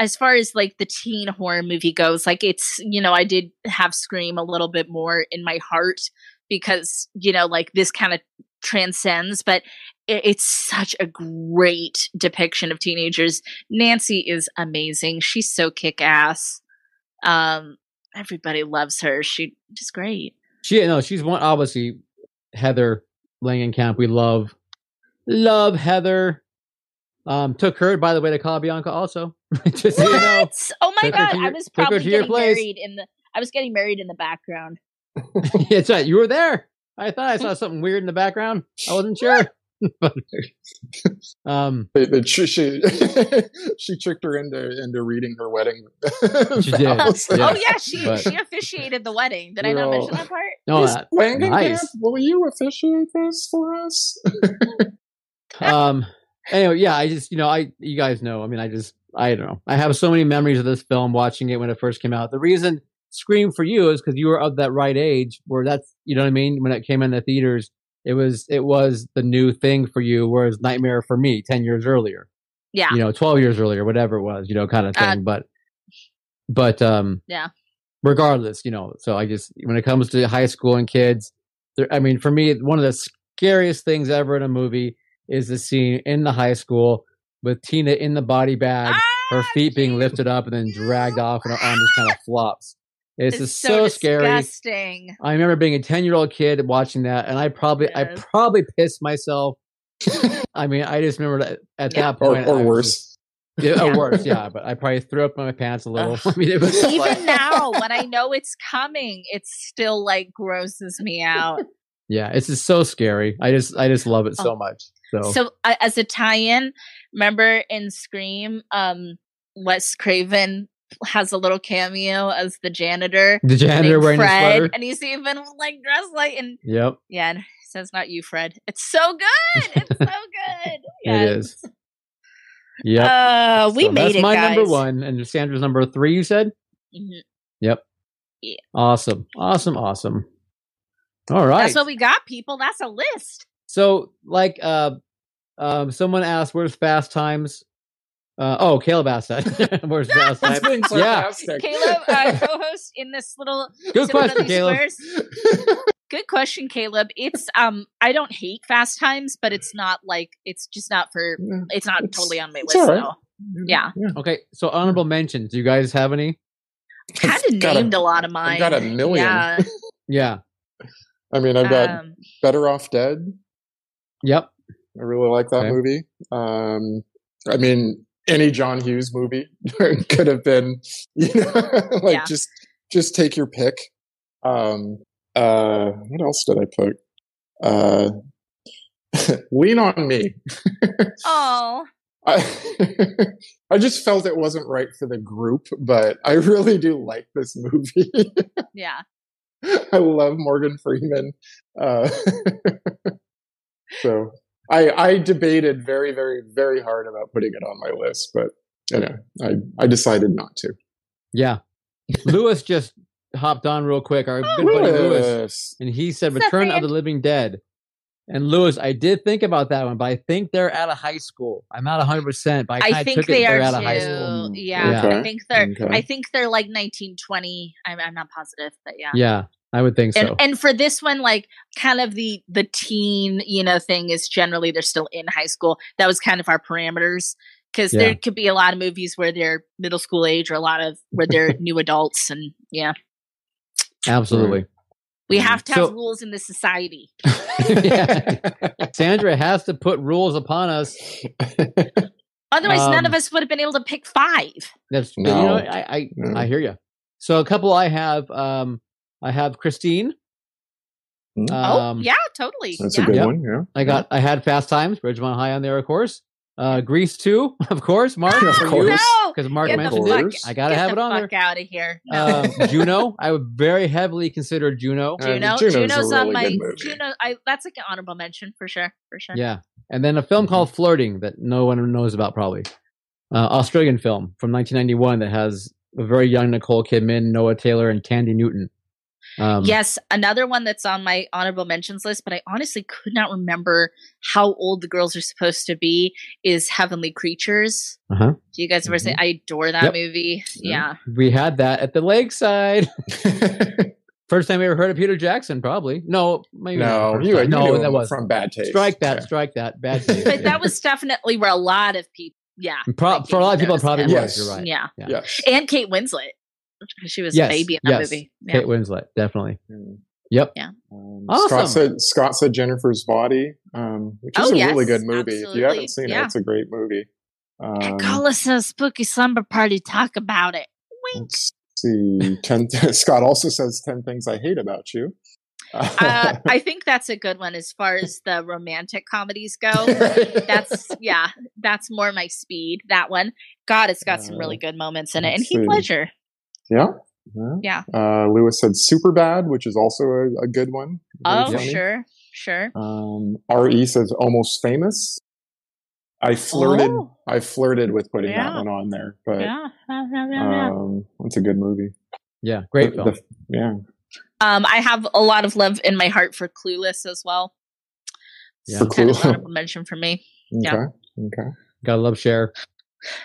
[SPEAKER 2] as far as like the teen horror movie goes. Like it's you know I did have Scream a little bit more in my heart because you know like this kind of transcends but it, it's such a great depiction of teenagers nancy is amazing she's so kick-ass um everybody loves her she, she's great
[SPEAKER 3] she, no, she's one. Obviously, Heather Langenkamp. We love, love Heather. Um, took her, by the way, to Casabianca also. Just so
[SPEAKER 2] What?
[SPEAKER 3] you know.
[SPEAKER 2] Oh my
[SPEAKER 3] Took her
[SPEAKER 2] god!
[SPEAKER 3] to your-
[SPEAKER 2] I was
[SPEAKER 3] took her
[SPEAKER 2] probably
[SPEAKER 3] to your
[SPEAKER 2] getting
[SPEAKER 3] place.
[SPEAKER 2] married in the. I was getting married in the background.
[SPEAKER 3] That's right. You were there. I thought I saw something weird in the background. I wasn't sure. but, um,
[SPEAKER 4] They, they, she, she, she tricked her into into reading her wedding.
[SPEAKER 3] She did,
[SPEAKER 4] vows.
[SPEAKER 3] Yeah,
[SPEAKER 2] oh yeah, she
[SPEAKER 3] but-
[SPEAKER 2] she officiated the wedding. Did I
[SPEAKER 4] We're
[SPEAKER 2] not
[SPEAKER 4] all-
[SPEAKER 2] mention that part?
[SPEAKER 3] no,
[SPEAKER 4] Miss
[SPEAKER 3] uh,
[SPEAKER 4] Langenkamp,
[SPEAKER 3] nice.
[SPEAKER 4] will you officiate this for us?
[SPEAKER 3] um anyway yeah i just you know i you guys know i mean i just i don't know i have so many memories of this film watching it when it first came out the reason scream for you is because you were of that right age where that's you know what i mean when it came in the theaters it was it was the new thing for you whereas nightmare for me 10 years earlier
[SPEAKER 2] Yeah.
[SPEAKER 3] you know 12 years earlier whatever it was you know kind of thing
[SPEAKER 2] Uh,
[SPEAKER 3] but but um
[SPEAKER 2] Yeah.
[SPEAKER 3] regardless you know so i just when it comes to high school and kids there i mean for me one of the scariest things ever in a movie is the scene in the high school with tina in the body bag her
[SPEAKER 2] Ah,
[SPEAKER 3] feet being
[SPEAKER 2] Jesus.
[SPEAKER 3] lifted up and then dragged off and her arm just kind of flops it's, just so, scary
[SPEAKER 2] disgusting.
[SPEAKER 3] i remember being a 10 year old kid watching that and i probably i
[SPEAKER 2] Yes.
[SPEAKER 3] probably pissed myself i mean i just remember that at
[SPEAKER 2] Yeah.
[SPEAKER 3] that
[SPEAKER 4] or,
[SPEAKER 3] point I was
[SPEAKER 4] or
[SPEAKER 3] just-
[SPEAKER 4] worse.
[SPEAKER 3] yeah,
[SPEAKER 2] Yeah.
[SPEAKER 3] or uh, worse yeah but i probably threw up my pants a little i mean it was
[SPEAKER 4] Just
[SPEAKER 2] Even
[SPEAKER 4] like-
[SPEAKER 2] now, when I know it's coming, it still like grosses me out.
[SPEAKER 3] Yeah, it's just so scary. I just I just love it so
[SPEAKER 2] Oh.
[SPEAKER 3] much. So,
[SPEAKER 2] So uh, as a tie-in, remember in Scream, um, Wes Craven has a little cameo as the janitor.
[SPEAKER 3] the janitor
[SPEAKER 2] named
[SPEAKER 3] wearing the
[SPEAKER 2] Fred,
[SPEAKER 3] sweater.
[SPEAKER 2] and he's even like dressed like and
[SPEAKER 3] Yep,
[SPEAKER 2] yeah, and it says not you, Fred. It's so good. It's so good. Yes.
[SPEAKER 3] it is. Yep.
[SPEAKER 2] Uh, we
[SPEAKER 3] So
[SPEAKER 2] made
[SPEAKER 3] that's
[SPEAKER 2] it,
[SPEAKER 3] my
[SPEAKER 2] guys.
[SPEAKER 3] number one, and Sandra's number three. You said
[SPEAKER 2] Mhm.
[SPEAKER 3] awesome, awesome, awesome. All right.
[SPEAKER 2] That's what we got, people. That's a list.
[SPEAKER 3] so, like, uh, um, someone asked, "Where's Fast Times?" Uh, oh, Caleb asked that. Where's Fast Times?
[SPEAKER 4] being sarcastic.
[SPEAKER 2] Caleb, uh, co-host in this little
[SPEAKER 3] Good
[SPEAKER 2] Similar to
[SPEAKER 3] question,
[SPEAKER 2] these
[SPEAKER 3] Caleb.
[SPEAKER 2] words. Good question, Caleb. It's um, I don't hate Fast Times, but it's not like it's just not for.
[SPEAKER 4] Yeah.
[SPEAKER 2] It's not
[SPEAKER 4] It's-
[SPEAKER 2] totally on my
[SPEAKER 4] it's
[SPEAKER 2] list
[SPEAKER 4] alright.
[SPEAKER 2] though. Yeah.
[SPEAKER 3] Okay, so honorable mentions. Do you guys have any?
[SPEAKER 2] Kind of
[SPEAKER 4] Got a-
[SPEAKER 2] named a, lot of mine.
[SPEAKER 4] I've got a million.
[SPEAKER 2] Yeah.
[SPEAKER 3] Yeah.
[SPEAKER 4] I mean, I've
[SPEAKER 3] uh,
[SPEAKER 4] got
[SPEAKER 2] um,
[SPEAKER 4] Better Off Dead.
[SPEAKER 3] Yep.
[SPEAKER 4] I really like that
[SPEAKER 3] Okay.
[SPEAKER 4] movie. Um, I mean, any John Hughes movie could have been, you know, like
[SPEAKER 2] Yeah.
[SPEAKER 4] just just take your pick. Um, uh, what else did I put? Uh, Lean on Me.
[SPEAKER 2] oh,
[SPEAKER 4] I, I just felt it wasn't right for the group, but I really do like this movie.
[SPEAKER 2] yeah.
[SPEAKER 4] I love Morgan Freeman. Uh, so I I debated very very very hard about putting it on my list, but you know I I decided not to.
[SPEAKER 3] Yeah. Lewis just hopped on real quick. Our good
[SPEAKER 4] Oh,
[SPEAKER 3] buddy Oh, Lewis. and he said
[SPEAKER 2] What's up,
[SPEAKER 3] Return
[SPEAKER 2] man?
[SPEAKER 3] of the Living Dead. And Lewis, I did think about that one, but I think they're out of high school. I'm not 100, percent but I,
[SPEAKER 2] I,
[SPEAKER 3] kinda
[SPEAKER 2] think
[SPEAKER 3] took it
[SPEAKER 2] they
[SPEAKER 3] they're
[SPEAKER 2] are
[SPEAKER 3] out
[SPEAKER 2] too.
[SPEAKER 3] of high school.
[SPEAKER 2] Yeah,
[SPEAKER 4] Okay.
[SPEAKER 2] I think they're.
[SPEAKER 4] Okay.
[SPEAKER 2] I think they're like 1920. I'm, I'm not positive, but yeah.
[SPEAKER 3] Yeah, I would think
[SPEAKER 2] And
[SPEAKER 3] so.
[SPEAKER 2] and for this one, like kind of the the teen you know thing is generally they're still in high school. That was kind of our parameters because
[SPEAKER 3] Yeah.
[SPEAKER 2] there could be a lot of movies where they're middle school age or a lot of where they're new adults and yeah,
[SPEAKER 3] Absolutely.
[SPEAKER 2] we have to have
[SPEAKER 3] Mm-hmm. So-
[SPEAKER 2] rules in this society.
[SPEAKER 3] Yeah. Sandra has to put rules upon us.
[SPEAKER 2] Otherwise, none
[SPEAKER 3] Um,
[SPEAKER 2] of us would have been able to pick five.
[SPEAKER 3] That's but you know,
[SPEAKER 4] No.
[SPEAKER 3] what? I I,
[SPEAKER 4] No.
[SPEAKER 3] I hear you. So a couple I have, um, I have Christine.
[SPEAKER 4] Hmm.
[SPEAKER 3] Um,
[SPEAKER 2] oh yeah, totally.
[SPEAKER 4] That's
[SPEAKER 2] yeah.
[SPEAKER 4] a good
[SPEAKER 3] Uh, Yep.
[SPEAKER 4] one. Yeah,
[SPEAKER 3] I got, I had Fast Times, Bridgemont High on there, of course. Uh, Grease two, of course. Mark,
[SPEAKER 4] Of
[SPEAKER 3] for you,
[SPEAKER 4] course.
[SPEAKER 2] No,
[SPEAKER 3] because Mark
[SPEAKER 2] Get the
[SPEAKER 3] mentioned
[SPEAKER 4] fuck-
[SPEAKER 3] it. I gotta
[SPEAKER 2] get
[SPEAKER 3] have
[SPEAKER 2] the
[SPEAKER 3] it on there.
[SPEAKER 2] fuck out of here. No.
[SPEAKER 3] um, Juno. I would very heavily consider Juno.
[SPEAKER 4] Uh,
[SPEAKER 2] Juno,
[SPEAKER 4] Juno's
[SPEAKER 2] Juno's,
[SPEAKER 4] a
[SPEAKER 2] on
[SPEAKER 4] really
[SPEAKER 2] my
[SPEAKER 4] good movie.
[SPEAKER 2] Juno. I, that's like an honorable mention for sure, for sure.
[SPEAKER 3] Yeah, and then a
[SPEAKER 4] Mm-hmm.
[SPEAKER 3] film called Flirting that no one knows about probably. Uh, Australian film from 1991 that has a very young Nicole Kidman, Noah Taylor, and Tandy Newton. Um,
[SPEAKER 2] Yes, another one that's on my honorable mentions list, but I honestly could not remember how old the girls are supposed to be. Is Heavenly Creatures?
[SPEAKER 3] Uh-huh.
[SPEAKER 2] Do you guys ever say? I adore that
[SPEAKER 3] Yep.
[SPEAKER 2] movie. Yeah,
[SPEAKER 3] we had that at the Lakeside. First time we ever heard of Peter Jackson, probably. No, maybe not
[SPEAKER 4] no,
[SPEAKER 3] the first
[SPEAKER 4] you,
[SPEAKER 3] time.
[SPEAKER 4] you
[SPEAKER 3] no,
[SPEAKER 4] knew
[SPEAKER 3] that
[SPEAKER 4] him
[SPEAKER 3] was
[SPEAKER 4] from bad taste.
[SPEAKER 3] strike that,
[SPEAKER 4] Yeah.
[SPEAKER 3] strike that, bad. taste,
[SPEAKER 2] but
[SPEAKER 3] yeah.
[SPEAKER 2] that was definitely where a lot of people. Yeah,
[SPEAKER 3] Pro-
[SPEAKER 2] like
[SPEAKER 3] for a lot of people. it
[SPEAKER 2] those,
[SPEAKER 3] Probably
[SPEAKER 2] yeah.
[SPEAKER 3] was. You're
[SPEAKER 4] Yes.
[SPEAKER 3] right.
[SPEAKER 2] Yeah,
[SPEAKER 3] Yeah.
[SPEAKER 4] Yes.
[SPEAKER 2] and Kate Winslet. She was
[SPEAKER 3] Yes,
[SPEAKER 2] a baby in that
[SPEAKER 3] yes.
[SPEAKER 2] movie. Yeah.
[SPEAKER 3] Kate Winslet, definitely. Yep.
[SPEAKER 4] Hmm. Um,
[SPEAKER 3] Awesome.
[SPEAKER 4] Scott said Scott said Jennifer's Body, um, which is
[SPEAKER 2] Oh,
[SPEAKER 4] a really
[SPEAKER 2] yes,
[SPEAKER 4] good movie. If you
[SPEAKER 2] absolutely.
[SPEAKER 4] haven't seen
[SPEAKER 2] Yeah.
[SPEAKER 4] it, it's a great movie. Um,
[SPEAKER 2] Call us a spooky slumber party. Talk about it. Wink.
[SPEAKER 4] let's see. Ten, Scott also says 10 things I hate about you.
[SPEAKER 2] Uh, I think that's a good one as far as the romantic comedies go. That's yeah, that's more my speed. That one. God, it's got some really good moments in it, and
[SPEAKER 4] Uh, let's
[SPEAKER 2] Heath
[SPEAKER 4] see.
[SPEAKER 2] Ledger.
[SPEAKER 4] yeah.
[SPEAKER 2] Yeah.
[SPEAKER 4] Yeah. Uh, Lewis said super bad, which is also a, a good one. Very
[SPEAKER 2] Oh,
[SPEAKER 4] funny.
[SPEAKER 2] sure, sure.
[SPEAKER 4] Um, RE says almost famous. I flirted.
[SPEAKER 2] Oh.
[SPEAKER 4] I flirted with putting that
[SPEAKER 2] Yeah.
[SPEAKER 4] one on there, but
[SPEAKER 2] Yeah, yeah, yeah, yeah, yeah.
[SPEAKER 4] um, it's a good movie.
[SPEAKER 3] Yeah, great
[SPEAKER 4] The-
[SPEAKER 3] film.
[SPEAKER 4] the- yeah.
[SPEAKER 2] Um, I have a lot of love in my heart for Clueless as well.
[SPEAKER 3] Yeah.
[SPEAKER 2] It's kind of
[SPEAKER 4] Clueless.
[SPEAKER 2] an honorable mention for me. Yeah.
[SPEAKER 4] Okay. Okay.
[SPEAKER 3] Gotta love Cher.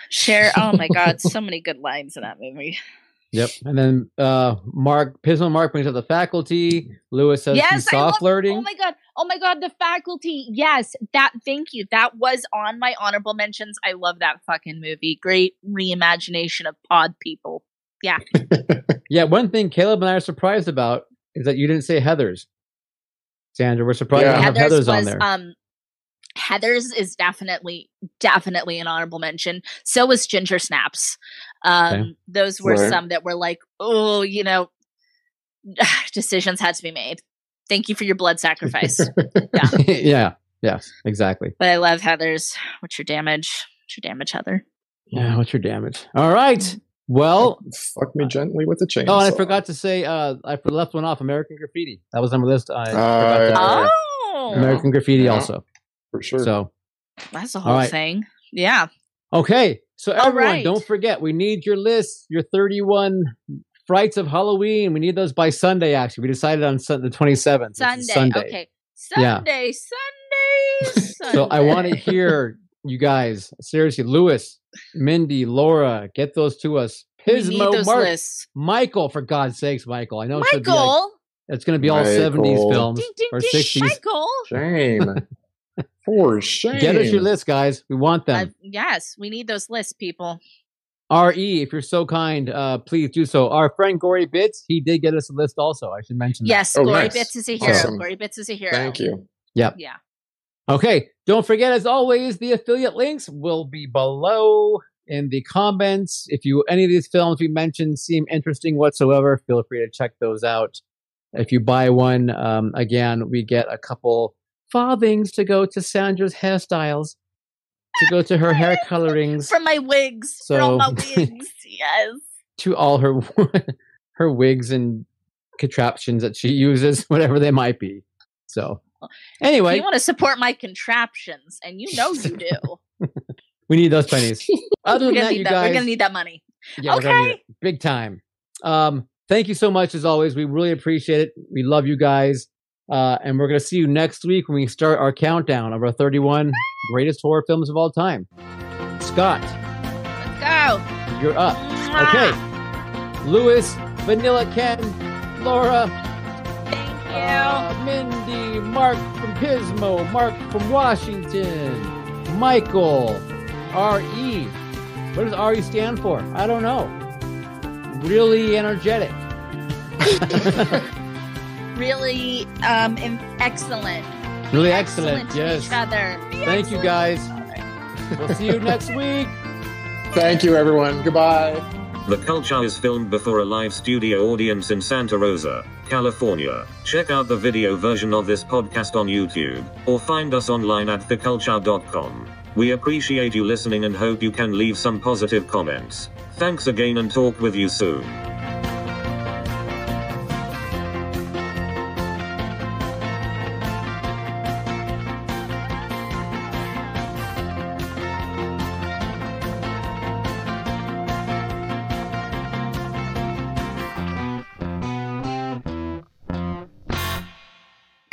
[SPEAKER 2] Share. Oh my God, so many good lines in that movie.
[SPEAKER 3] Yep. And then uh Mark Pizzle Mark brings up the faculty. Lewis says he
[SPEAKER 2] Yes, I
[SPEAKER 3] saw
[SPEAKER 2] love-
[SPEAKER 3] flirting.
[SPEAKER 2] Oh my god! Oh my god! The faculty. Yes, that. Thank you. That was on my honorable mentions. I love that fucking movie. Great reimagination of pod people.
[SPEAKER 3] yeah, one thing Caleb and I are surprised about is that you didn't say Heather's. Sandra, we're surprised
[SPEAKER 4] Yeah.
[SPEAKER 3] I don't have Heather's on
[SPEAKER 2] was,
[SPEAKER 3] there.
[SPEAKER 2] Um, Heather's is definitely definitely an honorable mention. So was Ginger Snaps. Um,
[SPEAKER 3] Okay.
[SPEAKER 2] those were
[SPEAKER 4] Right.
[SPEAKER 2] some that were like, oh, you know, decisions had to be made. Thank you for your blood sacrifice.
[SPEAKER 3] yeah. Yes, exactly.
[SPEAKER 2] but I love Heather's. What's your damage? What's your damage, Heather?
[SPEAKER 3] Yeah, what's your damage? All right.
[SPEAKER 2] Oh.
[SPEAKER 3] Well,
[SPEAKER 4] Fuck me gently with a chainsaw.
[SPEAKER 3] oh, and I forgot to say, uh, I left one off American Graffiti. That was on my list. I
[SPEAKER 4] Uh,
[SPEAKER 3] forgot to-
[SPEAKER 4] yeah,
[SPEAKER 2] Oh,
[SPEAKER 3] American Graffiti
[SPEAKER 4] Yeah.
[SPEAKER 3] also.
[SPEAKER 4] for sure.
[SPEAKER 3] So,
[SPEAKER 2] that's the
[SPEAKER 3] All
[SPEAKER 2] whole
[SPEAKER 3] right.
[SPEAKER 2] thing. Yeah.
[SPEAKER 3] okay. So,
[SPEAKER 2] All
[SPEAKER 3] everyone,
[SPEAKER 2] right.
[SPEAKER 3] don't forget, we need your list, your 31 frights of Halloween. We need those by Sunday, actually. We decided on Sun- the 27th. which
[SPEAKER 2] Sunday.
[SPEAKER 3] is Sunday.
[SPEAKER 2] Okay.
[SPEAKER 3] Yeah.
[SPEAKER 2] Sunday, Sunday, Sunday.
[SPEAKER 3] So, I want to hear you guys, seriously, Lewis, Mindy, Laura, get those to us.
[SPEAKER 2] We
[SPEAKER 3] Pismo,
[SPEAKER 2] need those
[SPEAKER 3] Mark,
[SPEAKER 2] lists.
[SPEAKER 3] Michael, for God's sakes, Michael. I know it should be like-
[SPEAKER 2] Michael.
[SPEAKER 3] it's going to be all 70s
[SPEAKER 4] Michael.
[SPEAKER 3] films
[SPEAKER 2] Ding, ding,
[SPEAKER 3] or
[SPEAKER 2] ding.
[SPEAKER 3] 60s.
[SPEAKER 2] Michael.
[SPEAKER 4] Shame. for shame.
[SPEAKER 3] Get us your list, guys. We want them.
[SPEAKER 2] Uh, yes, we need those lists, people.
[SPEAKER 3] Mm. RE, E, if you're so kind, uh, please do so. Our friend Gory Bits, he did get us a list also. I should mention that.
[SPEAKER 2] Yes,
[SPEAKER 4] Oh,
[SPEAKER 2] Glory
[SPEAKER 4] nice.
[SPEAKER 2] Bits is a hero.
[SPEAKER 4] Awesome.
[SPEAKER 2] Glory Bits is a hero.
[SPEAKER 4] Thank you.
[SPEAKER 2] Yeah.
[SPEAKER 3] Okay. Don't forget, as always, the affiliate links will be below in the comments. If you any of these films we mentioned seem interesting whatsoever, feel free to check those out. If you buy one, um, again, we get a couple farthings to go to Sandra's hairstyles, to go to her hair colorings,
[SPEAKER 2] For my wigs. For all my
[SPEAKER 3] So-
[SPEAKER 2] wigs. yes.
[SPEAKER 3] to all her her wigs and contraptions that she uses, whatever they might be. So,
[SPEAKER 2] If
[SPEAKER 3] anyway,
[SPEAKER 2] you want to support my contraptions, and you know you do.
[SPEAKER 3] we need those pennies. Other
[SPEAKER 2] We're
[SPEAKER 3] than
[SPEAKER 2] gonna
[SPEAKER 3] that,
[SPEAKER 2] need
[SPEAKER 3] you
[SPEAKER 2] that. We're
[SPEAKER 3] guys,
[SPEAKER 2] gonna need that money.
[SPEAKER 3] Yeah, we're gonna need
[SPEAKER 2] Okay.
[SPEAKER 3] it. big time. Um, thank you so much as always. We really appreciate it. We love you guys, uh, and we're gonna see you next week when we start our countdown of our 31 greatest horror films of all time. Scott,
[SPEAKER 2] Let's go.
[SPEAKER 3] you're up.
[SPEAKER 2] Ah.
[SPEAKER 3] Okay, Lewis, Vanilla Ken, Laura,
[SPEAKER 2] Thank you.
[SPEAKER 3] uh, Mindy, Mark from Pismo, Mark from Washington, Michael, R.E. What does R.E. stand for? I don't know. Really energetic.
[SPEAKER 2] really um in- excellent.
[SPEAKER 3] Really
[SPEAKER 2] excellent.
[SPEAKER 3] excellent.
[SPEAKER 2] to
[SPEAKER 3] Yes.
[SPEAKER 2] each other. Be
[SPEAKER 3] Thank you
[SPEAKER 2] excellent.
[SPEAKER 3] guys. We'll see you next week.
[SPEAKER 4] Thank you, everyone. Goodbye.
[SPEAKER 1] The Culture is filmed before a live studio audience in Santa Rosa, California. Check out the video version of this podcast on YouTube, or find us online at theculture.com. We appreciate you listening and hope you can leave some positive comments. Thanks again and talk with you soon.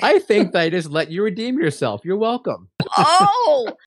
[SPEAKER 3] I think that I just let you redeem yourself. You're welcome.
[SPEAKER 2] Oh.